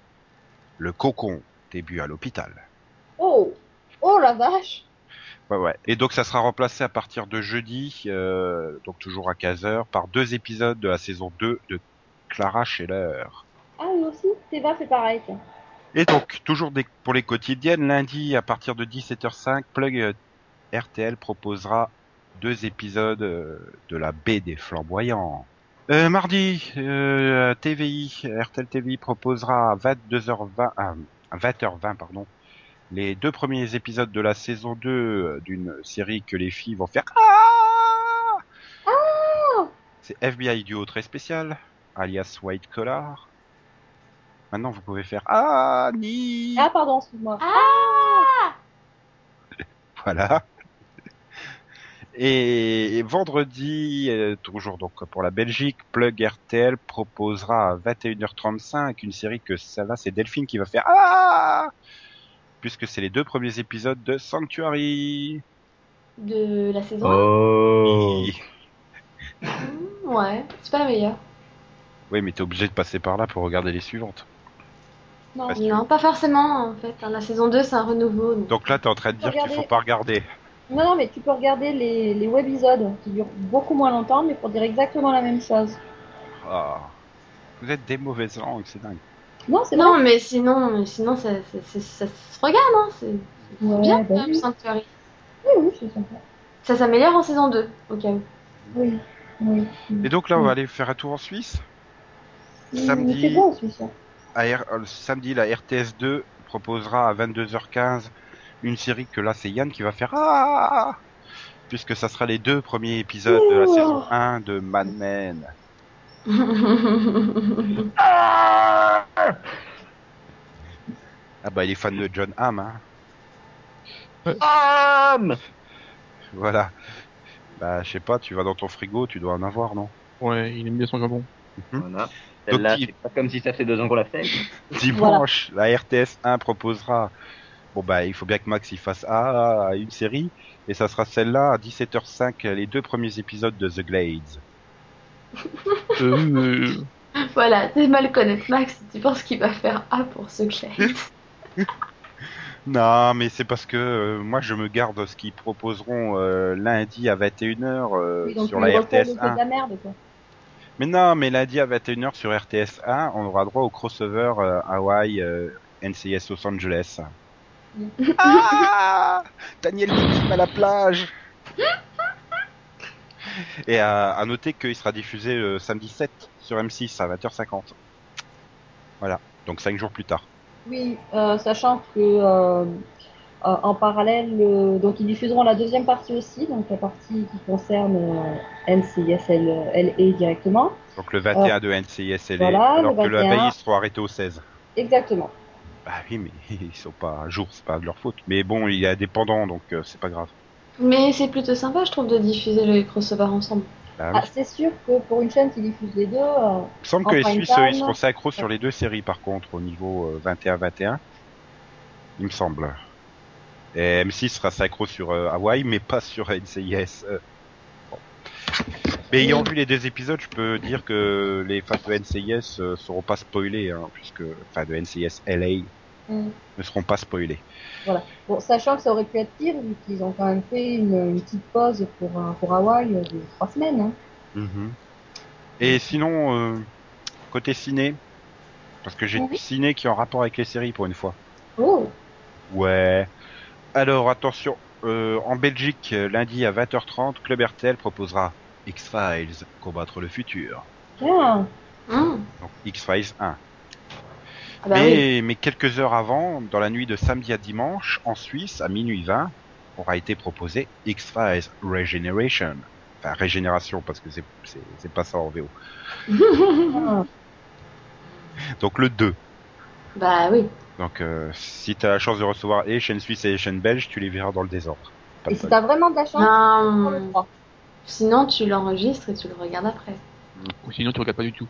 [SPEAKER 3] Le cocon début à l'hôpital.
[SPEAKER 5] Oh Oh la vache
[SPEAKER 3] Ouais ouais. Et donc ça sera remplacé à partir de jeudi euh, donc toujours à 15h par deux épisodes de la saison 2 de Clara Scheller.
[SPEAKER 5] Ah, nous aussi, Théva fait pareil. tiens.
[SPEAKER 3] Et donc, toujours des- pour les quotidiennes, lundi à partir de 17h05, Plug euh, RTL proposera deux épisodes euh, de la baie des flamboyants. Euh, mardi, euh, TVI, RTL TVI proposera à 22h20, ah, à 20h20, pardon, les deux premiers épisodes de la saison 2 euh, d'une série que les filles vont faire. Ah C'est FBI Duo très spécial, alias White Collar. Maintenant, vous pouvez faire Ah, ni
[SPEAKER 5] Ah, pardon, excuse-moi.
[SPEAKER 3] Voilà. Et, et vendredi, euh, toujours donc pour la Belgique, Plug RTL proposera à 21h35 une série que ça là c'est Delphine qui va faire ah puisque c'est les deux premiers épisodes de Sanctuary.
[SPEAKER 4] De la saison
[SPEAKER 2] Oh.
[SPEAKER 4] un. Mhm, Ouais, c'est pas meilleur.
[SPEAKER 3] Oui, mais t'es obligé de passer par là pour regarder les suivantes.
[SPEAKER 5] Non.
[SPEAKER 3] Parce que-
[SPEAKER 4] Non, pas forcément en fait. hein. La saison 2, c'est un renouveau. donc.
[SPEAKER 3] Donc là, t'es en train de dire qu'il faut
[SPEAKER 5] Regardez.
[SPEAKER 3] pas regarder.
[SPEAKER 5] non, non, mais tu peux regarder les, les webisodes qui durent beaucoup moins longtemps, mais pour dire exactement la même chose.
[SPEAKER 3] Ah. Vous êtes des mauvaises langues, c'est dingue.
[SPEAKER 5] Non, c'est
[SPEAKER 4] non,
[SPEAKER 5] vrai.
[SPEAKER 4] mais sinon, mais sinon ça, ça- ça- ça se regarde. Hein. C'est c'est
[SPEAKER 5] Ouais,
[SPEAKER 4] bien
[SPEAKER 5] bah
[SPEAKER 4] quand même,
[SPEAKER 5] oui.
[SPEAKER 4] Sanctuary.
[SPEAKER 5] Oui, oui, c'est sympa.
[SPEAKER 4] Ça s'améliore en saison 2, au cas où.
[SPEAKER 5] Oui, oui.
[SPEAKER 3] Et donc là, on va aller faire un tour en Suisse.
[SPEAKER 5] Mm. Mais
[SPEAKER 3] samedi-
[SPEAKER 5] C'est bon, celui-ci.
[SPEAKER 3] à R- euh, le samedi, la RTS2 proposera à 22h15 une série que là, c'est Yann qui va faire Ah Puisque ça sera les deux premiers épisodes de la
[SPEAKER 5] Ouh.
[SPEAKER 3] saison 1 de Mad Men. Ah bah, il est fan de John Hamm, hein.
[SPEAKER 2] Am
[SPEAKER 3] Voilà. Bah, je sais pas, tu vas dans ton frigo, tu dois en avoir, non
[SPEAKER 6] Ouais, il aime bien son jambon.
[SPEAKER 2] Voilà. Celle-là,
[SPEAKER 3] Donc, il-
[SPEAKER 2] c'est pas comme si ça fait deux ans qu'on l'a fait.
[SPEAKER 3] Dimanche, la RTS1 proposera. Bon bah, il faut bien que Max y fasse ah, à une série. Et ça sera celle-là à 17h05, les deux premiers épisodes de The Glades.
[SPEAKER 6] Euh, euh,
[SPEAKER 4] voilà, t'es mal connaître Max, tu penses qu'il va faire A pour ce clair.
[SPEAKER 3] Non, mais c'est parce que euh, moi je me garde ce qu'ils proposeront euh, lundi à 21h
[SPEAKER 5] Oui, donc
[SPEAKER 3] euh, sur
[SPEAKER 5] tu
[SPEAKER 3] la
[SPEAKER 5] reprends le
[SPEAKER 3] RTS
[SPEAKER 5] fait
[SPEAKER 3] 1.
[SPEAKER 5] de la merde, quoi.
[SPEAKER 3] Mais non, mais lundi à 21h sur RTS 1, on aura droit au crossover euh, Hawaii euh, NCS Los Angeles. ah Daniel Kim à la plage Et à, à noter qu'il sera diffusé le samedi 7 sur M6 à 20h50. Voilà, donc 5 jours plus tard.
[SPEAKER 5] Oui, euh, sachant que euh, euh, en parallèle, euh, donc ils diffuseront la deuxième partie aussi, donc la partie qui concerne euh, NCISLE E directement.
[SPEAKER 3] Donc le 21 de NCIS LA,
[SPEAKER 5] Ah. Voilà,
[SPEAKER 3] alors
[SPEAKER 5] le
[SPEAKER 3] que le
[SPEAKER 5] 21.
[SPEAKER 3] Hawaii sera arrêté au 16.
[SPEAKER 5] Exactement.
[SPEAKER 3] Bah oui, mais ils sont pas à jour, c'est pas de leur faute. Mais bon, il est indépendant, donc euh, c'est pas grave.
[SPEAKER 4] Mais c'est plutôt sympa, je trouve, de diffuser les crossovers ensemble.
[SPEAKER 3] Bah oui.
[SPEAKER 5] Ah, c'est sûr que pour une chaîne qui diffuse les deux, euh,
[SPEAKER 3] Il me semble
[SPEAKER 5] en
[SPEAKER 3] que les
[SPEAKER 5] prime
[SPEAKER 3] Suisses, eux, ils
[SPEAKER 5] time.
[SPEAKER 3] se consacrent sur les deux séries, par contre, au niveau euh, 21-21. Il me semble. Et M6 sera sacro sur euh, Hawaii, mais pas sur NCIS. euh. Bon. Mais ayant vu les deux épisodes, je peux dire que les fans de NCIS euh, seront pas spoilés, hein, puisque enfin de NCIS LA
[SPEAKER 5] Mm.
[SPEAKER 3] ne seront pas spoilés.
[SPEAKER 5] bon, sachant que ça aurait pu être pire, vu qu'ils ont quand même fait une, une petite pause pour, euh, pour Hawaï euh, de trois semaines. hein.
[SPEAKER 3] Et sinon, euh, côté ciné, parce que j'ai
[SPEAKER 5] Oui.
[SPEAKER 3] du ciné qui est en rapport avec les séries pour une fois.
[SPEAKER 5] Oh,
[SPEAKER 3] Ouais. Alors attention, euh, en Belgique, euh, lundi à 20h30, Club RTL proposera X-Files, combattre le futur.
[SPEAKER 5] bien. Hmm.
[SPEAKER 4] Hum.
[SPEAKER 3] Donc X-Files 1.
[SPEAKER 4] Ah bah oui.
[SPEAKER 3] mais, mais quelques heures avant, dans la nuit de samedi à dimanche, en Suisse, à minuit 20, aura été proposé X-Files Regeneration. Enfin, Régénération, parce que c'est- c'est c'est pas ça en VO.
[SPEAKER 5] Ah,
[SPEAKER 3] Donc le 2.
[SPEAKER 4] Bah oui.
[SPEAKER 3] Donc euh, si t'as la chance de recevoir et chaîne suisse et chaîne belge, tu les verras dans le désordre. Pas
[SPEAKER 5] Et
[SPEAKER 3] de
[SPEAKER 5] si
[SPEAKER 3] bol.
[SPEAKER 5] t'as vraiment de la chance, tu prends le
[SPEAKER 4] Non.
[SPEAKER 5] trois.
[SPEAKER 4] Sinon, tu l'enregistres et tu le regardes après.
[SPEAKER 6] Ou sinon, tu regardes pas du tout.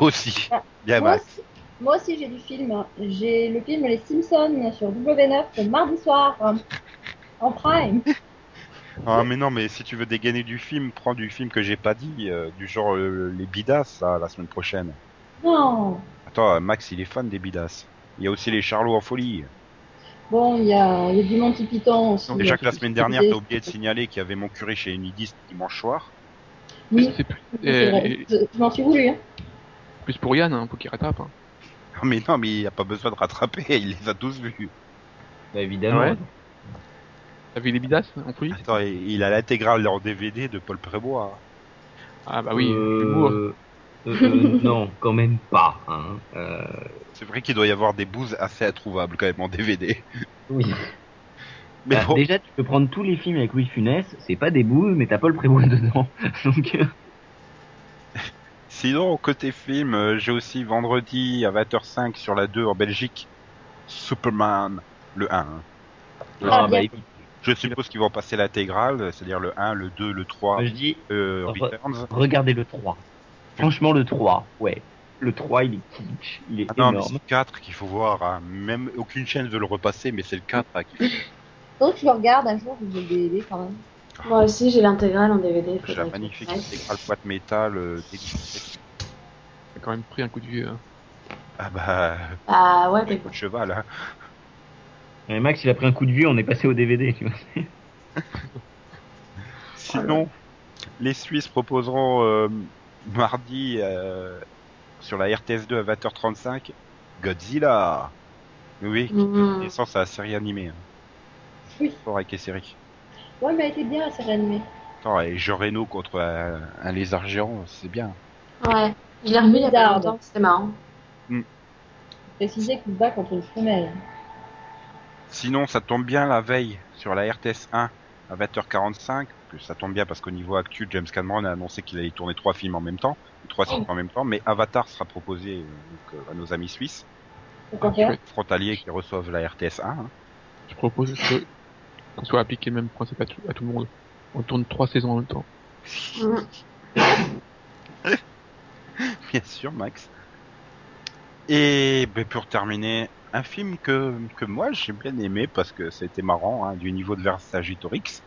[SPEAKER 3] Aussi.
[SPEAKER 5] Ah,
[SPEAKER 3] Bien,
[SPEAKER 5] Moi
[SPEAKER 3] Max.
[SPEAKER 5] aussi, moi aussi, j'ai du film. J'ai le film Les Simpsons sur W9 le mardi soir hein, en prime.
[SPEAKER 3] Ah mais non mais si tu veux dégainer du film, prends du film que j'ai pas dit, euh, du genre euh, les Bidas là, la semaine prochaine.
[SPEAKER 5] Non.
[SPEAKER 3] Attends, euh, Max il est fan des Bidas. Il y a aussi les Charlots en folie.
[SPEAKER 5] Bon, il y a, il y a du Monty Python aussi.
[SPEAKER 3] Déjà
[SPEAKER 5] euh,
[SPEAKER 3] que la semaine
[SPEAKER 5] qui
[SPEAKER 3] dernière
[SPEAKER 5] est-
[SPEAKER 3] t'as oublié de signaler qu'il y avait mon curé chez Unidis dimanche soir.
[SPEAKER 5] Oui,
[SPEAKER 6] C'est plus,
[SPEAKER 5] oui, c'est vrai.
[SPEAKER 6] euh,
[SPEAKER 5] Je, je m'en suis voulu. hein.
[SPEAKER 6] plus pour Yann, hein, faut qu'il rattrape. hein.
[SPEAKER 3] Ah, Mais non mais il y a pas besoin de rattraper, il les a tous vus.
[SPEAKER 2] Bah, évidemment.
[SPEAKER 6] Ouais. T'as vu les bidas en folie
[SPEAKER 3] Attends, et- il a l'intégrale en DVD de Paul Prébois. hein.
[SPEAKER 6] Ah bah oui,
[SPEAKER 2] Euh,
[SPEAKER 6] l'humour.
[SPEAKER 2] euh, euh, non, quand même pas. Hein. Euh,
[SPEAKER 3] C'est vrai qu'il doit y avoir des bouses assez introuvables quand même en DVD.
[SPEAKER 2] oui.
[SPEAKER 3] Mais
[SPEAKER 2] Bah,
[SPEAKER 3] bon,
[SPEAKER 2] Déjà, tu peux prendre tous les films avec Louis de Funès, c'est pas des boules, mais t'as Paul Prébois dedans. Donc, euh,
[SPEAKER 3] Sinon, côté film, euh, j'ai aussi vendredi à 20h05 sur la 2 en Belgique, Superman, le 1. hein.
[SPEAKER 5] Ah,
[SPEAKER 2] ah, bah,
[SPEAKER 5] bien.
[SPEAKER 2] écoute,
[SPEAKER 3] Je suppose qu'ils vont passer l'intégrale, c'est-à-dire le 1, le 2, le 3,
[SPEAKER 2] moi, je dis,
[SPEAKER 3] euh,
[SPEAKER 2] Re-
[SPEAKER 3] Returns.
[SPEAKER 2] regardez le 3. Franchement, le 3, ouais. Le 3, il est kitsch, il est
[SPEAKER 3] Ah non, mais c'est
[SPEAKER 2] énorme.
[SPEAKER 3] le 4 qu'il faut voir, hein. même aucune chaîne veut le repasser, mais c'est le 4 hein, qu'il faut
[SPEAKER 5] Donc, je le regarde un jour, je vais le DVD quand même.
[SPEAKER 4] Moi aussi, j'ai l'intégrale en DVD.
[SPEAKER 3] J'ai la
[SPEAKER 4] faudrait que-
[SPEAKER 3] magnifique
[SPEAKER 4] Ouais.
[SPEAKER 3] intégrale boîte métal. euh, délicieuse.
[SPEAKER 6] T'as quand même pris un coup de vieux. hein.
[SPEAKER 3] ah bah,
[SPEAKER 4] Bah ouais, mais
[SPEAKER 3] coup de cheval. Hein.
[SPEAKER 2] Ouais, Max, il a pris un coup de vue, on est passé au DVD, tu vois.
[SPEAKER 3] Sinon, les Suisses proposeront euh, mardi euh, sur la RTS2 à 20h35 Godzilla. Oui,
[SPEAKER 4] bon.
[SPEAKER 3] et ça, c'est la série animée. hein.
[SPEAKER 5] Oui.
[SPEAKER 3] Fort avec les séries.
[SPEAKER 5] Ouais, mais elle était bien la série animée.
[SPEAKER 3] Attends, et Jean Reno contre un, un lézard géant, c'est bien.
[SPEAKER 4] Ouais. Je l'ai revu il y a pas
[SPEAKER 5] Bizarre.
[SPEAKER 4] longtemps, c'était marrant.
[SPEAKER 5] Précisé qu'il se bat contre une femelle.
[SPEAKER 3] Sinon, ça tombe bien la veille sur la RTS1 à 20h45, que ça tombe bien parce qu'au niveau actuel, James Cameron a annoncé qu'il allait tourner trois films en même temps, trois films en même temps, mais Avatar sera proposé euh, donc, euh, à nos amis suisses.
[SPEAKER 5] C'est pas clair.
[SPEAKER 3] frontaliers qui reçoivent la RTS1. hein.
[SPEAKER 6] Je propose que qu'on soit appliqué le même principe à tout, à tout le monde. On tourne trois saisons en même temps.
[SPEAKER 4] Mm.
[SPEAKER 3] Bien sûr, Max. Et ben, pour terminer, un film que, que moi j'ai bien aimé parce que c'était marrant, hein, du niveau de Versagittorix.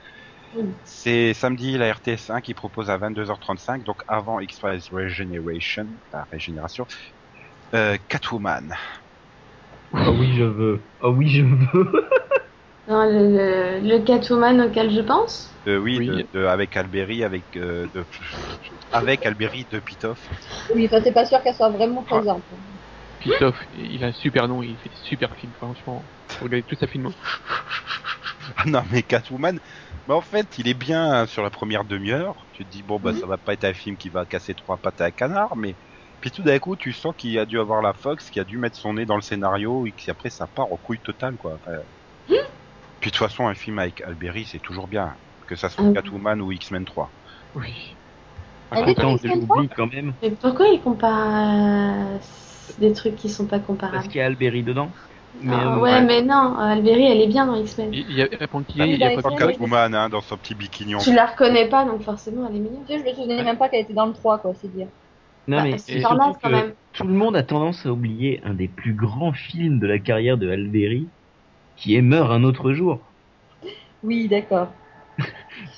[SPEAKER 5] Oui.
[SPEAKER 3] C'est samedi la RTS1 qui propose à 22h35, donc avant X-Files Regeneration, la régénération, euh, Catwoman.
[SPEAKER 2] Ah oui, je veux. Ah oui, je veux.
[SPEAKER 4] Non, le, le, le Catwoman auquel je pense
[SPEAKER 3] Euh, oui,
[SPEAKER 6] Oui.
[SPEAKER 3] de- de- avec Alberi, avec euh, de- avec Alberi de Pitoff.
[SPEAKER 5] Oui, enfin, t'es pas sûr qu'elle soit vraiment présente.
[SPEAKER 6] Christophe, il a un super nom, il fait des super films, franchement. Faut regarder toute sa filmo.
[SPEAKER 3] Ah non, mais Catwoman. Mais en fait, il est bien hein, sur la première demi-heure. Tu te dis bon
[SPEAKER 4] Mhm.
[SPEAKER 3] bah ça va pas être un film qui va casser trois pattes à un canard, mais puis tout d'un coup tu sens qu'il a dû avoir la Fox, qui a dû mettre son nez dans le scénario et qu'après ça part en couille totale quoi. Enfin,
[SPEAKER 4] Mhm.
[SPEAKER 3] Puis de toute façon, un film avec Alberi c'est toujours bien, que ça soit
[SPEAKER 4] Ah oui.
[SPEAKER 3] Catwoman ou X-Men 3.
[SPEAKER 6] Oui.
[SPEAKER 5] Ah,
[SPEAKER 6] Raconte-
[SPEAKER 5] d'accord.
[SPEAKER 2] Attends,
[SPEAKER 5] X-Men
[SPEAKER 2] je l'oublie quand même.
[SPEAKER 4] Mais pourquoi il compare euh, des trucs qui sont pas
[SPEAKER 2] Parce
[SPEAKER 4] comparables
[SPEAKER 2] qu'il y a Alberi dedans. Mais,
[SPEAKER 4] Ah,
[SPEAKER 2] euh,
[SPEAKER 4] ouais, mais non, euh, Alberi, elle est bien dans X-Men.
[SPEAKER 6] Il il y a répond qu'il
[SPEAKER 5] Ah,
[SPEAKER 6] est, il y a
[SPEAKER 5] bah,
[SPEAKER 6] pas
[SPEAKER 5] c'est
[SPEAKER 6] de
[SPEAKER 5] vrai.
[SPEAKER 3] Catwoman hein, dans son petit bikini en
[SPEAKER 4] Tu la reconnais pas, donc forcément, elle est mignonne.
[SPEAKER 5] Je me souvenais même pas qu'elle était dans le 3, quoi, c'est dire.
[SPEAKER 2] Non,
[SPEAKER 4] Bah,
[SPEAKER 2] mais
[SPEAKER 4] c'est
[SPEAKER 2] et
[SPEAKER 4] normal,
[SPEAKER 2] surtout
[SPEAKER 4] quand
[SPEAKER 2] que
[SPEAKER 4] même.
[SPEAKER 2] Tout le monde a tendance à oublier un des plus grands films de la carrière de Alberi, qui est Meurt un autre jour.
[SPEAKER 5] Oui, d'accord.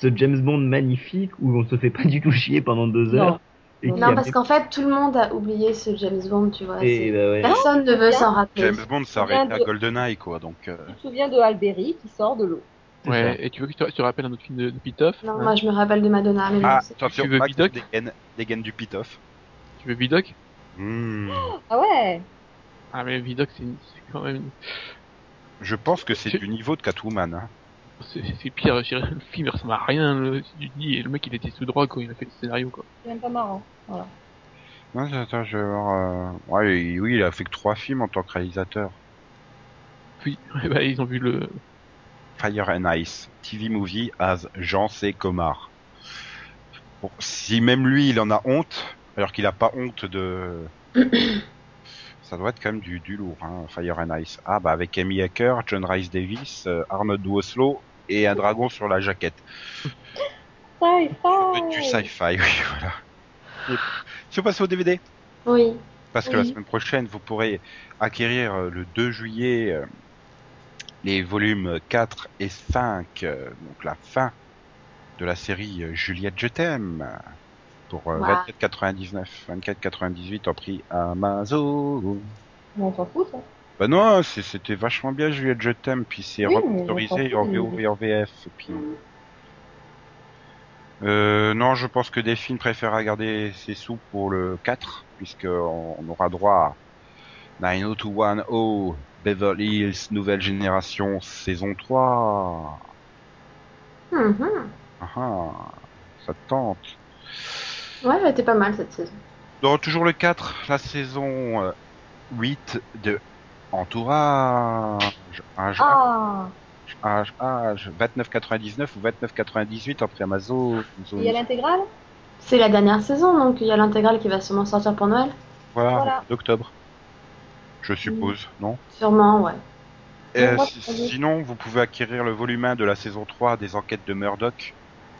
[SPEAKER 2] Ce James Bond magnifique où on se fait pas du tout chier pendant deux
[SPEAKER 5] Non.
[SPEAKER 2] heures. et
[SPEAKER 5] Non,
[SPEAKER 2] qui
[SPEAKER 4] Non,
[SPEAKER 2] a
[SPEAKER 4] parce
[SPEAKER 2] fait-
[SPEAKER 4] qu'en fait, tout le monde a oublié ce James Bond, tu vois.
[SPEAKER 2] et,
[SPEAKER 4] c'est-
[SPEAKER 2] bah ouais.
[SPEAKER 4] Personne ne veut
[SPEAKER 5] bien.
[SPEAKER 4] s'en rappeler.
[SPEAKER 3] James Bond s'arrête à GoldenEye quoi, donc. euh,
[SPEAKER 5] Tu te souviens de Alberi qui sort de l'eau.
[SPEAKER 2] c'est
[SPEAKER 6] Ouais, et tu veux que je te, je te rappelle un autre film de, Hein, de Pitoff
[SPEAKER 4] Non, moi, je me rappelle de Madonna, mais bon,
[SPEAKER 3] Ah,
[SPEAKER 4] c'est-
[SPEAKER 3] attention,
[SPEAKER 6] Tu veux
[SPEAKER 3] Max
[SPEAKER 6] Bidoc
[SPEAKER 3] dégaine, dégaine du Pitoff.
[SPEAKER 6] Tu veux Vidoc
[SPEAKER 3] Hmm.
[SPEAKER 5] Ah ouais
[SPEAKER 6] Ah, mais Vidoc, c'est une- c'est quand même.
[SPEAKER 3] Je pense que c'est
[SPEAKER 6] Tu-
[SPEAKER 3] du niveau de Catwoman. Hein.
[SPEAKER 6] C'est c'est pire, je dirais, le film il ressemble à rien. Le, tu te dis, le mec il était sous drogue quand il a fait le scénario quoi.
[SPEAKER 5] C'est même pas marrant. Voilà.
[SPEAKER 3] Non, attends, je vais voir, euh, ouais, il- oui, il a fait que trois films en tant que réalisateur.
[SPEAKER 6] Puis, ouais, bah, ils ont vu le.
[SPEAKER 3] Fire and Ice, TV Movie as Jean C. Comar. Bon, si même lui, il en a honte, alors qu'il a pas honte de... Ça doit être quand même du, du lourd, hein, Fire and Ice. Ah, bah avec Amy Hacker, John Rice Davis, euh, Arnold Oslo et un dragon sur la jaquette. Du
[SPEAKER 5] Sci-fi
[SPEAKER 3] sci-fi, oui, voilà. Si on passe au DVD
[SPEAKER 4] Oui.
[SPEAKER 3] Parce que
[SPEAKER 5] Oui.
[SPEAKER 3] la semaine prochaine, vous pourrez acquérir euh, le 2 juillet euh, les volumes 4 et 5, euh, donc la fin de la série euh, Juliette Je t'aime pour euh,
[SPEAKER 4] Wow.
[SPEAKER 3] 24,99, 24,98 en prix Amazon.
[SPEAKER 5] On s'en fout, ça.
[SPEAKER 3] Bah non, c'est- c'était vachement bien Juliette Je t'aime, puis c'est
[SPEAKER 5] Oui,
[SPEAKER 3] remasterisé
[SPEAKER 5] mais
[SPEAKER 3] en
[SPEAKER 5] on s'en fout,
[SPEAKER 3] VO et en VF. et puis... Euh, non, je pense que des films préfèrent garder ses sous pour le 4, puisqu'on on aura droit à 90210, oh, Beverly Hills, Nouvelle Génération, saison 3.
[SPEAKER 4] Hum, hum.
[SPEAKER 3] Ah ah, ça te tente.
[SPEAKER 4] Ouais, elle était pas mal cette saison.
[SPEAKER 3] Donc, toujours le 4, la saison euh, 8 de Entourage. Ah, je-
[SPEAKER 5] Ah
[SPEAKER 3] H, H, 29,99 ou 29,98 après Amazon.
[SPEAKER 5] Et Il y a l'intégrale
[SPEAKER 4] C'est la dernière saison, donc il y a l'intégrale qui va sûrement sortir pour Noël.
[SPEAKER 3] Voilà,
[SPEAKER 5] Voilà. Mm.
[SPEAKER 3] d'octobre. Je suppose, non
[SPEAKER 4] Sûrement, ouais.
[SPEAKER 3] Euh,
[SPEAKER 5] moi,
[SPEAKER 3] si-
[SPEAKER 5] je savais.
[SPEAKER 3] Sinon, vous pouvez acquérir le volume 1 de la saison 3 des enquêtes de Murdoch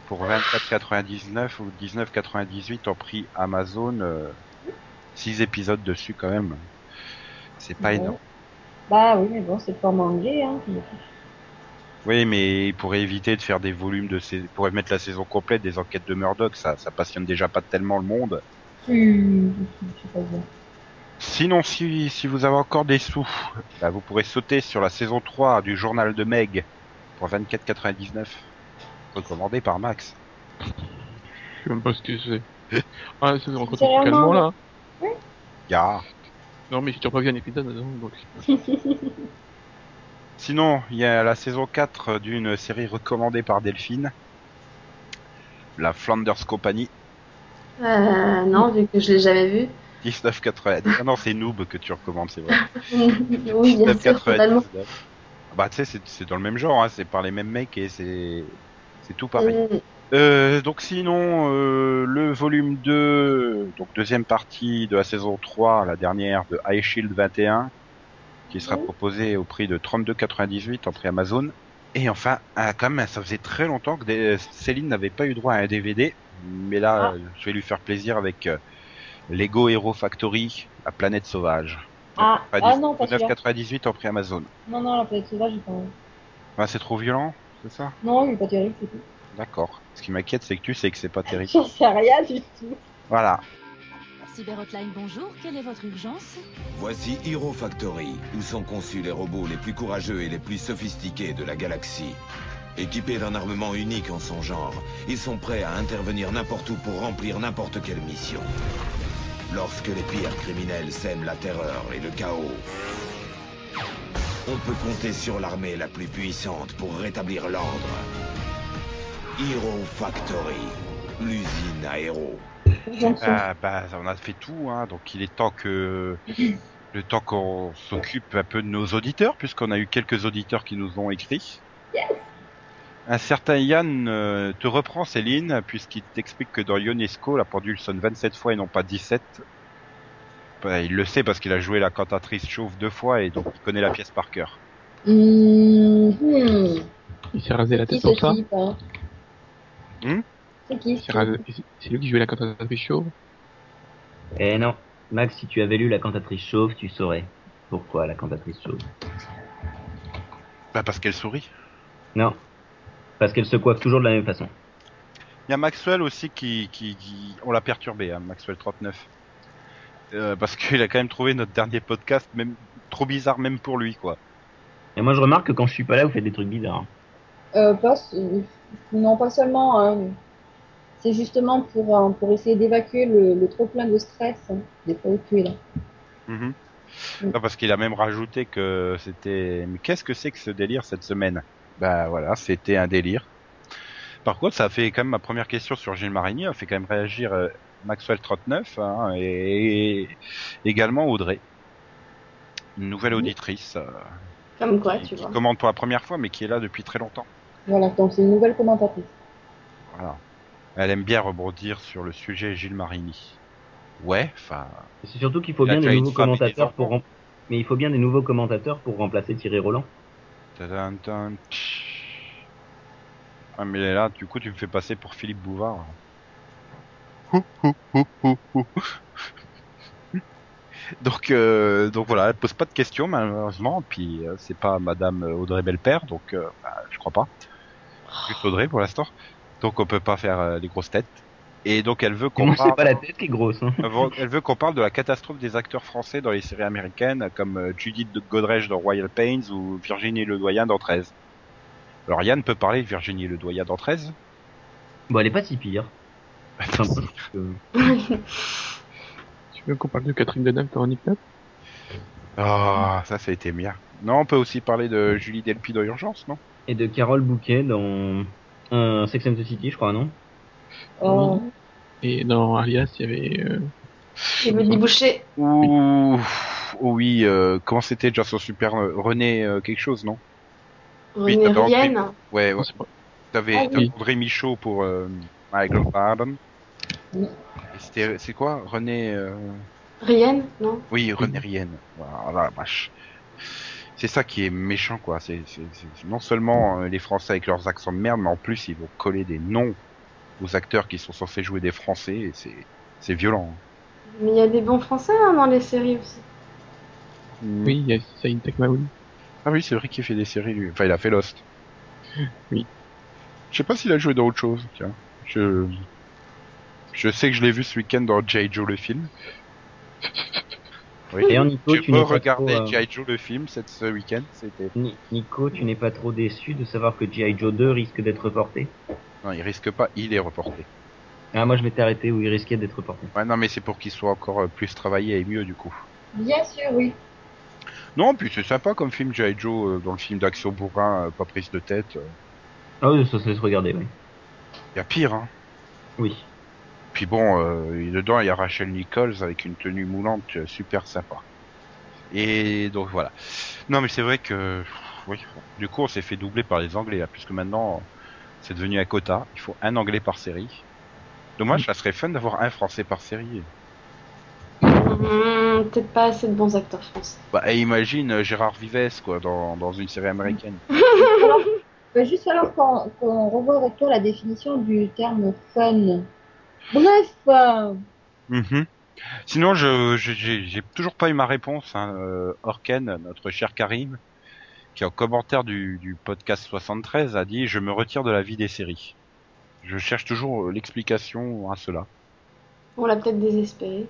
[SPEAKER 3] pour 24,99 ou 19,98 en prix Amazon. 6 épisodes dessus quand même. C'est pas
[SPEAKER 5] Ouais.
[SPEAKER 3] énorme.
[SPEAKER 5] Bah oui, mais bon, c'est le format anglais. Hein.
[SPEAKER 3] Oui, mais ils pourraient éviter de faire des volumes de ces... pourraient mettre la saison complète des enquêtes de Murdoch. Ça, ça passionne déjà pas tellement le monde.
[SPEAKER 5] Tu... tu sais pas bien.
[SPEAKER 3] Sinon, si, si vous avez encore des sous, bah, vous pourrez sauter sur la saison 3 du journal de Meg pour 24,99. Recommandé par Max.
[SPEAKER 6] Je sais même pas ce que c'est. ah, ça nous rencontre
[SPEAKER 5] C'est vraiment-
[SPEAKER 6] calmement là.
[SPEAKER 3] Ya.
[SPEAKER 6] Non, mais j'ai toujours pas vu un épisode, donc.
[SPEAKER 3] Sinon, il y a la saison 4 d'une série recommandée par Delphine. La Flanders Company,
[SPEAKER 4] Euh, non, vu que je l'ai jamais vue.
[SPEAKER 3] 19,90. Ah non, c'est Noob que tu recommandes, c'est vrai.
[SPEAKER 4] oui, bien sûr, totalement.
[SPEAKER 3] 19,99. Bah, tu sais, c'est- c'est dans le même genre, hein, c'est par les mêmes mecs et c'est c'est tout pareil.
[SPEAKER 4] Mm.
[SPEAKER 3] Euh, donc sinon, euh, le volume 2, donc deuxième partie de la saison 3, la dernière de High Shield 21, qui sera
[SPEAKER 5] Mhm.
[SPEAKER 3] proposée au prix de 32,98 en prix Amazon. Et enfin, ah, quand même, ça faisait très longtemps que des- Céline n'avait pas eu droit à un DVD, mais là,
[SPEAKER 5] Ah.
[SPEAKER 3] euh, je vais lui faire plaisir avec euh, Lego Hero Factory, la planète sauvage.
[SPEAKER 5] Ah, ah non, pas celui-là.
[SPEAKER 3] 9,98 en prix Amazon.
[SPEAKER 5] Non, non, la planète sauvage, j'ai pas...
[SPEAKER 3] Ah, c'est trop violent, c'est ça
[SPEAKER 5] Non, il est pas terrible, c'est tout.
[SPEAKER 3] D'accord. Ce qui m'inquiète, c'est que tu sais que c'est pas terrible.
[SPEAKER 5] J'en sais rien du tout.
[SPEAKER 3] Voilà.
[SPEAKER 9] Cyberhotline, bonjour, quelle est votre urgence
[SPEAKER 10] Voici Hero Factory, où sont conçus les robots les plus courageux et les plus sophistiqués de la galaxie. Équipés d'un armement unique en son genre, ils sont prêts à intervenir n'importe où pour remplir n'importe quelle mission. Lorsque les pires criminels sèment la terreur et le chaos, on peut compter sur l'armée la plus puissante pour rétablir l'ordre. Hero Factory, l'usine à héros.
[SPEAKER 3] Ah, bah, on a fait tout, hein, donc il est temps que le temps qu'on s'occupe un peu de nos auditeurs, puisqu'on a eu quelques auditeurs qui nous ont écrit.
[SPEAKER 5] Yes.
[SPEAKER 3] Un certain Yann euh, te reprend Céline, puisqu'il t'explique que dans Ionesco, la pendule sonne 27 fois et non pas 17. Bah, il le sait parce qu'il a joué la cantatrice chauve deux fois et donc il connaît la pièce par cœur.
[SPEAKER 5] Mhm.
[SPEAKER 6] Il s'est rasé la
[SPEAKER 5] Qui
[SPEAKER 6] tête
[SPEAKER 5] ce
[SPEAKER 6] pour ça.
[SPEAKER 5] type hein
[SPEAKER 3] Hmm
[SPEAKER 5] C'est qui ce
[SPEAKER 6] Il s'est
[SPEAKER 5] type
[SPEAKER 6] rasé- C'est c'est lui qui jouait la cantatrice chauve.
[SPEAKER 2] Eh non, Max, si tu avais lu La cantatrice chauve, tu saurais pourquoi La cantatrice chauve.
[SPEAKER 3] Bah, parce qu'elle sourit.
[SPEAKER 2] Non, parce qu'elle se coiffe toujours de la même façon.
[SPEAKER 3] Il y a Maxwell aussi qui, qui, qui- on l'a perturbé, hein, Maxwell 39. Euh, parce qu'il a quand même trouvé notre dernier podcast même trop bizarre même pour lui quoi.
[SPEAKER 2] Et moi, je remarque que quand je suis pas là, vous faites des trucs bizarres. hein.
[SPEAKER 5] Euh, pas, euh, non, pas seulement. hein. C'est justement pour, euh, pour essayer d'évacuer le, le trop-plein de stress hein, des préoccupés. Là.
[SPEAKER 3] Mhm. Non, parce qu'il a même rajouté que c'était. Mais qu'est-ce que c'est que ce délire cette semaine Bah voilà, c'était un délire. Par contre, ça a fait quand même ma première question sur Gilles Marigny, a fait quand même réagir euh, Maxwell 39 hein, et, et également Audrey, une nouvelle auditrice euh,
[SPEAKER 4] Comme quoi, tu
[SPEAKER 3] qui, qui
[SPEAKER 4] vois.
[SPEAKER 3] commande pour la première fois, mais qui est là depuis très longtemps.
[SPEAKER 5] Voilà, donc c'est une nouvelle commentatrice.
[SPEAKER 3] Voilà. Elle aime bien rebondir sur le sujet Gilles Marigny. Ouais, enfin.
[SPEAKER 2] C'est surtout qu'il faut
[SPEAKER 3] Là,
[SPEAKER 2] bien
[SPEAKER 3] tu as
[SPEAKER 2] des
[SPEAKER 3] une
[SPEAKER 2] nouveaux
[SPEAKER 3] femme et des
[SPEAKER 2] commentateurs
[SPEAKER 3] enfants.
[SPEAKER 2] pour rem- mais il faut bien des nouveaux commentateurs pour remplacer Thierry Roland.
[SPEAKER 3] tadam, tadam, tch. Ah mais là, du coup, tu me fais passer pour Philippe Bouvard. Hou, hou, hou, hou, hou. donc, euh, donc voilà, elle pose pas de questions malheureusement. Puis euh, c'est pas Madame Audrey Belpère, donc euh, bah, je crois pas. Juste Audrey pour l'instant. Donc on peut pas faire euh, les grosses têtes. Et donc elle veut qu'on
[SPEAKER 2] Comment c'est
[SPEAKER 3] parle.
[SPEAKER 2] pas la tête qui est grosse hein
[SPEAKER 3] Elle veut- Elle veut qu'on parle de la catastrophe des acteurs français dans les séries américaines, comme euh, Judith Godrej dans Royal Pains ou Virginie Ledoyen dans 13. Alors Yann peut parler de Virginie Ledoyen dans 13
[SPEAKER 2] Bon, elle est pas si pire. Enfin, euh,
[SPEAKER 6] Tu veux qu'on parle de Catherine Deneuve dans Nick Note
[SPEAKER 3] Ah, ça, ça a été bien. Non, on peut aussi parler de Julie Delpy dans Urgence, non
[SPEAKER 2] et de Carole Bouquet dans euh, Sex and the City, je crois, non
[SPEAKER 5] Oh,
[SPEAKER 6] Et dans Alias, il y avait. euh,
[SPEAKER 4] Et Buddy Boucher.
[SPEAKER 3] Ouh, oh oui, euh, comment c'était déjà son super euh, René euh, quelque chose, non Oui,
[SPEAKER 4] René
[SPEAKER 3] t'as
[SPEAKER 4] Rienne.
[SPEAKER 3] Ouais,
[SPEAKER 6] non,
[SPEAKER 3] ouais.
[SPEAKER 6] c'est pas-
[SPEAKER 3] T'avais
[SPEAKER 5] Ah oui.
[SPEAKER 3] t'avais André Michaud pour euh, My Garden.
[SPEAKER 5] Oui.
[SPEAKER 3] Et c'était- C'est quoi René... euh,
[SPEAKER 4] Rienne, non
[SPEAKER 3] Oui, Renérienne. Voilà, la vache. C'est ça qui est méchant, quoi. C'est c'est- c'est- non seulement euh, les Français avec leurs accents de merde, mais en plus ils vont coller des noms aux acteurs qui sont censés jouer des Français. et C'est c'est violent. hein.
[SPEAKER 4] Mais il y a des bons français hein, dans les séries aussi.
[SPEAKER 6] Oui, il y a Saïd Takmaoui.
[SPEAKER 3] Ah oui, c'est vrai qu'il fait des séries. Lui. Enfin, il a fait Lost.
[SPEAKER 6] Oui.
[SPEAKER 3] Je sais pas s'il a joué dans autre chose. Tiens, je je sais que je l'ai vu ce week-end dans J. Joe le film. Oui.
[SPEAKER 2] D'ailleurs, Nico, tu
[SPEAKER 3] J'ai
[SPEAKER 2] n'es pas trop,
[SPEAKER 3] regardé
[SPEAKER 2] euh,
[SPEAKER 3] J. Joe le film cette, ce week-end. C'était
[SPEAKER 2] Ni- Nico, tu n'es pas trop déçu de savoir que G.I. Joe 2 risque d'être reporté
[SPEAKER 3] non, il risque pas. Il est reporté.
[SPEAKER 2] Ah, moi je m'étais arrêté où il risquait d'être reporté.
[SPEAKER 3] Ouais, non, mais c'est pour qu'il soit encore euh, plus travaillé et mieux du coup.
[SPEAKER 5] bien sûr, oui.
[SPEAKER 3] Non, puis c'est sympa comme film G.I. Joe, euh, dans le film d'action bourrin, euh, pas prise de tête. euh,
[SPEAKER 2] Ah oui, ça se laisse regarder, oui.
[SPEAKER 3] Il y a pire, hein.
[SPEAKER 2] Oui.
[SPEAKER 3] Puis bon, euh, et dedans, il y a Rachel Nichols avec une tenue moulante euh, super sympa. Et donc voilà. Non, mais c'est vrai que, pff, oui, du coup, on s'est fait doubler par les Anglais, là, puisque maintenant, euh, c'est devenu un quota. Il faut un Anglais par série. Dommage, ça serait fun d'avoir un Français par série.
[SPEAKER 4] Hmm, Peut-être pas assez de bons acteurs français.
[SPEAKER 3] Bah, et imagine euh, Gérard Vives, quoi, dans, dans une série américaine.
[SPEAKER 5] Alors, va juste falloir qu'on qu'on revoie avec toi la définition du terme fun. Bref, euh,
[SPEAKER 3] Mhm. Sinon, je je- j'ai j'ai toujours pas eu ma réponse. Hein. Euh, Orken, notre cher Karim, qui en commentaire du, du podcast 73 a dit :« Je me retire de la vie des séries. » Je cherche toujours euh, l'explication à cela.
[SPEAKER 4] On l'a peut-être désespéré.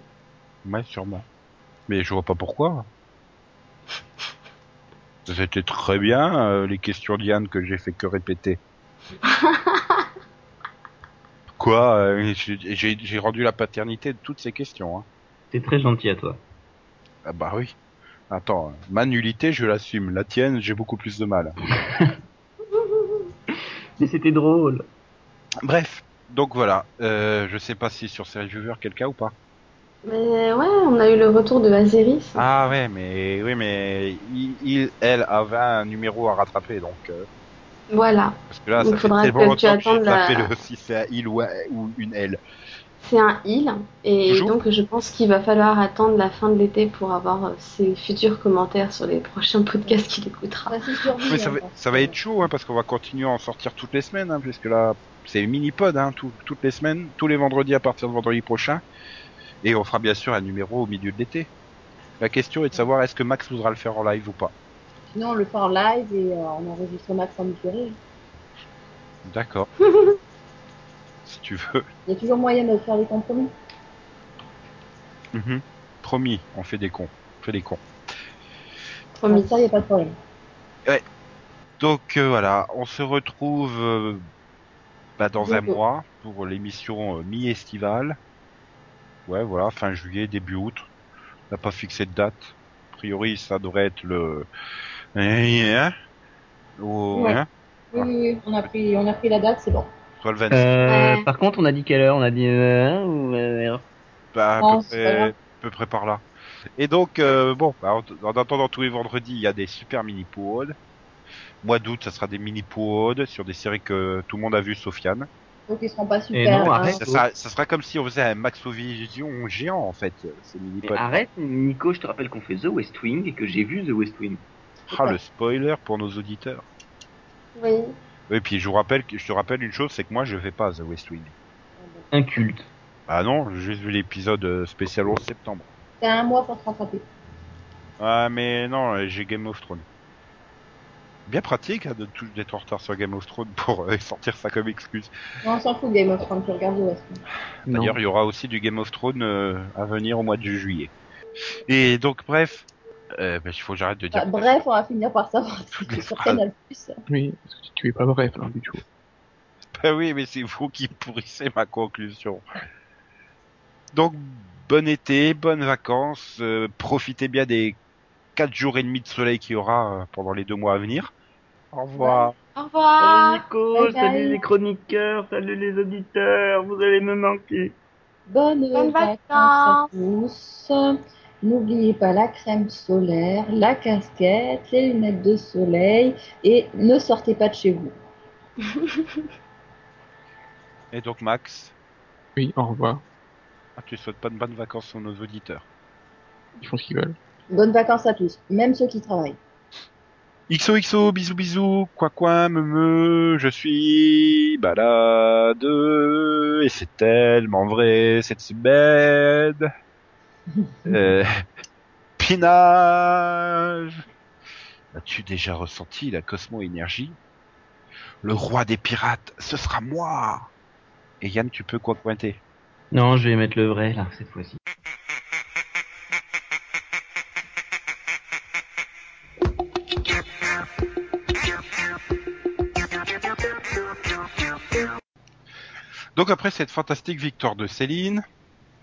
[SPEAKER 3] Ouais, sûrement. Mais je vois pas pourquoi. C'était très bien euh, les questions d'Yann que j'ai fait que répéter. Quoi euh, j'ai- J'ai j'ai rendu la paternité de toutes ces questions. Hein.
[SPEAKER 2] C'est très gentil à toi.
[SPEAKER 3] Ah bah oui. Attends, euh, ma nullité, je l'assume. La tienne, j'ai beaucoup plus de mal.
[SPEAKER 2] Mais c'était drôle.
[SPEAKER 3] Bref, donc voilà. Euh, je sais pas si sur ces reviewers quelqu'un ou pas.
[SPEAKER 4] Mais ouais, on a eu le retour de Azeris.
[SPEAKER 3] Ah ouais, mais oui, mais il, il, elle avait un numéro à rattraper, donc euh,
[SPEAKER 4] Voilà.
[SPEAKER 3] parce que là,
[SPEAKER 4] Donc,
[SPEAKER 3] ça fait
[SPEAKER 4] faudra
[SPEAKER 3] tellement
[SPEAKER 4] que tu
[SPEAKER 3] longtemps que j'ai
[SPEAKER 4] attendes la-
[SPEAKER 3] tapé le si c'est un il ou, un- ou une elle.
[SPEAKER 4] C'est un il. Et
[SPEAKER 3] Toujours
[SPEAKER 4] donc, je pense qu'il va falloir attendre la fin de l'été pour avoir euh, ses futurs commentaires sur les prochains podcasts qu'il écoutera.
[SPEAKER 5] Ça, c'est survie,
[SPEAKER 3] Mais ça
[SPEAKER 5] hein,
[SPEAKER 3] va,
[SPEAKER 5] parce
[SPEAKER 3] ça va
[SPEAKER 5] que-
[SPEAKER 3] être chaud, hein, parce qu'on va continuer à en sortir toutes les semaines, hein, puisque là, c'est mini-pod, hein, tout- toutes les semaines, tous les vendredis à partir de vendredi prochain, et on fera bien sûr un numéro au milieu de l'été. La question est de savoir est-ce que Max voudra le faire en live ou pas.
[SPEAKER 5] Sinon, on le fait en live et euh, on enregistre Max en différé.
[SPEAKER 3] D'accord. si tu veux.
[SPEAKER 5] Il y a toujours moyen de faire des compromis.
[SPEAKER 3] Mhm. Promis, on fait des cons. On fait des cons.
[SPEAKER 5] Promis, Ah, ça, il n'y a pas de problème.
[SPEAKER 3] Donc euh, voilà, on se retrouve euh, bah, dans un
[SPEAKER 5] Bientôt.
[SPEAKER 3] mois pour l'émission euh, mi-estivale. Ouais, voilà, fin juillet, début août. On n'a pas fixé de date. A priori, ça devrait être le... Hein, hein, ou-
[SPEAKER 5] Ouais.
[SPEAKER 3] hein,
[SPEAKER 5] Oui, oui, oui, on a pris, on a pris la date, c'est bon.
[SPEAKER 3] soit le 26.
[SPEAKER 2] Euh,
[SPEAKER 4] Ouais.
[SPEAKER 2] Par contre, on a dit quelle heure On a dit euh, hein, ou euh,
[SPEAKER 3] Bah, à,
[SPEAKER 5] Non,
[SPEAKER 3] peu
[SPEAKER 5] c'est pas
[SPEAKER 3] près,
[SPEAKER 5] grave.
[SPEAKER 3] à peu près par là. Et donc, euh, bon, bah, en, en attendant tous les vendredis, il y a des super mini-pods. Mois d'août, ça sera des mini-pods sur des séries que tout le monde a vu, sauf Yann.
[SPEAKER 5] Donc, ils seront pas super.
[SPEAKER 2] Et non,
[SPEAKER 5] hein.
[SPEAKER 2] arrête.
[SPEAKER 3] Ça sera, ça sera comme si on faisait un Maxovision géant en fait, ces mini
[SPEAKER 2] Mais arrête, Nico, je te rappelle qu'on fait The West Wing et que j'ai vu The West Wing.
[SPEAKER 3] Ah le spoiler pour nos auditeurs.
[SPEAKER 4] Oui.
[SPEAKER 3] Et puis je vous rappelle, que- je te rappelle une chose, c'est que moi je vais pas à The West Wing.
[SPEAKER 2] Un culte.
[SPEAKER 3] Ah non, j'ai juste vu l'épisode euh, spécial 11 septembre.
[SPEAKER 5] T'as un mois pour te rattraper.
[SPEAKER 3] Ah mais non, euh, j'ai Game of Thrones. Bien pratique hein, de tout- d'être en retard sur Game of Thrones pour euh, sortir ça comme excuse.
[SPEAKER 5] Non, on s'en fout de Game of Thrones, tu regardes le West.
[SPEAKER 3] D'ailleurs, il y aura aussi du Game of Thrones euh, à venir au mois de juillet. Et donc bref, euh, bah, il faut que j'arrête de dire.
[SPEAKER 5] Bah, bref, on va finir par savoir si
[SPEAKER 3] les
[SPEAKER 5] c'est sur
[SPEAKER 3] phrases.
[SPEAKER 5] Canal+. Plus.
[SPEAKER 6] Oui, parce que tu es pas bref, là, du tout.
[SPEAKER 3] Ben oui, mais c'est vous qui pourrissez ma conclusion. Donc, bon été, bonnes vacances, euh, profitez bien des 4 jours et demi de soleil qu'il y aura euh, pendant les deux mois à venir. Au revoir.
[SPEAKER 4] Au revoir.
[SPEAKER 2] Salut Nico,
[SPEAKER 5] Bye bye.
[SPEAKER 2] salut les chroniqueurs, salut les auditeurs, vous allez me manquer.
[SPEAKER 5] Bonnes
[SPEAKER 4] Bonnes
[SPEAKER 5] vacances à tous. N'oubliez pas la crème solaire, la casquette, les lunettes de soleil et ne sortez pas de chez vous.
[SPEAKER 3] Et donc, Max,
[SPEAKER 6] Oui, au revoir.
[SPEAKER 3] ah, tu souhaites pas de bonnes vacances à nos auditeurs.
[SPEAKER 6] Ils font ce qu'ils veulent.
[SPEAKER 5] Bonnes vacances à tous, même ceux qui travaillent.
[SPEAKER 3] XOXO, bisous bisous, quoi quoi, me me, je suis balade, et c'est tellement vrai cette semaine. euh, pinage. As-tu déjà ressenti la cosmo-énergie Le roi des pirates, ce sera moi Et Yann, tu peux quoi pointer
[SPEAKER 2] Non, je vais mettre le vrai là cette fois-ci.
[SPEAKER 3] Donc après cette fantastique victoire de Céline,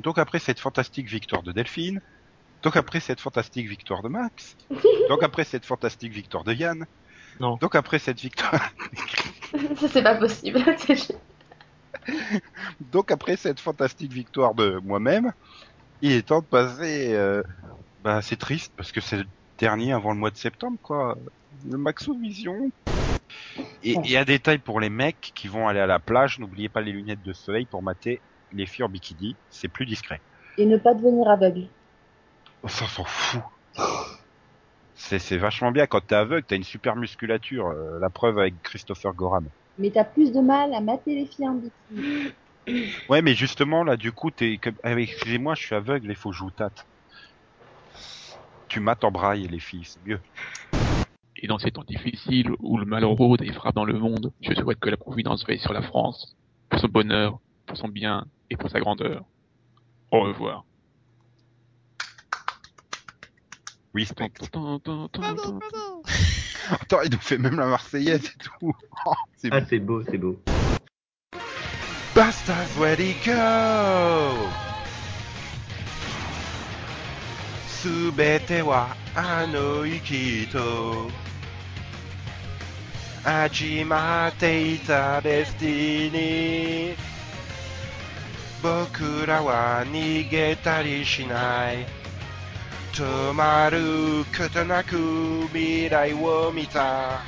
[SPEAKER 3] donc après cette fantastique victoire de Delphine, donc après cette fantastique victoire de Max, donc après cette fantastique victoire de Yann,
[SPEAKER 6] Non.
[SPEAKER 3] donc après cette victoire,
[SPEAKER 4] Ça, c'est pas possible. C'est juste-
[SPEAKER 3] donc après cette fantastique victoire de moi-même, il est temps de passer. euh, Bah c'est triste parce que c'est le dernier avant le mois de septembre quoi. Le Maxo Vision. Et, et un détail pour les mecs qui vont aller à la plage, n'oubliez pas les lunettes de soleil pour mater les filles en bikini, c'est plus discret.
[SPEAKER 5] Et ne pas devenir aveugle.
[SPEAKER 3] Oh, ça s'en fout. C'est, c'est vachement bien quand t'es aveugle, t'as une super musculature. euh, la preuve avec Christopher Gorham.
[SPEAKER 5] Mais t'as plus de mal à mater les filles en bikini.
[SPEAKER 3] Ouais, mais justement là, du coup, t'es comme, ah, mais excusez-moi, je suis aveugle, il faut que je vous tâte. Tu mates en braille les filles, c'est mieux.
[SPEAKER 6] Et dans ces temps difficiles où le mal rôde et frappe dans le monde, je souhaite que la Providence veille sur la France, pour son bonheur, pour son bien et pour sa grandeur. Au revoir.
[SPEAKER 11] Respect.
[SPEAKER 6] Tan, tan, tan, tan.
[SPEAKER 11] Attends, il nous fait même la Marseillaise et tout. Oh, c'est
[SPEAKER 2] Ah, c'est beau, c'est beau.
[SPEAKER 11] Bastards, where he go? Subete wa ano ikito. Hajimate ita destiny. Boku ra wa nigetari shinai. Tomaru koto naku mirai wo mita.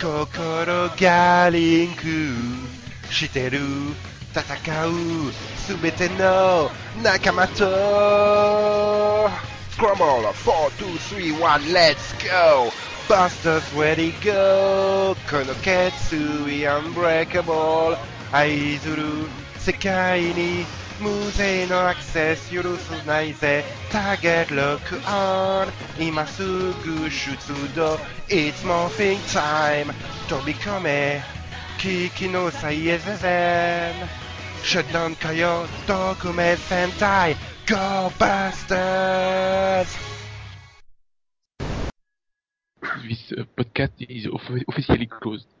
[SPEAKER 11] Kokoro ga rinku shiteru. Tatakau subete no nakamato. Scramble 4, 2, 3, 1, let's go! Busters, where he go? Konoketsu, unbreakable. Aizuru, sekai ni. Musei no access, yurusu nai ze. Target lock on. Imasugu shutsudo. It's morphing time. Tobikome. Kiki no saiyezen. Shutdown kayo. Dokume sentai. Go Busters!
[SPEAKER 6] This euh, podcast is offi- officially closed.